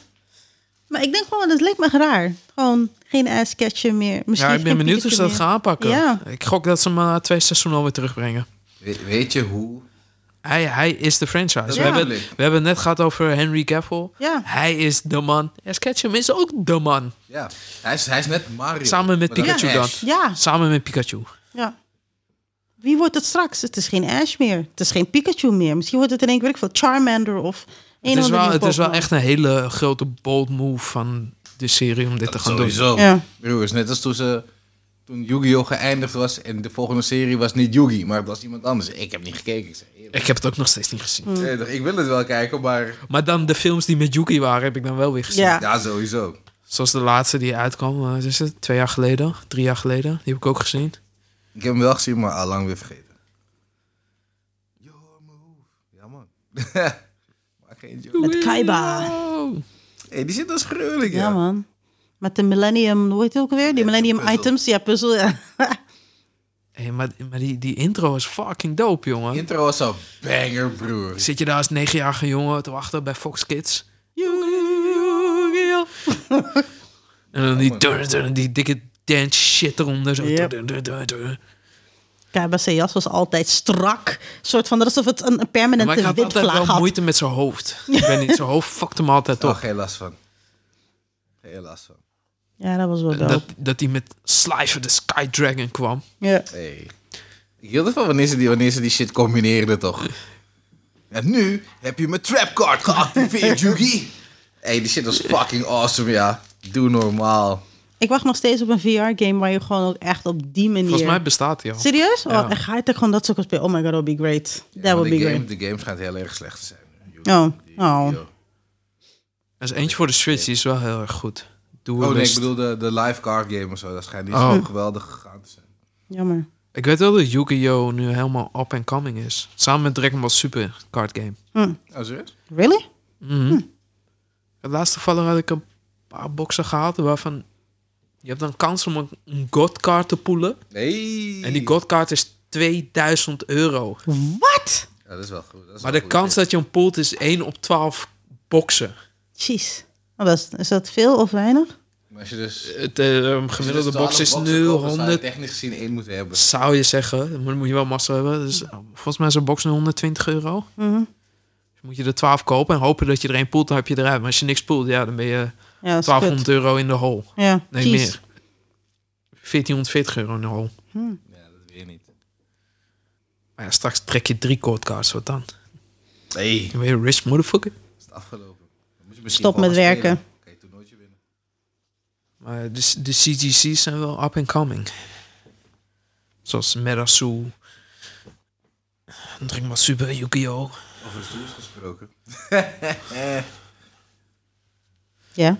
Maar ik denk gewoon, dat leek me raar. Gewoon geen ass-catcher meer. Misschien Ja, ik ben geen benieuwd hoe Pikachu ze dat meer. gaan aanpakken. Ja. Ik gok dat ze hem na twee seizoenen alweer terugbrengen. We- weet je hoe? Hij, hij is de franchise. We, Ja. hebben, het- we hebben het net gehad over Henry Cavill. Ja. Hij is de man. Ash Ketchum is ook de man. Ja, hij is, hij is net Mario. Samen met maar dan Pikachu dan. Ash. Ja, Samen met Pikachu. ja. Wie wordt het straks? Het is geen Ash meer. Het is geen Pikachu meer. Misschien wordt het in één keer weet ik veel, Charmander of... een Het of is, andere wel, nieuwe het is wel Pokémon. echt een hele grote bold move van de serie om dit te Dat gaan doen. sowieso. Ja. Broer, is net als toen ze... Toen Yu-Gi-Oh! geëindigd was en de volgende serie was niet Yu-Gi, maar het was iemand anders. Ik heb niet gekeken. Ik, zei, eerlijk. Ik heb het ook nog steeds niet Mm. gezien. Nee, toch, ik wil het wel kijken, maar... Maar dan de films die met Yuki waren, heb ik dan wel weer gezien. Ja. Ja, sowieso. Zoals de laatste die uitkwam, eh, wat is het twee jaar geleden, drie jaar geleden. Die heb ik ook gezien. Ik heb hem wel gezien, maar al lang weer vergeten. Your move. Ja, man. maar geen joke. Met Kaiba. Oh. Hey, die zit als gruwelijk, Ja, man. Met de Millennium, hoe heet het ook weer? Die Millennium puzzel. Items, ja, puzzel. Ja. Hey, maar maar die, die intro is fucking dope, jongen. Intro was al banger, broer. Zit je daar als negenjarige jongen te wachten bij Fox Kids? En dan die, dun, dun, die dikke dance shit eronder. Zo. Yep. Dun, dun, dun, dun. KBC jas was altijd strak. soort van alsof het een een Maar ik permanente had altijd windvlaag wel had. moeite met zijn hoofd. Ik weet niet, zijn hoofd fuckte hem altijd Toch, toch. geen last van. Geen last van. Ja, dat was wel Dat, dope. dat hij met Sliver the Sky Dragon kwam. Ja. Hey. Ik hield ervan wanneer ze die, wanneer ze die shit combineerden, toch? En nu heb je mijn trapcard geactiveerd, Yugi. Hey, die shit was fucking awesome, ja. Doe normaal. Ik wacht nog steeds op een VR-game waar je gewoon ook echt op die manier... Volgens mij bestaat hij al. Serieus? Oh, Ja. echt ga je toch gewoon dat soort spelen? Oh my god, that would be great. That Want would be de, game, great. de game schijnt heel erg slecht te zijn. Yugi, Oh, oh. Yu-Gi-Oh. Er is eentje voor de Switch, die is wel heel erg goed. Doe Oh nee, ik bedoel de, de live card game of zo. Dat schijnt niet Oh. zo geweldig gegaan te zijn. Jammer. ik weet wel dat Yu-Gi-Oh! nu helemaal up and coming is. Samen met Dragon Ball Super Card Game. Oh, serieus? Really? Mhm. Het laatste toevallig had ik een paar boxen gehaald waarvan je hebt dan kans om een- een godkaart te poelen. Nee. En die godkaart is 2000 euro. Wat? Ja, dat is wel goed. Dat is wel Maar de goed. kans dat je hem poelt is 1 op 12 boxen. Jeez. Oh, dat is, is dat veel of weinig? Maar als je dus... als je Het eh, dus gemiddelde 12 box is boxen nu koopt, dan zou je 100, technisch gezien één moeten hebben. zou je zeggen. Maar dan moet je wel massa hebben. Dus, eh, volgens mij is een box nu 120 euro. Mhm. Dus moet je er 12 kopen en hopen dat je er één poelt, dan heb je eruit. Maar als je niks poelt, ja, dan ben je Ja, dat is kut. 1200 euro in de hol. Ja, Nee, jeez. meer. 1440 euro in de hol. Ja, dat weet je niet. Maar ja, straks trek je drie courtcards, wat dan? Nee. Dan ben je rich motherfucker. is het afgelopen. Dan moet je misschien Stop gewoon met gaan werken. spelen. Dan Kan je het toernooitje winnen. Maar de, de CGC's zijn wel up and coming. Zoals Merasu. Drink maar super Yu-Gi-Oh! Over stoels gesproken. Ja.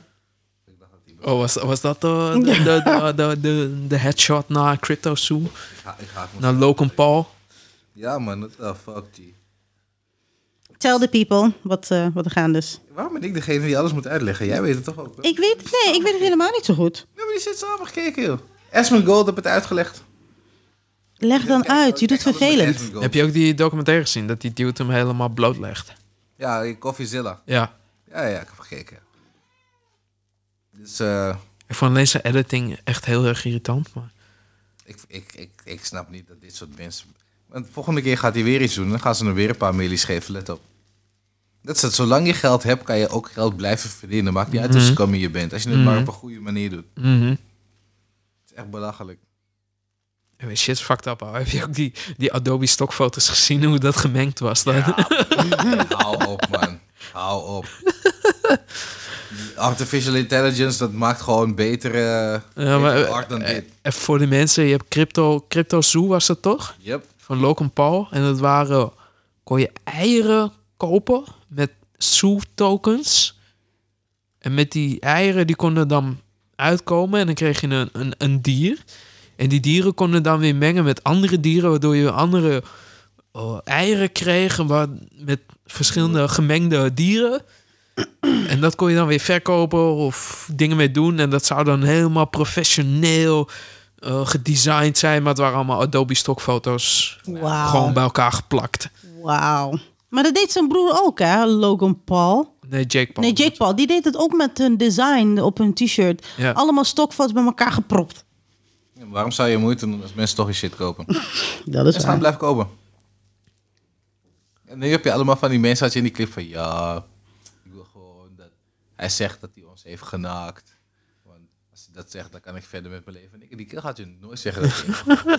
Oh, was, was dat eh, de, de, de, de, de, de headshot naar Crypto Zoo? Ik ga, ik haak me. Naar Nou, Logan Paul? Ja man, what the fuck G. Tell the people wat, eh, wat er gaande is. Waarom ben ik degene die alles moet uitleggen? Jij weet het toch ook? hè? Ik weet het, nee, ik weet het helemaal niet zo goed. We hebben die shit samen gekeken joh. Esmond Gold heb het uitgelegd. Leg dan uit, je doet Kijk, alles met vervelend. Esmond Gold. Heb je ook die documentaire gezien? Dat die dude hem helemaal blootlegt? Ja, in Coffeezilla. Ja. Ja, ja, ik heb gekeken. Dus eh, Ik vond alleen zijn editing echt heel erg irritant. Maar... ik, ik, ik, ik snap niet dat dit soort mensen... Want de volgende keer gaat hij weer iets doen. Dan gaan ze hem weer een paar millies geven, let op. Dat is het. Zolang je geld hebt, kan je ook geld blijven verdienen. Maakt niet uit hoe Mhm. scummy je bent. Als je het maar op een goede manier doet. Mhm. Het is echt belachelijk. I mean, shit is fucked up. ouwe. Heb je ook die, die Adobe stokfoto's gezien hoe dat gemengd was? Dan? Mm. Hou op, man. Hou op. Artificial intelligence, dat maakt gewoon betere, Ja, maar, betere eh, art dan dit. En voor de mensen, je hebt Crypto, Crypto Zoo was dat toch? Yep. Van Logan Paul. En dat waren, kon je eieren kopen met Zoo tokens. En met die eieren, die konden dan uitkomen. En dan kreeg je een, een, een dier. En die dieren konden dan weer mengen met andere dieren. Waardoor je andere oh, eieren kreeg. Waar, met verschillende gemengde dieren. En dat kon je dan weer verkopen of dingen mee doen. En dat zou dan helemaal professioneel eh, gedesigned zijn. Maar het waren allemaal Adobe stokfoto's. Wauw. Gewoon bij elkaar geplakt. Wauw. Maar dat deed zijn broer ook, hè? Logan Paul. Nee, Jake Paul. Nee, Jake Paul. Die deed het ook met hun design op hun t-shirt. Ja. Allemaal stokfoto's bij elkaar gepropt. Waarom zou je moeite doen als mensen toch je shit kopen? Dat is Ze gaan blijven kopen. En nu heb je allemaal van die mensen had je in die clip van ja, ik wil gewoon dat hij zegt dat hij ons heeft genaakt. Want als hij dat zegt, dan kan ik verder met mijn leven. En ik, die keer gaat je nooit zeggen dat. hij-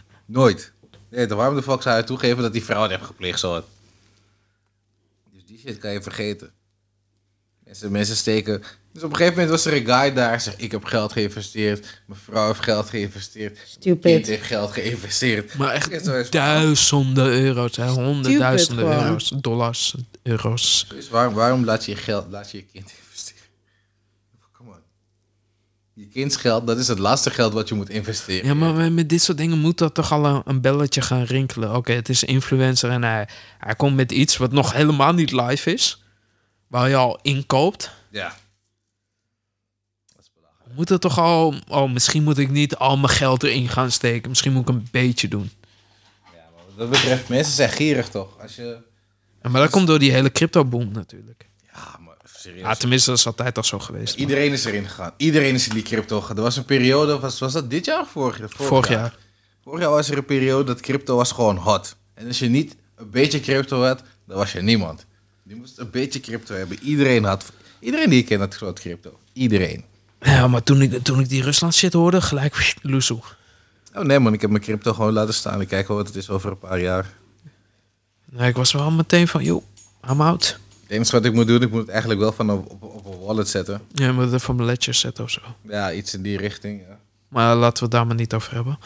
nooit. Nee, dan waarom de fuck zou hij toegeven dat die vrouw het heeft gepleegd zo had? Dus die shit kan je vergeten. Mensen, mensen steken. Dus op een gegeven moment was er een guy daar. Zegt: Ik heb geld geïnvesteerd. Mijn vrouw heeft geld geïnvesteerd. Stupid. Mijn kind heeft geld geïnvesteerd. Maar Ik heb zoiets echt van, duizenden euro's. Hè? Honderdduizenden gewoon. euro's. Dollars. Euro's. Dus waarom, waarom laat je je geld, laat je je kind investeren? Come on. Je kindsgeld, dat is het laatste geld wat je moet investeren. Ja, maar met- met dit soort dingen moet dat toch al een, een belletje gaan rinkelen. Oké, het is een influencer en hij, hij komt met iets wat nog helemaal niet live is. Waar je al inkoopt. Ja. Moet dat toch al... Oh, misschien moet ik niet al mijn geld erin gaan steken. Misschien moet ik een beetje doen. Ja, maar wat dat betreft, mensen zijn gierig toch? Als je... En Maar dat komt door die hele crypto-boom natuurlijk. Ja, maar serieus. Ja, tenminste, dat is altijd al zo geweest. maar- Iedereen is erin gegaan. Iedereen is in die crypto gegaan. Er was een periode, was, was dat dit jaar of vorig, vorig, Vorig jaar. Vorig jaar was er een periode dat crypto was gewoon hot. En als je niet een beetje crypto had, dan was je niemand. Je moest een beetje crypto hebben. Iedereen had... Iedereen die ik ken had groot crypto. Iedereen. Ja, maar toen ik, toen ik die Rusland shit hoorde, gelijk loesoe. Oh nee man, ik heb mijn crypto gewoon laten staan. Ik kijk wel wat het is over een paar jaar. Nou, ik was wel meteen van, joh, I'm out. Het enige wat ik moet doen, ik moet het eigenlijk wel van op, op, op een wallet zetten. Ja, maar dat van mijn ledger zetten of zo. Ja, iets in die richting. Ja, Maar laten we het daar maar niet over hebben.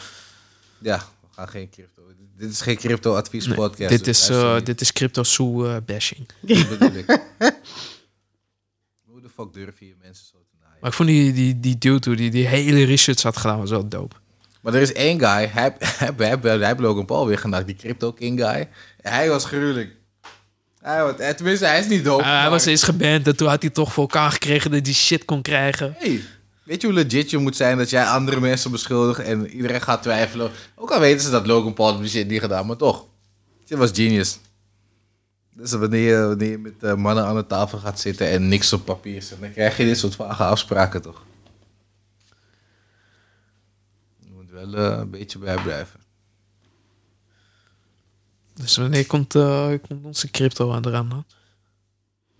ja we gaan geen crypto. Dit is geen crypto advies Nee, podcast. dit, is, eh, dit. dit is crypto zoo eh, bashing. bedoel ik. Hoe de fuck durf je mensen zo te naaien? Maar ik vond die, die, die dude hoe die, die hele research had gedaan, was wel dope. Maar er is één guy, hij, hij, hij, hij, hij heeft Logan Paul weer genaakt, die Crypto King guy. Hij was gruwelijk. Hij was, eh, tenminste, hij is niet dood. Ah, hij maar- was eerst geband en toen had hij toch voor elkaar gekregen dat hij shit kon krijgen. Hey, weet je hoe legit je moet zijn dat jij andere mensen beschuldigt en iedereen gaat twijfelen? Ook al weten ze dat Logan Paul die shit niet gedaan, maar toch. Dit was genius. Dus wanneer je, wanneer je met eh, mannen aan de tafel gaat zitten en niks op papier zit, dan krijg je dit soort vage afspraken toch? Je moet wel eh, een beetje bijblijven. Dus wanneer komt, eh, komt onze crypto aan de rand? dan?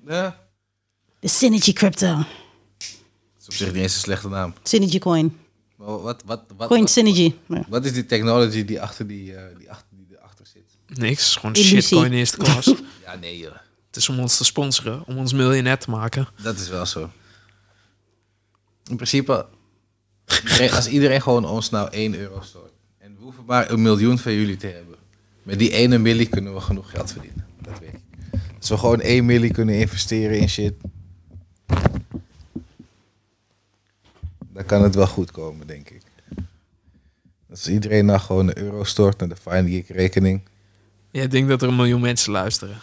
Ja. De Synergy Crypto. Dat is op zich niet eens een slechte naam. Synergy Coin. Maar wat, wat, wat, wat, Coin Synergy. Ja. wat is die technology die achter die, eh, die, achter, die erachter zit? Niks, gewoon Illusie. shitcoin eerste klas. Het Ja, nee joh. is om ons te sponsoren, om ons miljonair te maken. Dat is wel zo. In principe, iedereen- als iedereen gewoon ons nou 1 euro stort. En we hoeven maar een miljoen van jullie te hebben. Met die 1 millie kunnen we genoeg geld verdienen. Dat weet ik. Als we gewoon 1 millie kunnen investeren in shit. Dan kan het wel goed komen, denk ik. Als iedereen nou gewoon een euro stort naar de Fine Geek rekening. Jij denkt dat er een miljoen mensen luisteren.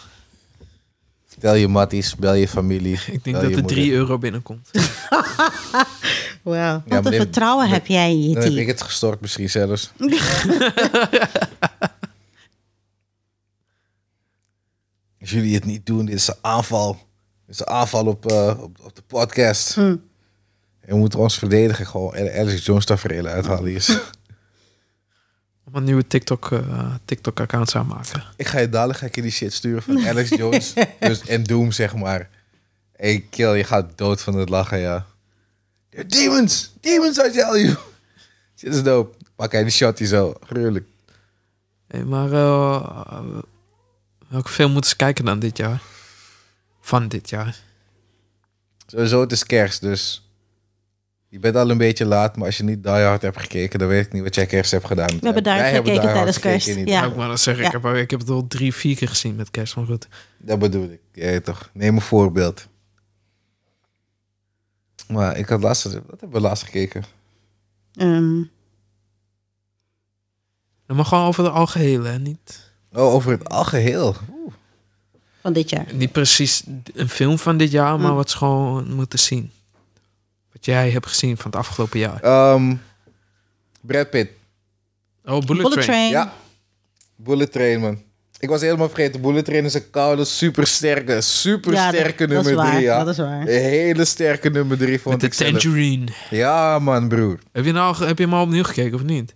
Vertel je matties, bel je familie. Ik denk bel dat je er moeder. 3 euro binnenkomt. Wauw. maar Wat een dit- vertrouwen heb jij in je Dan heb team. ik het gestort misschien zelfs. Als jullie het niet doen, dit is een aanval. Dit is een aanval op, eh, op, op de podcast. En we moeten ons verdedigen. Gewoon El- Alex Jones tafereel uithalen hier. Om een nieuwe TikTok, eh, TikTok-account aanmaken. ik ga je dadelijk ga ik je die shit sturen van Alex Jones. dus, en Doom, zeg maar. hey, kill, je gaat dood van het lachen, ja. They're demons! Demons, I tell you! Shit is dope. Pak hij die shot hier zo. Gruwelijk. Hey, maar eh, welke film moeten ze kijken dan dit jaar? Van dit jaar. Sowieso, het is kerst, dus... Je bent al een beetje laat, maar als je niet Die Hard hebt gekeken... dan weet ik niet wat jij kerst hebt gedaan. hebben Die Hard Wij hebben gekeken Die Hard tijdens kerst, gekeken, niet Nou, ja. Ja. maar dat zeg ik. Ja. Ik heb- Ik heb het al drie, vier keer gezien met kerst. Maar goed. Dat bedoel ik. Ja, toch. Neem een voorbeeld. Maar ik had laatst... Wat hebben we laatst gekeken? Ehm, Dan mag gewoon over de algehele, hè? Niet, Oh, over het algeheel. Oeh. van dit jaar. niet precies een film van dit jaar, maar Hm. wat ze gewoon moeten zien. Wat jij hebt gezien van het afgelopen jaar. Ehm Brad Pitt. Oh, Bullet, Bullet Train. Train. Ja. Bullet Train, man. Ik was helemaal vergeten. Bullet Train is een koude, supersterke, Ja, supersterke dat- dat is nummer waar, drie. Ja. dat is waar. Een hele sterke nummer drie vond Met de ik zelf. Tangerine. Ja, man, broer. Heb je, nou, al- heb je hem al opnieuw gekeken of niet?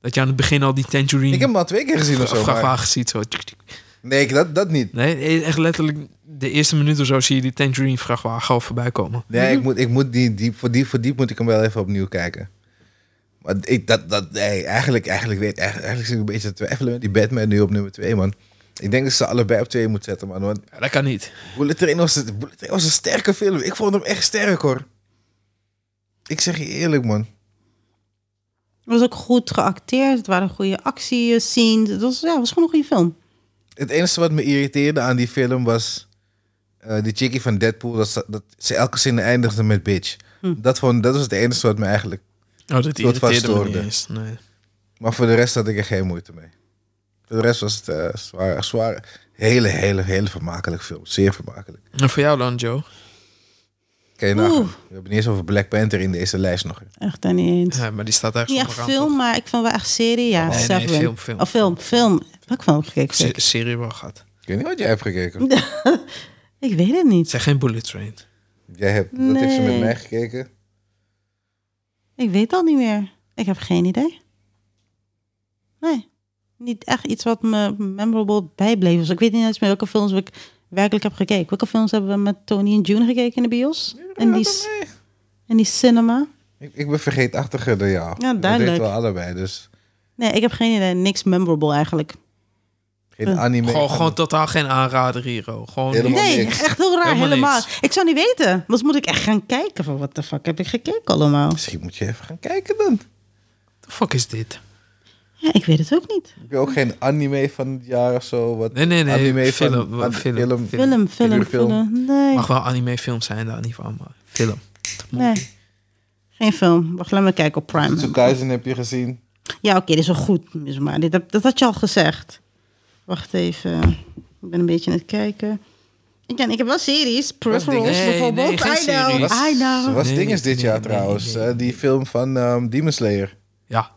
Dat je aan het begin al die Tangerine... Ik heb hem al twee keer gezien of zo. maar- vrachtwagen ziet zo. Tjuk, tjuk. Nee, ik- dat, dat niet. Nee, e- echt letterlijk de eerste minuut of zo zie je die Tangerine vrachtwagen al voorbij komen. Nee, ik moet, ik moet die, die, voor, die, voor die moet ik hem wel even opnieuw kijken. Maar ik, dat, dat, nee, eigenlijk, eigenlijk, weet, eigenlijk, eigenlijk zit ik een beetje te twijfelen met die Batman nu op nummer twee, man. Ik denk dat ze allebei op twee moet zetten, man. Want Ja, dat kan niet. Bullet Train, was, het- Bullet Train was een sterke film. Ik vond hem echt sterk, hoor. Ik zeg je eerlijk, man. Het was ook goed geacteerd. Het waren goede actiescenes. Het was, ja, het was gewoon een goede film. Het enige wat me irriteerde aan die film was... eh die chickie van Deadpool, dat ze, dat ze elke zin eindigde met bitch. Dat, vond, dat was het enige wat me eigenlijk... Oh, dat Soort van irriteerde me niet stoorde. eens. Nee. Maar voor de rest had ik er geen moeite mee. Voor de rest was het eh zwaar, zwaar... Hele, hele, hele vermakelijk film. Zeer vermakelijk. En voor jou dan, Joe? Oké, nou, Oeh. we hebben niet eens over Black Panther in deze lijst nog. Echt daar niet eens. Ja, maar die staat Niet eigenlijk echt film, maar ik vind wel echt serie. Ja, Nee, nee, Seven. film, film. Oh, film, film. Heb ik van hem gekeken? Se zeker? serie wel gaat. Ik weet niet wat jij hebt gekeken. Ik weet het niet. Het zijn geen bullet train. Jij hebt, dat heeft ze met Nee. mij gekeken. Ik weet al niet meer. Ik heb geen idee. Nee. Niet echt iets wat me memorable bijbleef. Dus ik weet niet eens meer welke films ik werkelijk heb gekeken. Welke films hebben we met Tony en June gekeken in de bios? In die, Ja, nee. in die cinema? Ik, ik ben vergeetachtiger dan jou. Ja, Dat duidelijk. weten we allebei, dus... Nee, ik heb geen idee. Niks memorable eigenlijk. Geen Eh. anime. Gewoon, gewoon totaal geen aanrader hier, oh. Gewoon Helemaal niet. Nee, niks. echt heel raar. Helemaal Helemaal. niks. Ik zou niet weten. Anders moet ik echt gaan kijken van wat de fuck heb ik gekeken allemaal. Misschien moet je even gaan kijken dan. The fuck is dit? Ja, ik weet het ook niet. Heb je ook geen anime van het jaar of zo? Wat Nee, nee, nee. Anime film, van, wa- van- film, film. film. Film, film, Iedere film. film. Nee, Mag wel anime films zijn daar niet van, maar film. nee. Geen film. Wacht, laat me kijken op Prime. Tsukaizen heb je gezien. Ja, oké, dit is wel goed. dus Maar dit, heb- dat had je al gezegd. Wacht even. Ik ben een beetje aan het kijken. Ik, ken, ik heb wel series. Peripherals dingen- Nee, bijvoorbeeld. nee, geen I know. series. I Zo know. was Nee, ding is dit nee, jaar nee, trouwens. nee, nee. eh, die film van ehm Demon Slayer. Ja.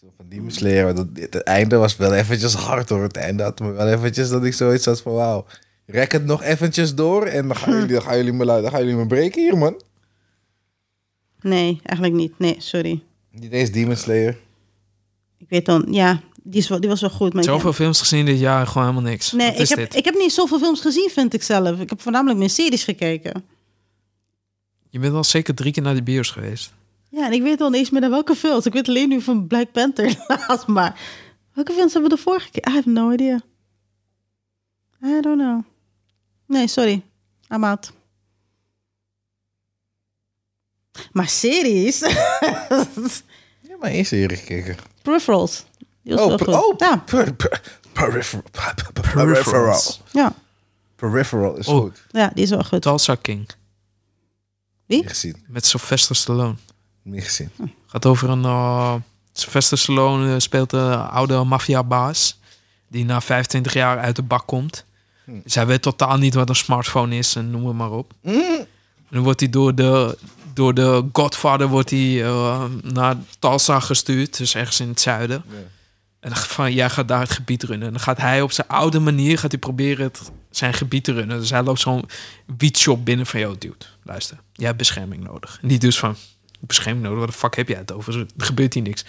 Zo Van Demon Slayer. Dat, dit- het einde was wel eventjes hard hoor. Het einde had me wel eventjes dat ik zoiets had van wauw. Rek het nog eventjes door en dan gaan Hm. jullie, dan gaan jullie, me, lu- dan gaan jullie me breken hier man. Nee, eigenlijk niet. Nee, sorry. Niet eens Demon Slayer. Ik weet dan, ja, die, is wel, die was wel goed. Maar ik- Zoveel films gezien dit jaar, gewoon helemaal niks. Nee, Wat is ik heb, dit? ik heb niet zoveel films gezien, vind ik zelf. Ik heb voornamelijk meer series gekeken. Je bent al zeker drie keer naar de bios geweest. Ja, en ik weet al niet eens meer naar welke films. Ik weet alleen nu van Black Panther laatst, maar... Welke films hebben we de vorige keer? I have no idea. I don't know. Nee, sorry. I'm out. Maar series? Ja, maar één serie gekeken. Peripherals. Die was Oh, wel per- goed. oh ja, per- per- peripher- per- per- peripheral. ja, Peripheral is Oh. goed. ja, die is wel goed. Tulsa King. Niet gezien. Met Sylvester Stallone. Niet gezien. Gaat over een... eh Sylvester Stallone eh, speelt een oude maffiabaas. Die na 25 jaar uit de bak komt. Dus hij weet totaal niet wat een smartphone is. En noem het maar op. En dan wordt hij door de, door de Godfather wordt hij, eh, naar Tulsa gestuurd. Dus ergens in het zuiden. En dan van, jij gaat daar het gebied runnen. En dan gaat hij op zijn oude manier gaat hij proberen het, zijn gebied te runnen. Dus hij loopt zo'n wietshop binnen van... Yo, dude, luister. Jij hebt bescherming nodig. En die dus van... Bescherming nodig? Wat de fuck heb jij het over? Er gebeurt hier niks.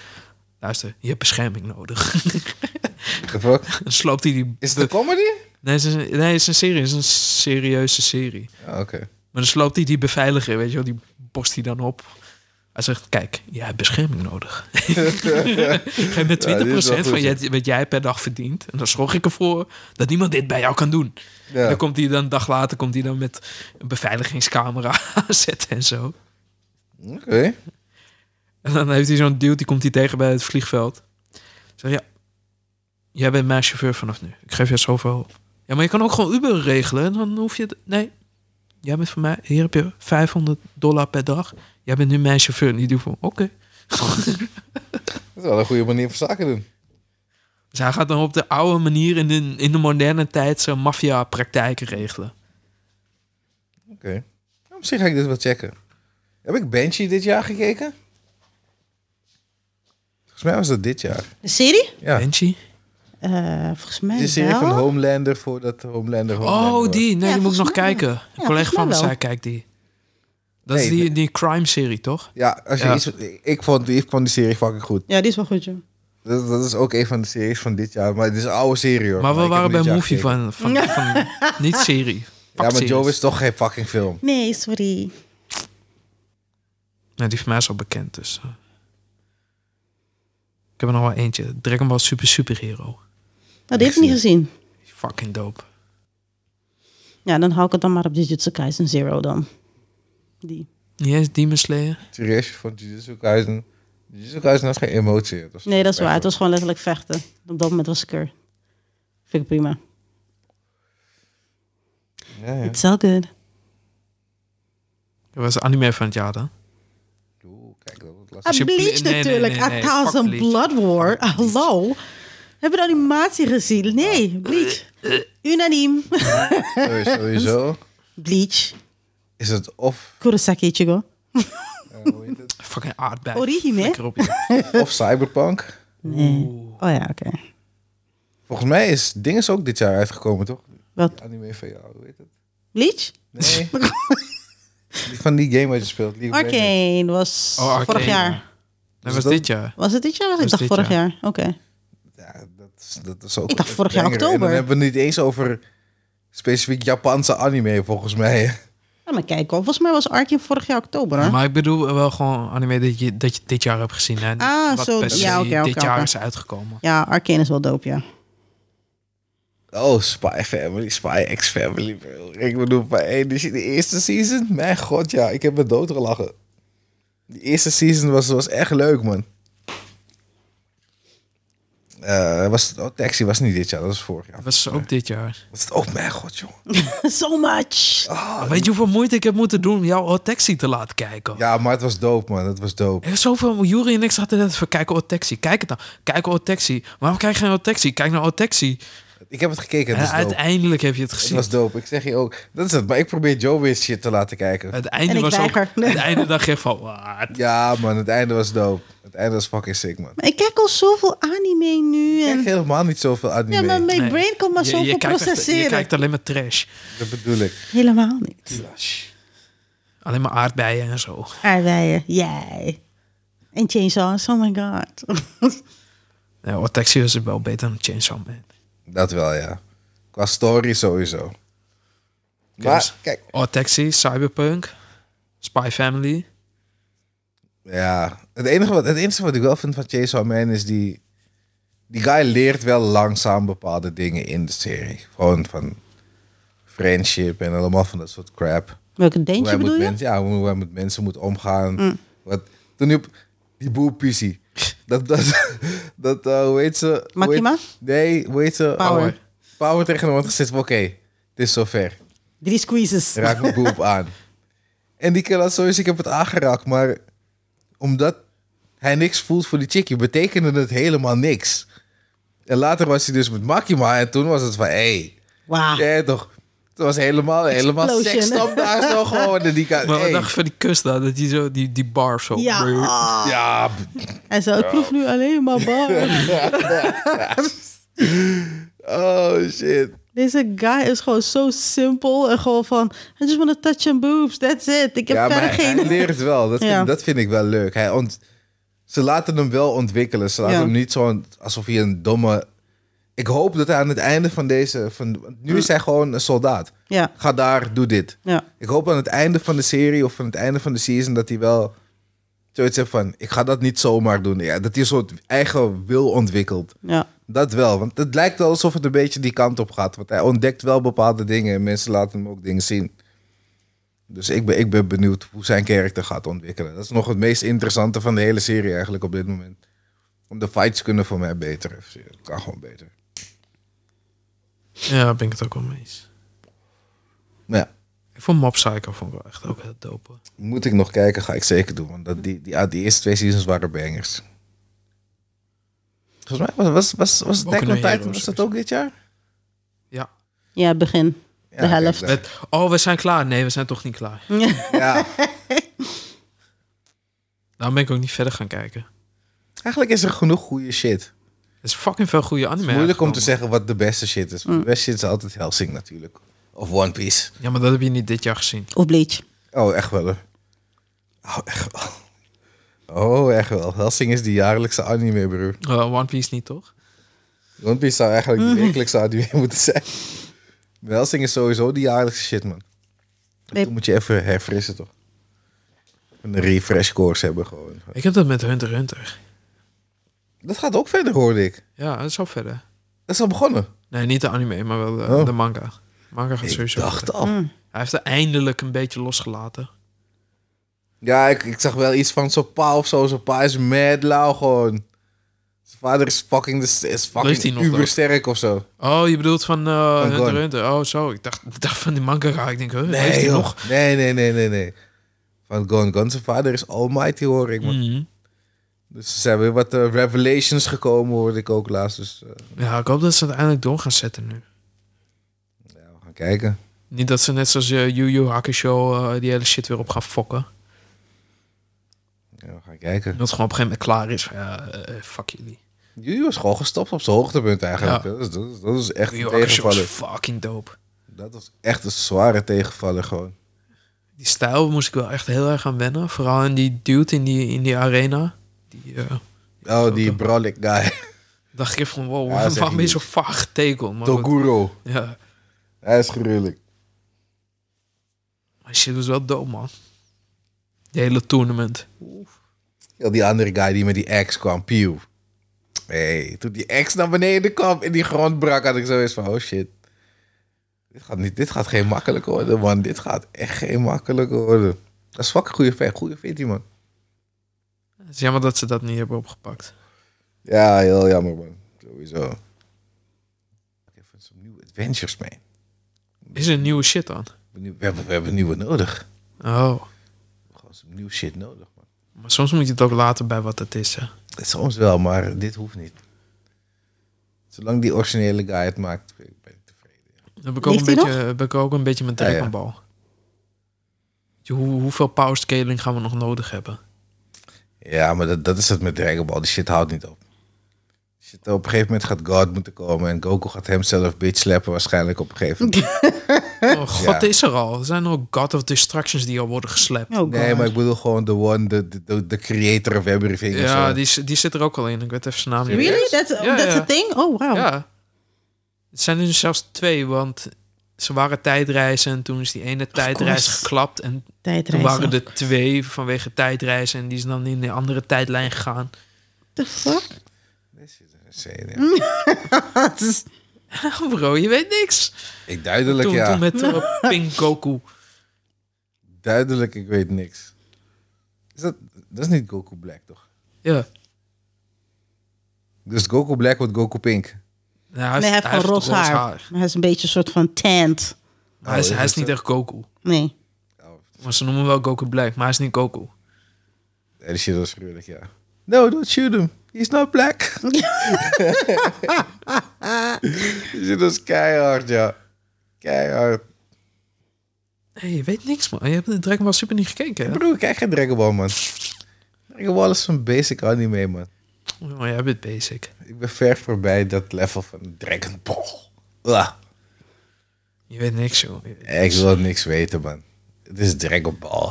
Luister, je hebt bescherming nodig. The fuck? Dan sloopt hij die... Is het een comedy? Nee, het is een, nee, het is een serie. Het is een serieuze serie. Ah, Oké. Maar dan sloopt hij die beveiliger, weet je wel. Die bost hij dan op. Hij zegt, kijk, jij hebt bescherming nodig. Geef me 20% Ja, dit is wel goed, van je- wat jij per dag verdient. En dan zorg ik ervoor dat niemand dit bij jou kan doen. En dan komt hij dan, een dag later komt hij dan met een beveiligingscamera aanzetten en zo. Oké. En dan heeft hij zo'n dude, die komt hij tegen bij het vliegveld. Zeg ja, jij bent mijn chauffeur vanaf nu. Ik geef je zoveel. Ja, maar je kan ook gewoon Uber regelen. En dan hoef je... Nee, jij bent voor mij... Hier heb je 500 dollar per dag. Jij bent nu mijn chauffeur. En die doet van, oké. Dat is wel een goede manier van zaken doen. Dus hij gaat dan op de oude manier in de, in de moderne tijd zijn maffia-praktijken regelen. Oké. Nou, misschien ga ik dit wel checken. Heb ik Banshee dit jaar gekeken? Volgens mij was dat dit jaar. Een serie? Ja. Benji? Eh, volgens mij De serie wel. van Homelander voordat Homelander Homelander Oh, was. die. Nee, Ja, die moet ik nog volgens mij kijken. wel. Een Ja, collega volgens van me mij wel. zei, kijk die. Dat is Nee, die, nee. die crime-serie, toch? Ja, als je Ja. Iets, ik, vond, ik vond die serie fucking goed. Ja, die is wel goed, joh. Dat, dat is ook een van de series van dit jaar. Maar het is een oude serie hoor. Maar ik we heb waren bij hem dit jaar movie gekeken. van, van, van- Niet serie. Ja, maar Fuck Joe series. is toch geen fucking film. Nee, sorry. Nou, die van mij is al bekend, dus... eh. Ik heb er nog wel eentje. Dragon Ball Super Superhero. Nou, die heb ik niet gezien. Die is Fucking dope. Ja, dan hou ik het dan maar op Jujutsu Kaisen Zero dan. Die. Niet eens Demon Slayer. Serieus, van Jujutsu Kaisen. Jujutsu Kaisen had geen emotie. Dat was Nee, dat is waar. echt Het was gewoon letterlijk vechten. Op dat moment was ik er. Vind ik prima. Ja, ja. It's all good. Dat was de anime van het jaar dan. Oeh, kijk, dat wordt Ah, lastig. Als je ble- Bleach nee, nee, natuurlijk. nee, nee. A Thousand Fuck Bleach. Blood War. Hallo. Hebben we de animatie gezien? Nee, Bleach. Unaniem. Sowieso- Sowieso Bleach. is het of, Kurosaki Ichigo. eh, hoe heet het? Fucking aardbei. Orihime? Flikker op je. of Cyberpunk. Nee. Oeh. Oh ja, oké. Volgens mij is Dinges ook dit jaar uitgekomen, toch? Wat? Die anime van jou, hoe heet het? Bleach? Nee. Die van die game wat je speelt. League of Legends. Arcane was Oh, Arcane, vorig jaar. ja. Dat Dus was dat- dit jaar. Was het dit jaar? Was ik dacht dit vorig jaar. jaar. Oké. Ja, dat is, dat is ook Ik dacht een vorig jaar banger. En oktober. dan hebben we het niet eens over specifiek Japanse anime, volgens mij. Ja, maar kijk, hoor. volgens mij was Arcane vorig jaar oktober. Hè? Maar ik bedoel wel gewoon anime dat je, dat je dit jaar hebt gezien. Hè? Ah, Wat zo, per se ja, oké, oké, dit jaar oké. is uitgekomen. Ja, Arcane is wel dope, ja. Oh, Spy Family, Spy X Family. bro. Ik bedoel, bij één, die- de eerste season, mijn god ja, ik heb me doodgelachen. Die eerste season was, was echt leuk, man. Eh, was, oh, Taxi was niet dit jaar, dat was vorig jaar. Dat was ook dit jaar. Was het, oh mijn god, jongen. so much. Ah, Weet je hoeveel moeite ik heb moeten doen om jouw Otexi te laten kijken? Ja, maar het was dope, man. Het was dope. Er is zoveel, Jury en ik zaten net van kijken Otexi. Kijk het nou. Kijken Otexi. Waarom kijk je geen Otexi? Kijk naar Otexi. Ik heb het gekeken, En het was dope. uiteindelijk heb je het Het gezien. was dope, ik zeg je ook. Dat is het, maar ik probeer Joe weer shit te laten kijken. Het einde En ik was ook... weiger. Het einde dacht je echt van... Wat? Ja, man, het einde was dope. Het einde was fucking sick, man. Maar ik kijk al zoveel anime nu. Ik En... kijk helemaal niet zoveel anime. Mm. Ja, maar mijn Nee. brain kan maar Je- zoveel je kijkt echt- processeren. je kijkt alleen maar trash. Dat bedoel ik. Helemaal niet. Alleen maar aardbeien en zo. Aardbeien, jij. En chainsaws, oh my god. Ja, Otexi is wel beter dan Chainsaw Man. Dat wel, ja. Qua story sowieso. Maar, dus- kijk. Otexi, Cyberpunk, Spy Family. Ja, het enige, wat, het enige wat ik wel vind van Chainsaw Man is die... Die guy leert wel langzaam bepaalde dingen in de serie. Gewoon van friendship en allemaal van dat soort crap. Welke Hoe deentje hij, bedoel moet je? Mm. mensen, ja, hoe hij met mensen moet omgaan. Wat, toen hij op die boelpissie. Dat, dat, dat eh, hoe heet ze? hoe heet- Makima? nee, hoe heet ze? Power. Oh, Power tegen hem had gezet van, oké, het is zover. Drie squeezes. Raak mijn boep aan. En die kerel had sowieso, ik heb het aangeraakt, maar omdat hij niks voelt voor die chickie, betekende het helemaal niks. En later was hij dus met Makima en toen was het van, hey, Wauw. ja, toch. Het was helemaal, helemaal Ah. Explosion. seksstap daar zo gewoon. En die kan, Maar wat hey. dacht je van die kus daar? Dat die, zo, die, die bar zo... Ja. Ja, b- En zo, ik proef nu alleen maar bar. Oh shit. Deze guy is gewoon zo simpel en gewoon van... I just want to touch and boobs, that's it. Ik heb Ja, maar verder hij, geen... hij leert wel. Dat vind, Ja. dat vind ik wel leuk. Hij ont, ze laten hem wel ontwikkelen. Ze laten Ja. hem niet zo alsof hij een domme. Ik hoop dat hij aan het einde van deze. Van, want nu is hij gewoon een soldaat. Ja, Ga daar, doe dit. ja. Ik hoop aan het einde van de serie of aan het einde van de season dat hij wel zoiets hebt van, ik ga dat niet zomaar doen. Ja, dat hij een soort eigen wil ontwikkelt. Ja. Dat wel, want het lijkt wel alsof het een beetje die kant op gaat. Want hij ontdekt wel bepaalde dingen en mensen laten hem ook dingen zien. Dus ik ben, ik ben benieuwd hoe zijn karakter gaat ontwikkelen. Dat is nog het meest interessante van de hele serie eigenlijk op dit moment. Om de fights kunnen voor mij beter. Het kan gewoon beter. Ja, daar ben ik het ook wel mee eens. Maar ja, Ik vond Mob Psycho vond ik wel echt ook heel dope. hoor. moet ik nog kijken, ga ik zeker doen. Want dat, die, die, ja, die eerste twee seasons waren bangers. Volgens mij was, was, was, was Boku Attack no on Titan, Hero, was dat sowieso. ook dit jaar? Ja. ja, begin. Ja, de helft. kijk, Met, oh, we zijn klaar. Nee, we zijn toch niet Hm. klaar. dat- ja. Daarom ben ik ook niet verder gaan kijken. Eigenlijk is er genoeg goede shit. Er is fucking veel goede anime. Het is moeilijk om te uitgekomen. zeggen wat de beste shit is. De beste shit is altijd Helsing natuurlijk. Of One Piece. Ja, maar dat heb je niet dit jaar gezien. Of Bleach. Oh, echt wel hè? Oh, echt wel. Oh, echt wel. Helsing is die jaarlijkse anime, broer. Eh, One Piece niet, toch? One Piece zou eigenlijk de wekelijkse anime moeten zijn. Maar Helsing is sowieso die jaarlijkse shit, man. Nee. Toen moet je even herfrissen, toch? Een refresh course hebben gewoon. Ik heb dat met Hunter x Hunter. Dat gaat ook verder, hoorde ik. Ja, dat is al verder. Dat is al begonnen. Nee, niet de anime, maar wel de, Oh. de manga. Manga gaat Ik sowieso. verder. dacht al. Hij heeft er eindelijk een beetje losgelaten. Ja, ik, ik zag wel iets van zo'n pa of zo. Zo'n pa is mad lauw gewoon. Zijn vader is fucking, de- is Leeft hij fucking nog dan? ubersterk of zo. Oh, je bedoelt van Van eh Hunter x Gon. Hunter. Oh, zo. Ik dacht, ik dacht van die manga ga ik denk, huh, nee, heeft hij joh. nog? Nee, nee, nee, nee, nee. Van Gon Gon, zijn vader is almighty hoor ik. man. Mhm. Dus er zijn weer wat eh, revelations gekomen hoorde ik ook laatst. Dus eh, Ja, ik hoop dat ze het eindelijk door gaan zetten nu. ja, we gaan kijken. Niet dat ze net zoals eh, Yu Yu Hakusho eh, die hele shit weer op gaan fokken. Ja, we gaan kijken. Dat het gewoon op een gegeven moment klaar is. van, Ja, eh, eh, fuck jullie. Jullie was gewoon gestopt op zijn hoogtepunt eigenlijk. Ja. Dat, is, dat, is, dat is echt Yu Yu een Hakusho is tegenvaller. fucking dope. Dat was echt een zware tegenvaller gewoon. Die stijl moest ik wel echt heel erg aan wennen. Vooral in die dude in die, in die arena. Die, eh, Oh, die Brolic guy. dacht ik even van, wow, Ja, dat is echt waarom ben je zo niet. vaag getekend? Maar goed, Toguro. Ja, Hij is gruwelijk. maar shit was wel dope, man. Die hele tournament. Ja, die andere guy die met die ex kwam, Pew. Nee, toen die ex naar beneden kwam en die grond brak, had ik zoiets van, oh shit. Dit gaat, niet, dit gaat geen makkelijk worden, man. Dit gaat echt geen makkelijk worden. Dat is fucking goede vet. Goede fit, die man. Het is jammer dat ze dat niet hebben opgepakt. Ja, heel jammer, man. Sowieso. Even some new adventures, man. Is er nieuwe shit aan? We, nieuw- we hebben, we hebben nieuwe nodig. We Oh, hebben gewoon some new shit nodig, man. maar soms moet je het ook laten bij wat het is, hè. Soms wel, maar dit hoeft niet. Zolang die originele guy het maakt, ben ik ben ik tevreden. Dan ben ik ook, een Ligt die beetje, ben ik ook een beetje met Ja, ja. Dragon Ball. Weet je, Hoe, hoeveel power scaling gaan we nog nodig hebben? Ja, maar dat, dat is het met Dragon Ball. Die shit houdt niet op. Shit, op een gegeven moment gaat God moeten komen en Goku gaat hemzelf bitch slappen waarschijnlijk op een gegeven moment. Oh god, Ja. is er al. Er zijn ook God of Distractions die al worden geslept. Oh, God. Nee, maar ik bedoel gewoon de one, de, de- de, de creator of everything. ja, Ja, die, is- die zit er ook al in. Ik weet even zijn naam niet. Really? That's, Ja, that's ja. a thing? Oh, wow. Ja. Het zijn er zelfs twee, want ze waren tijdreizen en toen is die ene tijdreis course. geklapt. En toen Tijdreizen. waren er twee vanwege tijdreizen en die is dan in de andere tijdlijn gegaan. The fuck? Het is- Bro, je weet niks. Ik duidelijk, Toen, ja. toen met eh, Pink Goku. Duidelijk, ik weet niks. Is dat, dat is niet Goku Black, toch? Ja. Dus Goku Black wordt Goku Pink. Nou, hij heeft, nee, hij heeft hij gewoon heeft roze haar. Maar hij is een beetje een soort van tent. Maar hij is, Oh, is hij is dat niet echt Goku. Nee. Maar ze noemen hem wel Goku Black, maar hij is niet Goku. Ja, die shit was gruwelijk, ja. No, don't shoot him. He's not black. die shit was keihard, ja. Keihard. Nee, je weet niks, man. Je hebt de Dragon Ball Super niet gekeken, hè? Broer, ik kijk geen Dragon Ball, man. Dragon Ball is een basic anime, man. Oh, jij bent basic. Ik ben ver voorbij dat level van Dragon Ball. Uah. Je weet niks, joh. Je weet Ik wil niks weten, man. Het is Dragon Ball.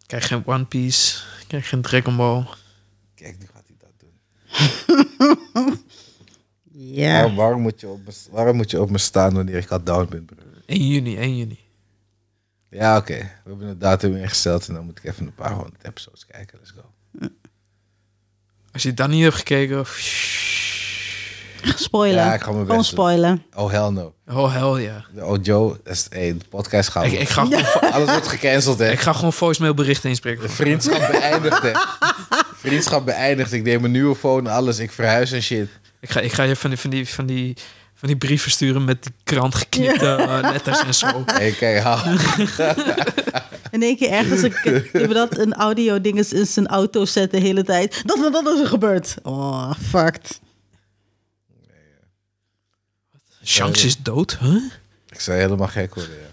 Ik krijg geen One Piece. Ik krijg geen Dragon Ball. Kijk, nu gaat hij dat doen. Ja. Waarom, waarom moet je op me, waarom moet je op me staan wanneer ik al down ben, broer? 1 juni, 1 juni. Ja, oké. We hebben een datum ingesteld en dan moet ik even een paar honderd episodes kijken. Let's go. Als je dan niet hebt gekeken... Spoilen. Ja, ik ga mijn best Gewoon doen. spoilen. Oh, hell no. Oh, hell ja. Oh, Joe, dat is, hey, de podcast gaat. Ik, ik, ga, gewoon vo- Alles wordt gecanceld, hè? ik ga gewoon voicemail berichten inspreken. Vriendschap beëindigd, hè? Vriendschap beëindigd. Ik neem mijn nieuwe phone, alles. Ik verhuis en shit. Ik ga, ik ga je van die, van, die, van, die, van die brieven sturen met die krant geknipte eh, letters en zo. Hey, kijk, hou. In één keer ergens een, je moet dat een audio ding is in zijn auto zetten de hele tijd. Dat, dat, dat is er gebeurd. Oh, fucked. Shanks is dood, hè? Huh? Ik zou helemaal gek worden, ja.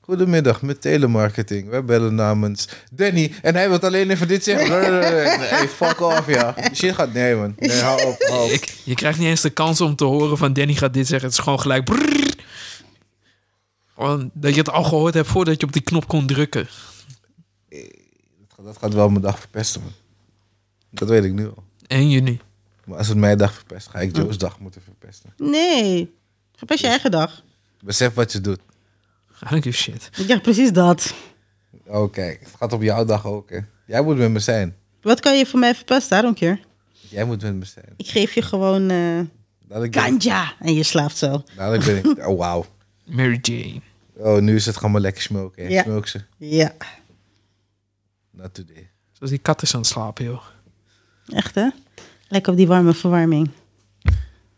Goedemiddag, met telemarketing. Wij bellen namens Danny. En hij wil alleen even dit zeggen. Hey, fuck off, ja. Shit gaat... Nee, man. Nee, hou op, hou op. Ik, je krijgt niet eens de kans om te horen van Danny gaat dit zeggen. Het is gewoon gelijk... brrrr. Gewoon dat je het al gehoord hebt voordat je op die knop kon drukken. Dat gaat wel mijn dag verpesten, man. Dat weet ik nu al. En je nu. Maar als het mijn dag verpest, ga ik Joe's dag moeten verpesten. Nee. Verpest je eigen dag. Besef wat je doet. I don't give a shit. Ja, precies dat. Oh, kijk. Het gaat op jouw dag ook, hè. Jij moet met me zijn. Wat kan je voor mij verpesten? Daarom keer. Jij moet met me zijn. Ik geef je gewoon eh Dadelijk ben ik... ganja. En je slaapt zo. Dadelijk ben ik... Oh, wauw. Mary Jane. Oh, nu is het gewoon maar lekker smoken. Hè. Ja. Smoke ze. Ja. Not today. Zoals die kat is aan het slapen, joh. Echt, hè? Lekker op die warme verwarming. Ja,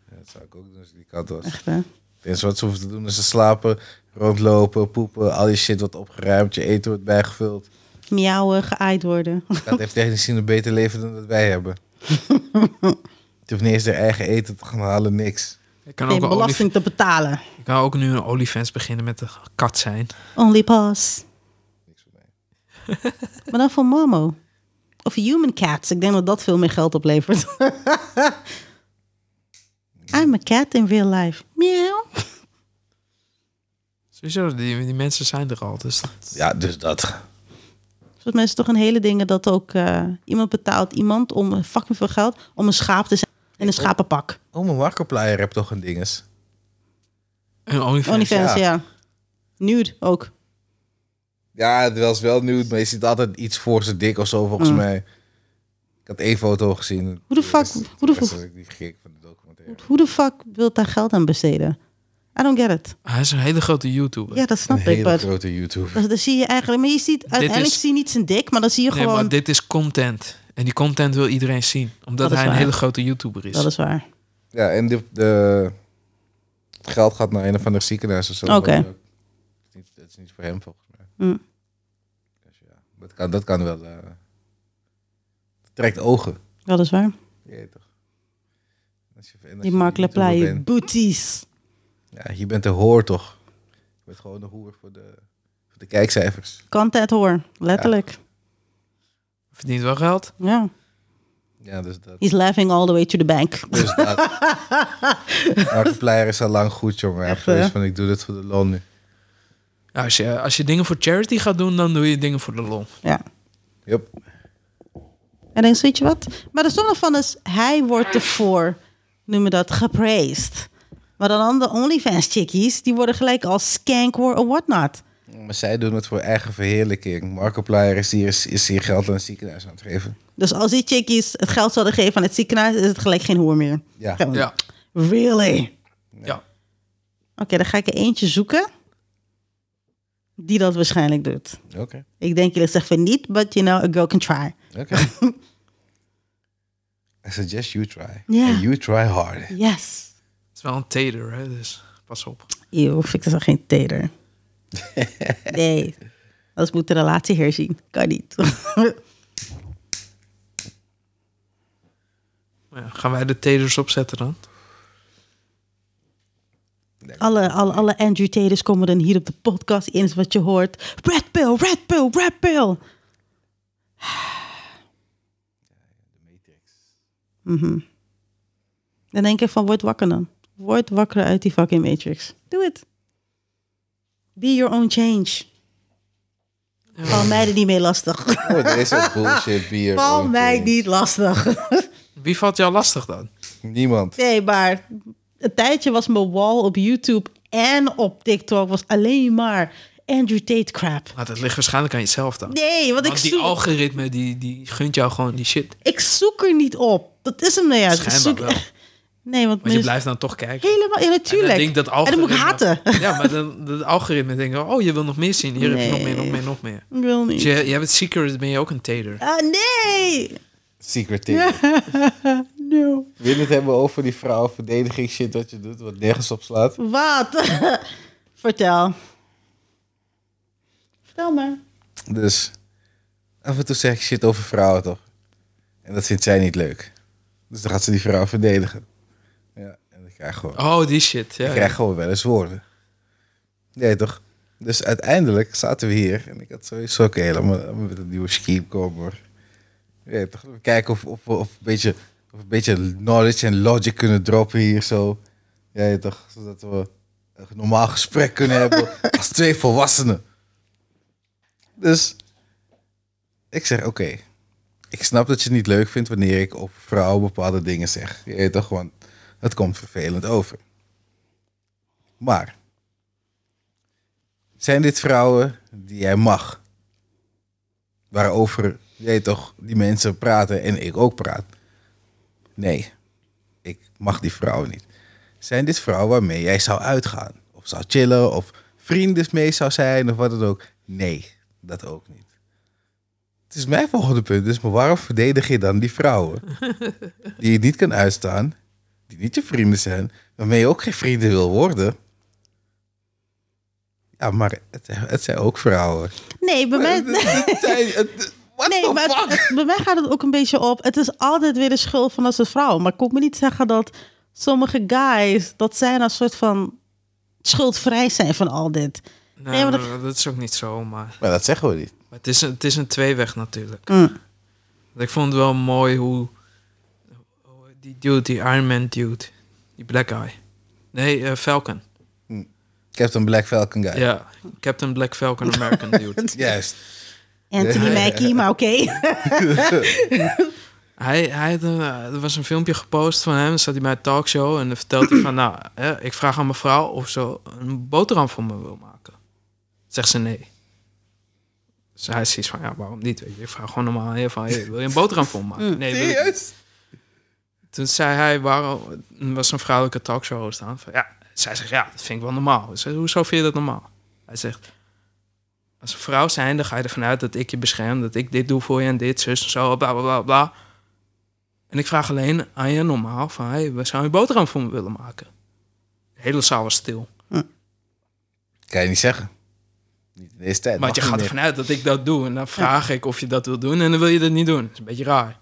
dat zou ik ook doen als ik die kat was. Echt, hè? Het enige wat ze hoeven te doen is ze slapen, rondlopen, poepen. Al die shit wordt opgeruimd, je eten wordt bijgevuld. Miauwen, geaaid worden. De kat heeft technisch gezien een beter leven dan dat wij hebben. Het hoeft niet eens haar eigen eten te gaan halen, niks. Ik kan, ook Geen een olif- belasting te betalen. ik kan ook nu een olifants beginnen met de kat zijn. Only pass. Niks voor mij. Maar dan voor Momo. Of Human Cats. Ik denk dat dat veel meer geld oplevert. I'm a cat in real life. Miauw. Sowieso, die, die mensen zijn er al. Dus dat- Ja, dus dat. Volgens mij is het toch een hele ding dat ook eh, iemand betaalt iemand om fucking veel geld om een schaap te zijn in een schapenpak. Oh, mijn Markiplier hebt toch een dinges? een olifant. Onlyfans, ja. ja. Nude ook. Ja, het was wel nieuw, maar je ziet altijd iets voor zijn dik of zo, volgens mij. Ik had één foto gezien. Mm. Hoe de fuck- De rest- hoe de rest fuck- was ik niet gek van de documentaire. Hoe de fuck wilt daar geld aan besteden? I don't get it. Hij is een hele grote YouTuber. Ja, dat Een snap ik. hele but- grote YouTube. Dus dan zie je eigenlijk, maar je ziet uiteindelijk is- zie je niet zijn dik, maar dan zie je Nee, gewoon. maar dit is content. En die content wil iedereen zien. Omdat Dat is hij een waar. hele grote YouTuber is. Dat is waar. Ja, en de, de het geld gaat naar een of ander ziekenhuis of zo. Oké. Dat, is niet, dat is niet voor hem volgens mij. Hm. Dus ja, dat kan, dat kan wel. eh, dat trekt ogen. Dat is waar. Je weet toch. Als je, en als Die je Mark YouTuber Laplace bent- booties. Ja, je bent een hoor toch? Je bent gewoon een hoer voor de, voor de kijkcijfers. Content hoor, letterlijk. Verdient wel geld. Ja. Ja, dus dat. He's laughing all the way to the bank. Dus dat. Markiplier is al lang goed, jongen. Hij heeft Echt, hè? zoiets van, ik doe dit voor de loon nu. Ja, als, je, als je dingen voor charity gaat doen, dan doe je dingen voor de lol. Ja. Yup. En dan weet je wat? Maar de sommige van is, hij wordt ervoor, noem je dat, gepraised. Maar dan andere OnlyFans chickies, die worden gelijk als skank hoor of whatnot. Maar zij doen het voor eigen verheerlijking. Markiplier is hier, is hier geld aan het ziekenhuis aan het geven. Dus als die chickies het geld zouden geven aan het ziekenhuis, is het gelijk geen hoer meer. Ja. Gewoon, Ja. Really? Oké, ja. dan ga ik er eentje zoeken die dat waarschijnlijk doet. Oké. Ik denk jullie zeggen van niet, but you know, a girl can try. Oké. I suggest you try. Ja. And you try hard. Yes. Het is wel een teder, hè? dus pas op. Eeuw, ik dat al geen teder. nee, dat moet de relatie herzien. Kan niet. Ja, gaan wij de teders opzetten dan? alle, alle, alle Andrew Taders komen dan hier op de podcast in, is wat je hoort. Red pill, red pill, red pill. Mhm. Dan denk ik van, word wakker dan. Word wakker uit die fucking matrix. Doe het. Be your own change. Val mij er niet mee lastig. Oh, deze bullshit bier. Val oké. mij niet lastig. Wie valt jou lastig dan? Niemand. Nee, maar een tijdje was mijn wall op YouTube en op TikTok was alleen maar Andrew Tate crap. Maar Nou, dat ligt waarschijnlijk aan jezelf dan. Nee, want ik Want die zoek, algoritme, die, die gunt jou gewoon die shit. ik zoek er niet op. Dat is hem nou juist. Ik Schijnbaar zoek wel. Nee, want Want je mensen- blijft dan toch kijken. helemaal, ja, natuurlijk. En, dan denk dat En dan moet ik algoritme- haten. Ja, maar dan, dat algoritme denkt, oh, je wil nog meer zien. Hier heb je nog meer, nog Nee. meer, nog meer. Ik wil Dus niet. je, je bent secret, ben je ook een tater. Ah, nee! Secret No. Wil je het hebben over die vrouwenverdediging shit dat je doet, wat nergens op slaat? Wat? Vertel. Vertel maar. Dus af en toe zeg ik shit over vrouwen toch? En dat vindt zij niet leuk. Dus dan gaat ze die vrouw verdedigen. Ja, en dan krijg je gewoon, Oh, die shit. Ja, ik krijg gewoon wel eens woorden. Nee toch? Dus uiteindelijk zaten we hier en ik had sowieso oké, laat maar- laat maar met een nieuwe scheme komen hoor. Nee toch? Laten we kijken of, of, of, een beetje, of een beetje knowledge en logic kunnen droppen hier zo. Ja, je toch? Zodat we een normaal gesprek kunnen hebben als twee volwassenen. Dus ik zeg, oké. Ik snap dat je het niet leuk vindt wanneer ik op vrouwen bepaalde dingen zeg. Je weet toch gewoon, het komt vervelend over. Maar, zijn dit vrouwen die jij mag? Waarover, je weet toch, die mensen praten en ik ook praat. Nee, ik mag die vrouwen niet. Zijn dit vrouwen waarmee jij zou uitgaan? Of zou chillen, of vrienden mee zou zijn, of wat dan ook? Nee, dat ook niet. Het is mijn volgende punt. Dus maar waarom verdedig je dan die vrouwen? Die je niet kan uitstaan. Die niet je vrienden zijn. Waarmee je ook geen vrienden wil worden. Ja, maar het, het zijn ook vrouwen. Nee, Eh, bij mij... Het zijn... het- what Nee, the maar het- fuck? het- bij mij gaat het ook een beetje op. Het is altijd weer de schuld van als een vrouw. Maar ik kom me niet zeggen dat sommige guys... dat zij een soort van schuldvrij zijn van al dit. Nou, Nee, maar dat is ook niet zo, maar... Maar dat zeggen we niet. Maar het is, een- het is een tweeweg natuurlijk. Mm. Ik vond het wel mooi hoe... hoe Die dude, die Iron Man dude. Die black guy. Nee, eh, Falcon. Captain Black Falcon guy. Ja, Captain Black Falcon American dude. Juist. Anthony Mackie, maar oké. Hij, hij had een, eh, er was een filmpje gepost van hem. Dan zat hij bij een talkshow en dan vertelt hij van... Nou, hè, ik vraag aan mevrouw of ze een boterham voor me wil maken. Zegt ze nee. Dus hij is iets van, ja, waarom niet? Weet je, ik vraag gewoon normaal aan je van... hey, wil je een boterham voor me maken? Nee, wil ik niet. Serieus? Toen zei hij, waarom... er was een vrouwelijke talkshow host aan. Van, ja, zij zegt, ja, dat vind ik wel normaal. Ik zeg, hoezo vind je dat normaal? Hij zegt... Als een vrouw zijnde ga je ervan uit dat ik je bescherm. Dat ik dit doe voor je en dit, zus en zo, bla, bla, bla, bla. En ik vraag alleen aan je normaal van... Hey, we zou je boterham voor me willen maken? De hele zaal was stil. Kan je niet zeggen. Niet in deze tijd. Maar mag je niet gaat meer. ervan uit dat ik dat doe. En dan vraag ik of je dat wil doen en dan wil je dat niet doen. Dat is een beetje raar.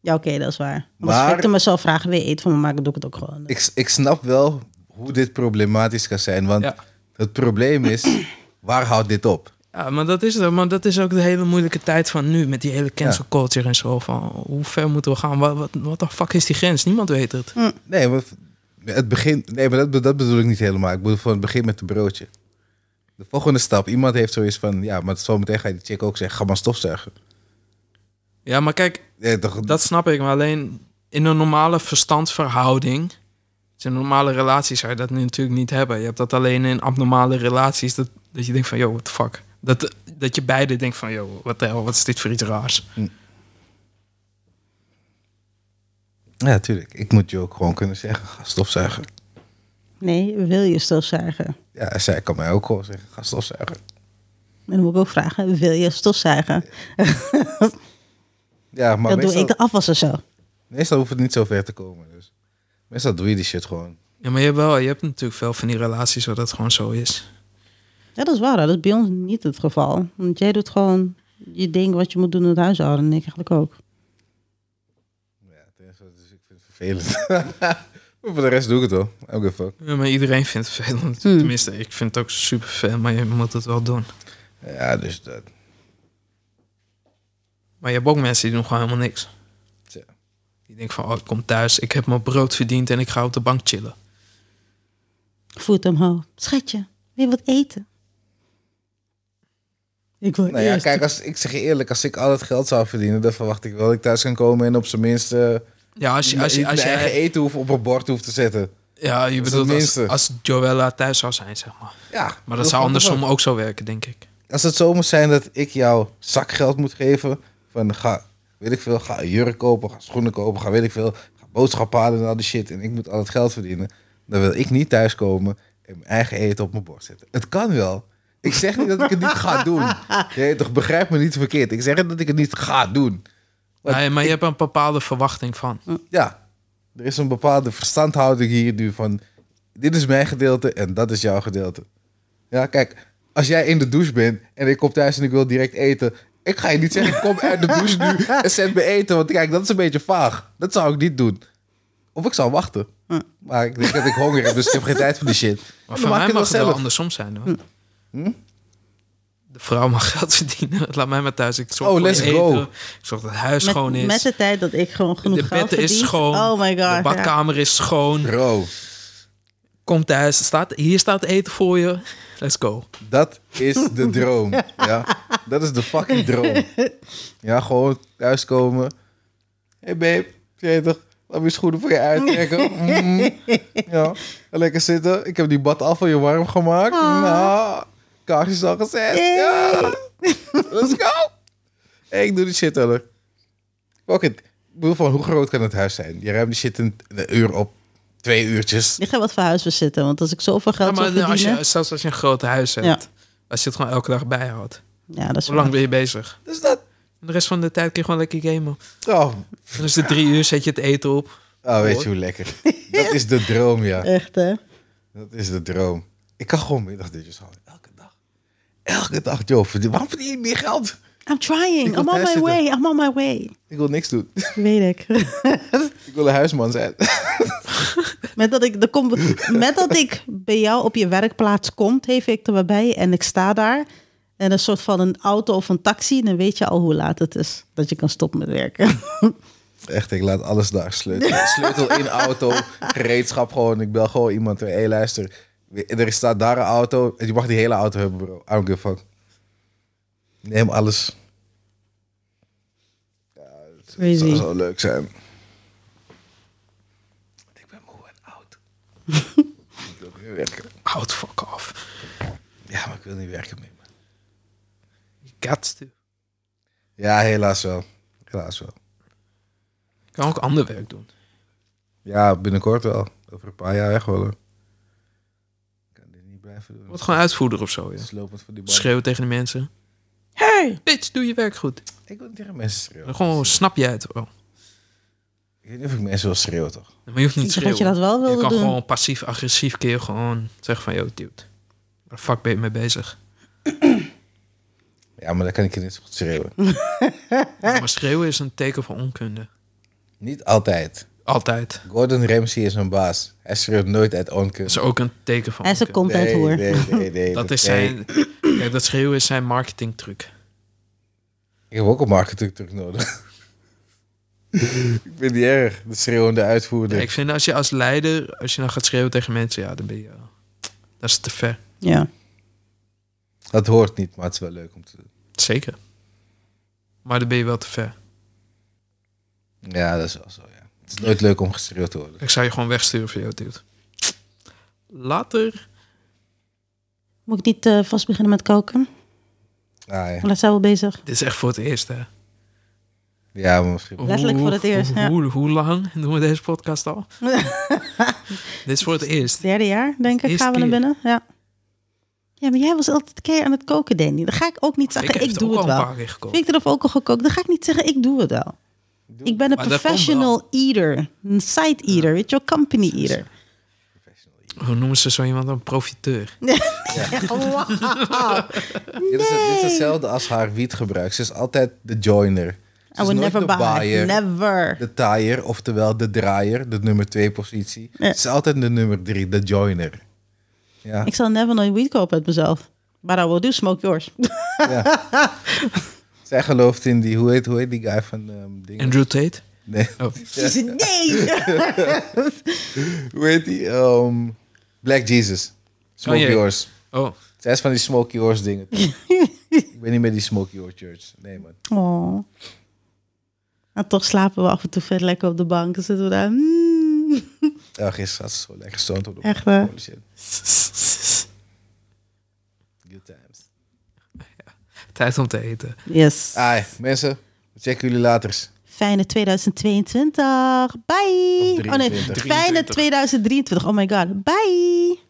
Ja, oké, dat is waar. Als Maar- ik er mezelf vragen weer eten van me maken, doe ik het ook gewoon. ik, ik snap wel hoe dit problematisch kan zijn. Want Ja. het probleem is, waar houdt dit op? Ja, maar dat is het. Maar dat is ook de hele moeilijke tijd van nu. Met die hele cancel culture en zo. Van hoe ver moeten we gaan? Wat, wat, wat de fuck is die grens? Niemand weet het. Nee, maar het begin, nee, maar dat, be- dat bedoel ik niet helemaal. Ik bedoel van het begin met het broodje. De volgende stap, iemand heeft zoiets van, ja, maar zometeen ga je die chick ook zeggen, ga maar stofzuigen. Ja, maar kijk, Nee, toch, dat snap ik. Maar alleen in een normale verstandsverhouding. Dus in een normale relatie zou je dat nu natuurlijk niet hebben. Je hebt dat alleen in abnormale relaties. Dat, dat je denkt van, yo, what the fuck. Dat, dat je beide denkt van, yo, wat, wat is dit voor iets raars? Ja, tuurlijk. Ik moet je ook gewoon kunnen zeggen, ga stofzuigen. Nee, wil je stofzuigen? Ja, en zij kan mij ook gewoon zeggen, ga stofzuigen. En dan moet ik ook vragen, wil je stofzuigen? Ja, maar dat doe meestal, ik de afwas of zo. meestal hoeft het niet zo ver te komen. Dus. Meestal doe je die shit gewoon. Ja, maar je hebt, wel, je hebt natuurlijk veel van die relaties waar dat gewoon zo is. Ja, dat is waar. hè. Dat is bij ons niet het geval. Want jij doet gewoon je ding wat je moet doen in het huishouden. En ik eigenlijk ook. Ja, tenminste, dus ik vind het vervelend. maar voor de rest doe ik het wel. I don't give a fuck. Ja, maar iedereen vindt het vervelend. Hmm. Tenminste, ik vind het ook super vervelend, maar je moet het wel doen. Ja, dus dat. Maar je hebt ook mensen die doen gewoon helemaal niks. Tja. Die denken van, oh, ik kom thuis, ik heb mijn brood verdiend en ik ga op de bank chillen. Voet omhoog. Schatje, wil je wat eten? Ik wil Nou ja, eerst- kijk, als, ik zeg je eerlijk, als ik al het geld zou verdienen, dan verwacht ik wel dat ik thuis kan komen en op zijn minst eh, Ja, als je, als je, mijn als je, eigen eten hoef op een bord hoef te zetten. Ja, je is bedoelt het als, minste. als Joella thuis zou zijn, zeg maar. Ja, Maar dat zou andersom ook zo werken, denk ik. Als het zo moet zijn dat ik jou zakgeld moet geven. Van ga, weet ik veel, ga een jurk kopen, ga schoenen kopen, ga weet ik veel. Ga boodschappen halen en al die shit. En ik moet al het geld verdienen. Dan wil ik niet thuiskomen en mijn eigen eten op mijn bord zetten. Het kan wel. Ik zeg niet dat ik het niet ga doen. Nee, toch begrijp me niet verkeerd. Ik zeg niet dat ik het niet ga doen. Wat- Nee, maar je hebt een bepaalde verwachting van. Mm. Ja, er is een bepaalde verstandhouding hier nu van... dit is mijn gedeelte en dat is jouw gedeelte. Ja, kijk, als jij in de douche bent en ik kom thuis en ik wil direct eten... ik ga je niet zeggen, kom uit de douche nu en zet me eten. Want kijk, dat is een beetje vaag. Dat zou ik niet doen. Of ik zou wachten. Maar ik denk dat ik honger heb, dus ik heb geen tijd voor die shit. Maar Dan voor maak ik mij het mag het wel wel zelf. Mm. Hm? andersom zijn, hoor. De vrouw mag geld verdienen. Laat mij maar thuis. Ik zorg Oh, voor let's het eten. go. Ik zorg dat het huis Met, schoon is. met de tijd dat ik gewoon genoeg de geld bed verdien. is schoon. Oh my god. De ja. badkamer is schoon. Bro, Kom thuis. Staat, hier staat eten voor je. Let's go. dat is de droom. Ja, dat is de fucking droom. Ja, gewoon thuiskomen. Hey babe, je weet toch? Laat me je schoenen voor je uittrekken. Mm. Ja, lekker zitten. Ik heb die bad al voor je warm gemaakt. Nou, kaarsjes al gezet. Ja. Let's go. Hey, ik doe die shit, hoor. Fuck it. Ik bedoel van, hoe groot kan het huis zijn? Je ruimt die shit in een uur op. Twee uurtjes. Ik ga wat voor huis bezitten, want als ik zoveel Ja, geld maar zou als verdienen... je, zelfs als je een groot huis hebt. Ja. Als je het gewoon elke dag bijhoudt. Ja, dat is Hoe lang waar. ben je bezig? Dus dat... En de rest van de tijd kun je gewoon lekker gamen. Oh, Dan is het drie uur, zet je het eten op. oh weet je hoe lekker. Dat is de droom, ja. Echt, hè? Dat is de droom. Ik kan gewoon middagdutjes houden. Elke dag. Elke dag, joh. verdien- Waarom verdien ik meer geld? I'm Ik trying. wil I'm on thuis my zitten. way. I'm on my way. Ik wil niks doen. Weet ik. Ik wil een huisman zijn. Met dat, ik, de kom, met dat ik bij jou op je werkplaats kom, heeft ik er bij en ik sta daar. En een soort van een auto of een taxi, dan weet je al hoe laat het is dat je kan stoppen met werken. Echt, ik laat alles daar sleutelen. Sleutel in auto, gereedschap gewoon. Ik bel gewoon iemand. Hé, hey, luister. Er staat daar een auto. En je mag die hele auto hebben, bro. I don't give a fuck. Neem alles. Het zou Crazy. zo leuk zijn. Ik ben moe en oud. ik wil niet meer werken. Houd fuck off. Ja, maar ik wil niet werken meer. man. You got to. Ja, helaas wel. Helaas wel. Je kan ook ander werk doen. Ja, binnenkort wel. Over een paar jaar echt wel. hoor. Ik kan dit niet blijven doen. Word gewoon uitvoerder of zo. Ja. Het is lopend voor die bal. Schreeuwen tegen de mensen. Hey! Bitch, doe je werk goed. Ik wil niet tegen mensen schreeuwen. Dan gewoon snap jij het wel. Ik weet niet of ik mensen wil schreeuwen, toch? Maar je hoeft niet Ik te dacht dat schreeuwen. je dat wel Je wilde kan doen. gewoon passief-agressief keer gewoon zeggen van... Yo, dude. Waar de fuck ben je mee bezig? Ja, maar dan kan ik er niet zo goed schreeuwen. Ja, maar schreeuwen is een teken van onkunde. niet altijd. Altijd. Gordon Ramsay is mijn baas. Hij schreeuwt nooit uit Dat onkunst. is ook een teken van Hij is een onkunde. content hoor. nee, nee, Dat is nee. zijn... Kijk, dat schreeuwen is zijn marketingtruc. Ik heb ook een marketing truc nodig. ik vind die erg. De schreeuwende uitvoerder. Ja, ik vind als je als leider... Als je dan gaat schreeuwen tegen mensen... Ja, dan ben je... eh, Dat is te ver. Ja. Dat hoort niet, maar het is wel leuk om te doen. Zeker. Maar dan ben je wel te ver. Ja, dat is wel zo, ja. Het is nooit leuk om geschreeuwd te worden. Ik zou je gewoon wegsturen voor jou, dude. Later. Moet ik niet eh, vast beginnen met koken? Ah, ja. Want dat zijn we bezig. Dit is echt voor het eerst, hè? ja, maar misschien. Letterlijk voor het eerst, Hoe, ja. hoe, hoe lang doen we deze podcast al? Dit is voor het eerst. Derde jaar, denk ik, Eerste gaan we naar keer. binnen. Ja. ja, maar jij was altijd keer aan het koken, Danny. Dan ga ik ook niet zeggen, heb ik, het doe ook het al een wel. paar keer gekocht. Victor heeft ook al gekookt. Dan ga ik niet zeggen, ik doe het wel. Ik ben een Maar dat komt professional eater. Een side eater, weet je wel. Company eater. Hoe noemen ze zo iemand een profiteur? Oh, Dit, is, dit is hetzelfde als haar wietgebruik. Ze is altijd de joiner. Ze I is would nooit never de buy. baaier, Never. de taaier, oftewel de draaier, de nummer twee positie. Ja. Ze is altijd de nummer drie, de joiner. Ja, Ik zal never nooit weed kopen uit mezelf. But I will do smoke yours. ja. Zij gelooft in die, hoe heet, hoe heet die guy van ehm dingen? Andrew Tate? Nee, Oh, Ze zei, nee! hoe heet die? Ehm, Black Jesus. Smoke Oh, jee. yours. oh. Zij is van die smoke yours dingen. Ik ben niet meer die smoke your church. Nee, man. Oh. En toch slapen we af en toe verder lekker op de bank. Dan zitten we daar. mm. Ja, gisteren had ze zo lekker stoned op de Echt waar? Holy shit. Good times. Tijd om te eten. Yes. Ai, mensen, we checken jullie later. Ah. Fijne 2022. Bye. Of Oh nee, 23. fijne 2023. Oh my god. Bye.